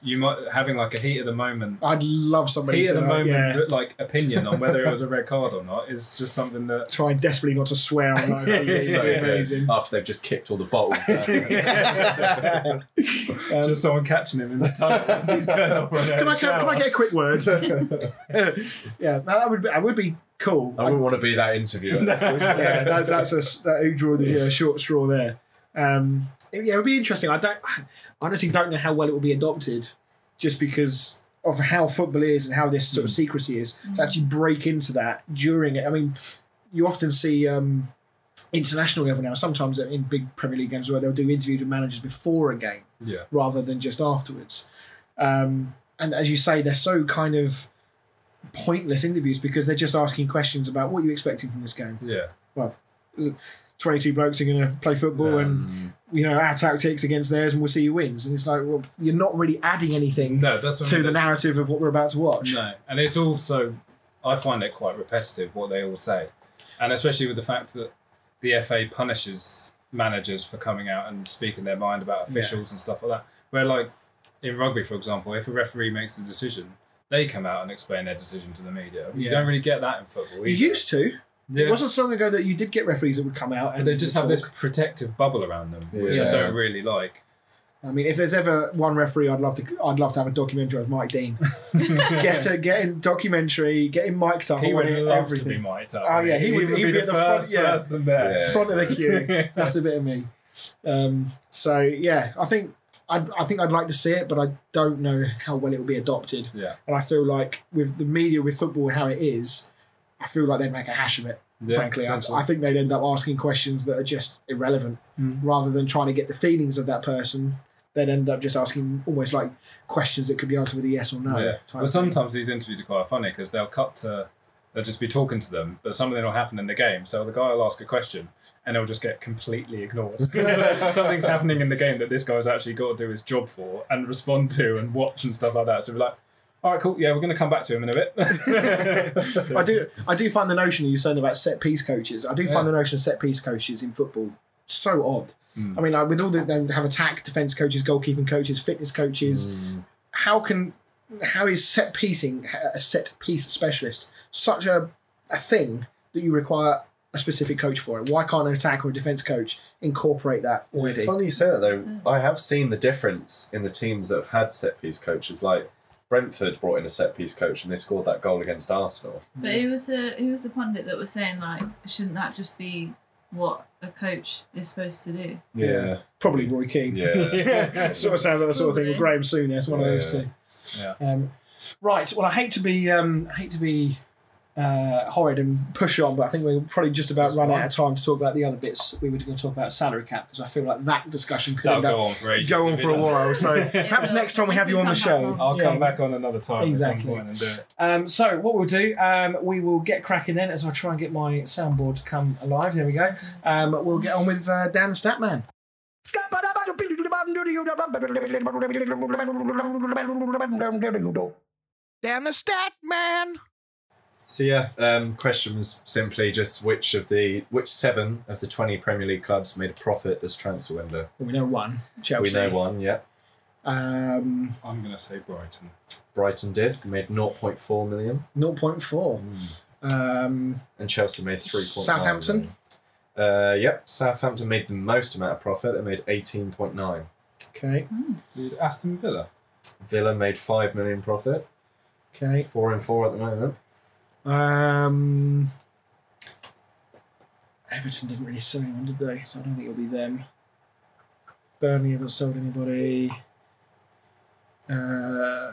You might having like a heat at the moment. I'd love somebody Heat to at the know, moment, yeah. like opinion on whether it was a red card or not is just something that Try desperately not to swear on live. Yeah, It's So so good. amazing. After they've just kicked all the bottles. down. just someone catching him in the tunnel as he's going off for an Um, can I early can I shower. get a quick word? yeah, no, that would be that would be cool. I wouldn't want to be that interviewer. yeah, that's that's a s- that, who drew the uh, short straw there. Um, it- yeah, it would be interesting. I don't I honestly don't know how well it will be adopted, just because of how football is and how this sort of secrecy is to actually break into that during it. I mean, you often see. Um, International level now. Sometimes in big Premier League games where they'll do interviews with managers before a game, Yeah. rather than just afterwards. Um, and as you say, they're so kind of pointless interviews because they're just asking questions about what are you expecting from this game. Yeah. 22 blokes are going to play football and, Um, you know, our tactics against theirs and we'll see who wins. And it's like, well, you're not really adding anything No, that's what I to mean, the that's- narrative of what we're about to watch. No, and it's also I find it quite repetitive what they all say, and especially with the fact that the FA punishes managers for coming out and speaking their mind about officials and stuff like that. Where like in rugby, for example, if a referee makes a decision, they come out and explain their decision to the media. You Yeah. don't really get that in football. You either. used to. yeah. It wasn't so long ago that you did get referees that would come out but and they just would have this talk. protective bubble around them, which Yeah. I don't really like. I mean, if there's ever one referee, I'd love to. I'd love to have a documentary of Mike Dean. get a get in documentary. Get him mic'd up. I He want would it, love everything. to be mic'd up. Oh, yeah, he would- he'd be at the front, first yeah. person there. Yeah. front of the queue. That's a bit of me. Um, so yeah, I think I, I think I'd like to see it, but I don't know how well it will be adopted. Yeah. And I feel like with the media, with football, how it is, I feel like they'd make a hash of it. Yeah, frankly, I, potentially. I think they'd end up asking questions that are just irrelevant Mm. rather than trying to get the feelings of that person. They'd end up just asking almost like questions that could be answered with a yes or no. yeah. type of But thing. sometimes these interviews are quite funny because they'll cut to, they'll just be talking to them, but something will happen in the game. So the guy will ask a question and they'll just get completely ignored. Something's happening in the game that this guy's actually got to do his job for and respond to and watch and stuff like that. So we're like, all right, cool. Yeah, we're going to come back to him in a bit. I do I do find the notion you're saying about set piece coaches. I do find Yeah. the notion of set piece coaches in football so odd. I mean, like with all the they would have attack, defense coaches, goalkeeping coaches, fitness coaches. How can how is set piecing a set piece specialist such a a thing that you require a specific coach for it? Why can't an attack or a defense coach incorporate that already? Funny you say that Is it? though. I have seen the difference in the teams that have had set piece coaches. Like Brentford brought in a set piece coach and they scored that goal against Arsenal. But who was the who was the pundit that was saying like, shouldn't that just be what a coach is supposed to do? Yeah. Probably Roy Keane. Yeah. sort of sounds like the sort of thing. Well, Probably. Graham Souness, one of those Yeah. two. Yeah. Um, right. Well, I hate to be, um, I hate to be uh, horrid and push on, but I think we're probably just about run out of time to talk about the other bits. We were going to talk about salary cap because I feel like that discussion could That'll end up go on for ages. go on if it for a does. while. So It perhaps will. next time we We have you can on the come show. back on. I'll Yeah. come back on another time at Exactly. some point and do it. Um, so what we'll do, um, we will get cracking then as I try and get my soundboard to come alive. There we go. Um, we'll get on with uh, Dan the Statman. Dan the Statman. So yeah, um, question was simply just which of the which seven of the twenty Premier League clubs made a profit this transfer window? Well, we know one. We Chelsea. know one, yeah. Um, I'm going to say Brighton. Brighton did. They made 0.4 million, 0.4. Hmm. Um, and Chelsea made 3.9. Southampton? million. Uh, yep, Southampton made the most amount of profit. They made 18.9. okay. Did Aston Villa? Villa made 5 million profit. Okay. 4 and 4 at the moment. Um, Everton didn't really sell anyone, did they? So I don't think it'll be them. Burnley haven't sold anybody. Uh,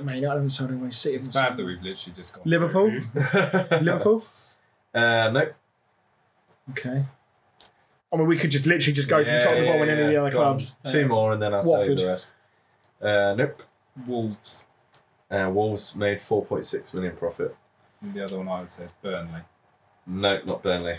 Man United haven't sold anybody. City It's haven't bad that sold we've literally just gone. Liverpool? through. Liverpool. Uh, nope. Okay. I mean, we could just literally just go from top to bottom in any of the other Go on, clubs. Uh, Two more, and then I'll tell Watford. you the rest. Uh, nope. Wolves. Uh, Wolves made 4.6 million profit. And the other one I would say is Burnley. Nope, not Burnley.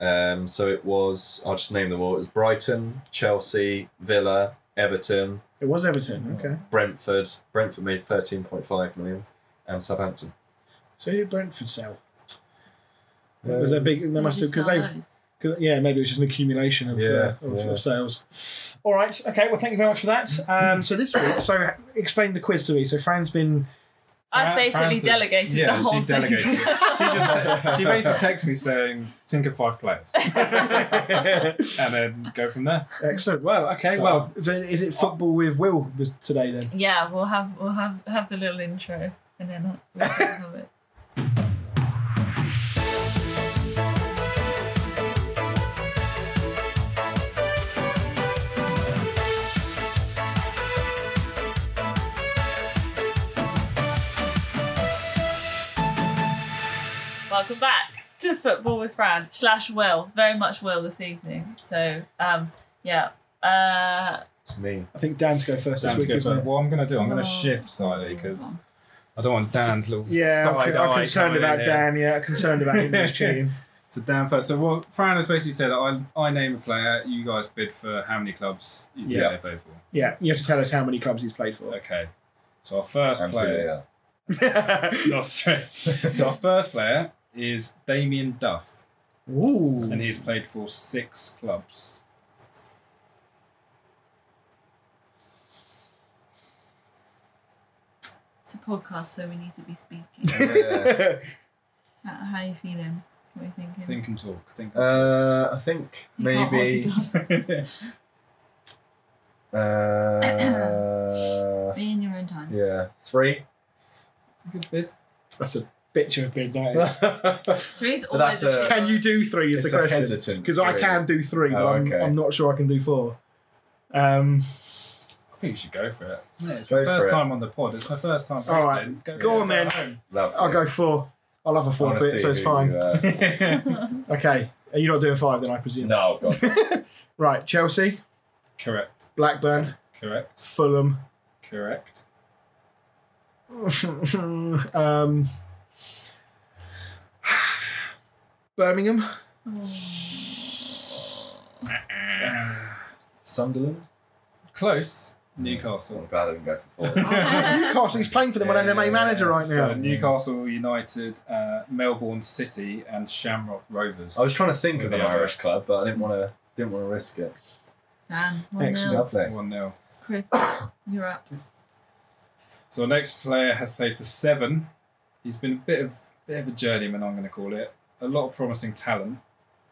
Um, so it was, I'll just name them all. It was Brighton, Chelsea, Villa, Everton, It was Everton. Okay. Brentford. Brentford made 13.5 million and Southampton. So who did Brentford sell? was a big. They Maybe must have because sell they've those. Cause, yeah, maybe it was just an accumulation of, Yeah, uh, of, yeah. of sales. All right. Okay. Well, thank you very much for that. Um, so this week, so explain the quiz to me. So Fran's been. I've Fran- basically Fran's- delegated yeah, the she whole thing. delegated it. She just she basically texts me saying, "Think of five players," and then go from there. Excellent. Well, okay. So- well, so is it football with Will this, today then? yeah, we'll have we'll have have the little intro and then I'll- we'll have it. Welcome back to Football with Fran slash Will, very much Will this evening. So um, yeah, uh, It's me. I think Dan's go first Dan's this week. good. Isn't So it? what I'm going to do, I'm going Oh. to shift slightly because I don't want Dan's little Yeah, I'm, side con- eye I'm concerned coming in about here. Dan. Yeah, I'm concerned about him just cheating. So Dan first. So what Fran has basically said, I, I name a player, you guys bid for how many clubs you think Yeah. they play for. Yeah, you have to tell us how many clubs he's played for. Okay. So our first And player. Puglia. Not straight. so our first player is Damien Duff, Ooh. and he's played for six clubs. It's a podcast, so we need to be speaking. Yeah. How, how are you feeling? What are you thinking? Think and talk. Think. And Uh, I think You can't maybe. multitask. Uh, Be in your own time. yeah, three. It's a good bid. That's a bitch of a big name. it's Three's But always that's a, a- Can you do three? Is the a question. hesitant. Oh, Because I period. can do three, but Oh, I'm, okay. I'm not sure I can do four. Um, I think you should go for it. It's Go my for first it. time on the pod. It's my first time. All right. hosting. Go on then. Lovely. I'll go four. I'll have a I wanna see forfeit, so it's who fine. you, uh, home. Okay. Are you not doing five then, I presume? no, God. Right. Chelsea, correct. Blackburn, Correct. Fulham. Correct. um, Birmingham. Sunderland? Close. Oh, I'm Newcastle. glad I didn't go for four. Newcastle. He's playing for them when they're main manager right now. So Newcastle United, uh, Melbourne City, and Shamrock Rovers. I was trying to think of an Yeah. Irish club, but I didn't want to didn't want to risk it. Dan, 1 Excellent. nil. Lovely. one 0 Chris, you're up. So our next player has played for seven. He's been a bit of bit of a journeyman, I'm going to call it. A lot of promising talent,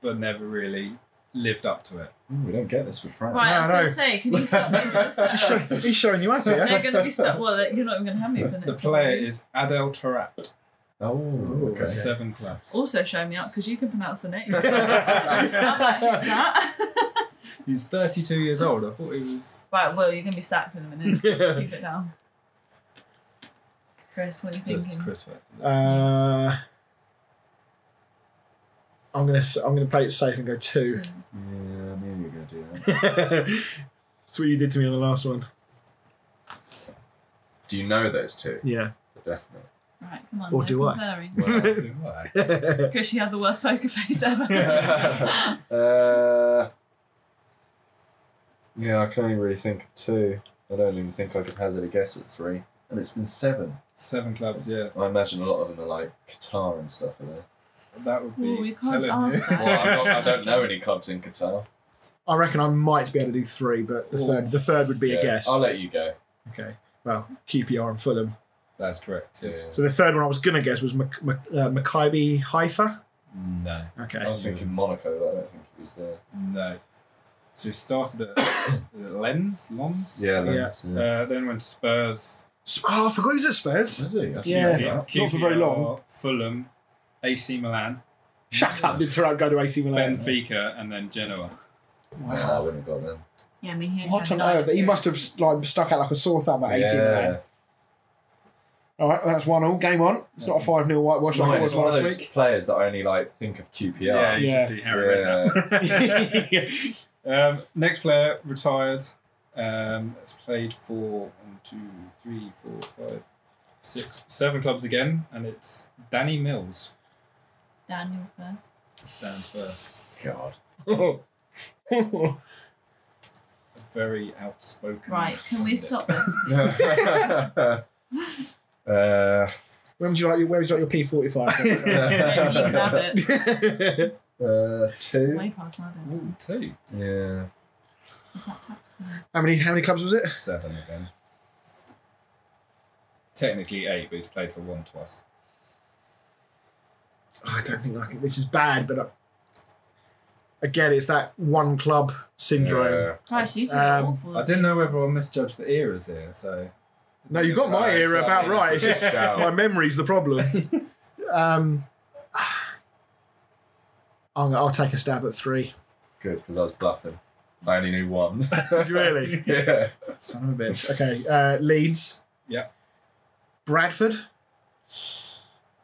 but never really lived up to it. Ooh, we don't get this with Frank. Right, I was No, going no. to say, can you stop me for this? He's showing- He's showing you up They're here. going to be stuck. Well, you're not even going to have me for the The next player one. is Adel Tarat. Oh, okay. with Seven clubs. Also, show me up because you can pronounce the name. I'm like, who's that? He's 32 years old. I thought he was. right, well, you're going to be sacked in a minute. Just keep it down. Chris, what are you Chris, thinking? Chris West. Uh, I'm gonna s- I'm gonna play it safe and go two. Two. Yeah, I knew you were going to do that. That's what you did to me on the last one. Do you know those two? Yeah. Definitely. Right, come on. Or no do I? conferring. Well, do I? Chris, you had the worst poker face ever. Uh, yeah, I can only really think of two. I don't even think I could hazard a guess at three. And it's been seven. Seven clubs, yeah. I imagine a lot of them are like Qatar and stuff, are they? That would be Ooh, we can't telling ask you. that. Well, I'm not, I don't know any clubs in Qatar. I reckon I might be able to do three, but the Ooh. third the third would be Yeah, a guess. I'll let you go. Okay. Well, QPR and Fulham. That's correct. Yeah. So the third one I was gonna guess was Mac- Mac- uh, Maccabi Haifa. No. Okay. I was thinking Monaco, but I don't think it was there. No. So he started at Lens, Lons. that's- Uh, then went to Spurs. Sp- Oh, I forgot he was at Spurs. Was he? Yeah. Not for very long. QPR, Fulham, AC Milan, Shut up! Did Tarab go to AC Milan? Benfica, and then Genoa. Wow, I wouldn't have got them. yeah, I mean, he What had on nine earth? He must have like stuck out like a sore thumb at AC Milan. All right, well, that's one all. Game on. It's not a five 0 whitewash It's like like it was one of last those week. players that I only like think of QPR. Yeah, you Yeah. just see how it read that. um, next player retired. Um, has played for one, two, three, four, five, six, seven clubs again, and it's Danny Mills. Daniel first. Dan's first. God. A very outspoken. Right, can we pundit. stop this? uh, When would you like your Where would you like your P forty five? Maybe you can have it. uh, two. Way past my bed. Ooh, two. Yeah, Is that tactical? How many How many clubs was it? Seven again. Technically eight, but he's played for one twice. Oh, I don't think I can. This is bad, but I, again, it's that one club syndrome. Yeah. Christ, you two Um, are awful. I didn't know whether I misjudged the eras here, so. No, you got my Right, era so about it's right. a It's just shout. my memory's the problem. um, I'll, I'll take a stab at three. Good, because I was bluffing. I only knew one. really? yeah. Son of a bitch. Okay, uh, Leeds. Yeah. Bradford.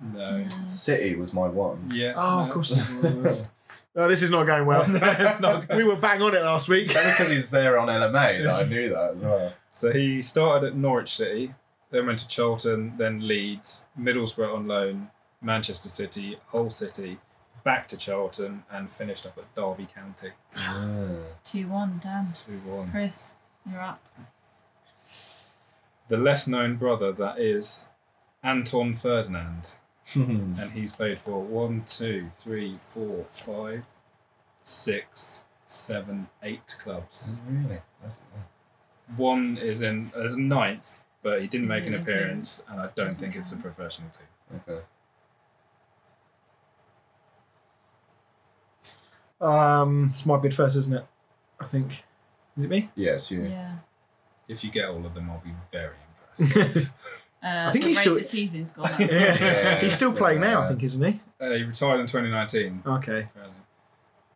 No. City was my one. Yeah. Oh, of no. course it was. No, this is not going well. Not good. we were bang on it last week. Only because he's there on LMA that I knew that as well. So he started at Norwich City, then went to Charlton, then Leeds, Middlesbrough on loan, Manchester City, Hull City, back to Charlton, and finished up at Derby County. Two one, Dan. 2 1. Chris, you're up. The less known brother that is Anton Ferdinand. and he's played for one, two, three, four, five, six, seven, eight clubs. really? One is in as a ninth, but he didn't make an Yeah, appearance, and I don't Mm-hmm. Doesn't think it's a count. professional team. Okay. Um, it's my bid first, isn't it? I think. Is it me? Yes, you. Yeah. If you get all of them, I'll be very impressed. Uh, I think the he's rate still- this evening's gone up. Yeah. He's still playing now, I think, isn't he? uh, he retired in 2019. Okay. apparently.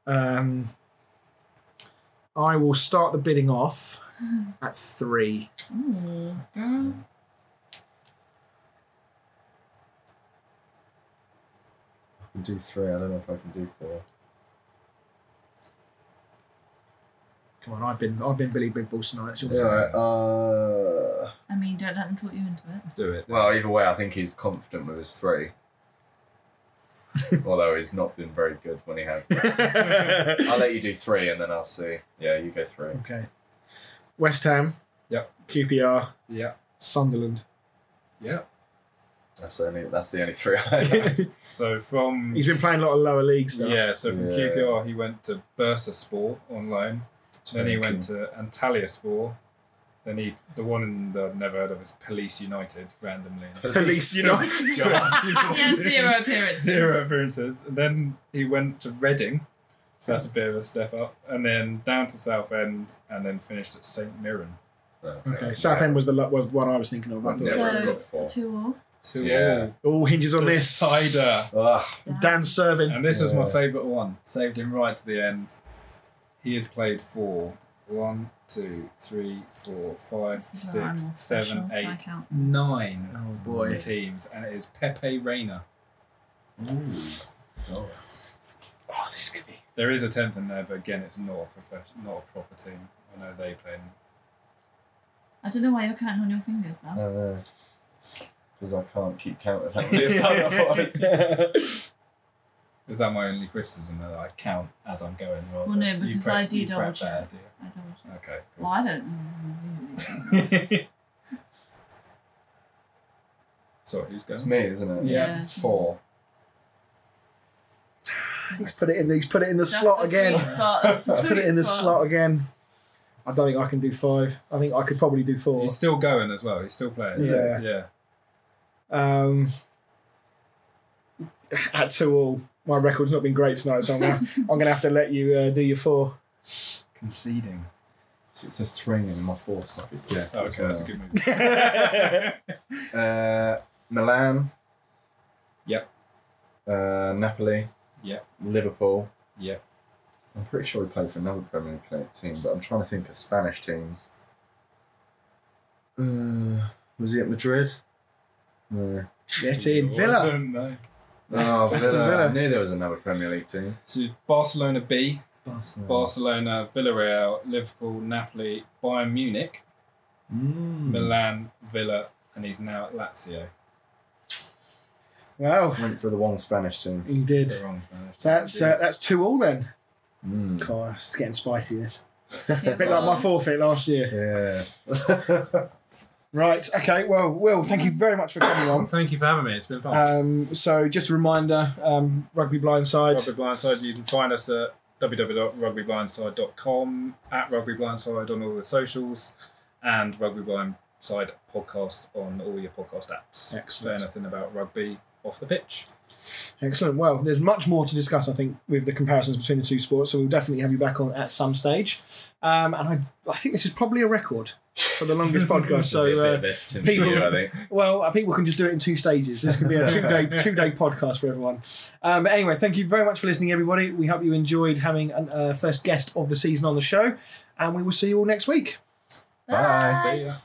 Um, I will start the bidding off at three. Ooh, girl. I can do three. I don't know if I can do four. Come on, I've been I've been Billy Big Balls tonight. It's your turn. Yeah. Uh, I mean, don't let them talk you into it. Do it. well, either way, I think he's confident with his three. Although he's not been very good when he has. I'll let you do three, and then I'll see. Yeah, you go three. Okay. West Ham. Yep. QPR. Yeah. Sunderland. Yeah. That's only. That's the only three. I have. So from He's been playing a lot of lower league stuff. yeah, so from Yeah. QPR he went to Bursa Sport on loan. Then he went to Antalya Sport. Then he the one that I've never heard of is Police United randomly. Police United. He had zero appearances. Zero appearances. And then he went to Reading. So that's a bit of a step up. And then down to Southend and then finished at St Mirren. Okay. Southend was the lo- was one I was thinking of. I thought Yeah, it was- we've so, got four. two all. Two Yeah. all hinges all. on this. Decider. Ah, Dan Servin. And this was my Yeah. favourite one. Saved him right to the end. He has played four. One, two, three, four, five, This is where I'm six, more special. seven, Should I eight, count? nine Oh boy. teams, and it is Pepe Reina. oh. Oh, this could be. There is a tenth in there, but again, it's not a profession, not a proper team. I know they play. in- I don't know why you're counting on your fingers now. Because Uh, I can't keep count of how many I've done at once. Is that my only criticism that I count as I'm going? rather Well, no, than- you because prep- I do you prep double check. there, do I don't. you? Okay. cool. Well, I don't. know. Sorry, who's going? It's me, isn't it? Yeah. Four. He's put it in. He's put it in the That's slot the again. Sweet spot. that's the Put it sweet in the spot. slot again. I don't think I can do five. I think I could probably do four. He's still going as well. He's still playing. Yeah. Yeah. Um, at two all, my record's not been great tonight, so I'm gonna, I'm gonna have to let you uh, do your four. Conceding. So it's a three and my four, so I could guess. Oh, as okay, that's a good well. move. Uh, Milan. Yep. Uh, Napoli. Yep. Liverpool. Yep. I'm pretty sure he played for another Premier League club- team, but I'm trying to think of Spanish teams. Uh, was he at Madrid? No. Get in, Villa. Awesome, no. Oh, Aston Villa. Villa. I knew there was another Premier League team. So Barcelona B, Barcelona. Barcelona, Villarreal, Liverpool, Napoli, Bayern Munich, Hmm. Mm. Milan, Villa, and he's now at Lazio. Wow, Went for the wrong Spanish team. you did. The wrong Spanish. So that's uh, that's two all then. Mm. God, it's getting spicy. This Two a bit like my Um, all. forfeit last year. Yeah. Right. Okay. Well, Will, thank you very much for coming on. Thank you for having me. It's been fun. Um, so just a reminder, um, rugby blindside. Rugby Blindside. You can find us at www.rugbyblindside.com, at Rugby Blindside on all the socials, and Rugby Blindside podcast on all your podcast apps. Excellent. For anything about rugby off the pitch. Excellent. Well, there's much more to discuss, I think, with the comparisons between the two sports. So we'll definitely have you back on at some stage. Um, and I, I think this is probably a record for the longest podcast. So Be a bit uh, of editing people- for you, I think. Well, uh, people can just do it in two stages. This could be a two-day two-day podcast for everyone. Um, but anyway, thank you very much for listening, everybody. We hope you enjoyed having a uh, first guest of the season on the show, and we will see you all next week. Bye. See ya.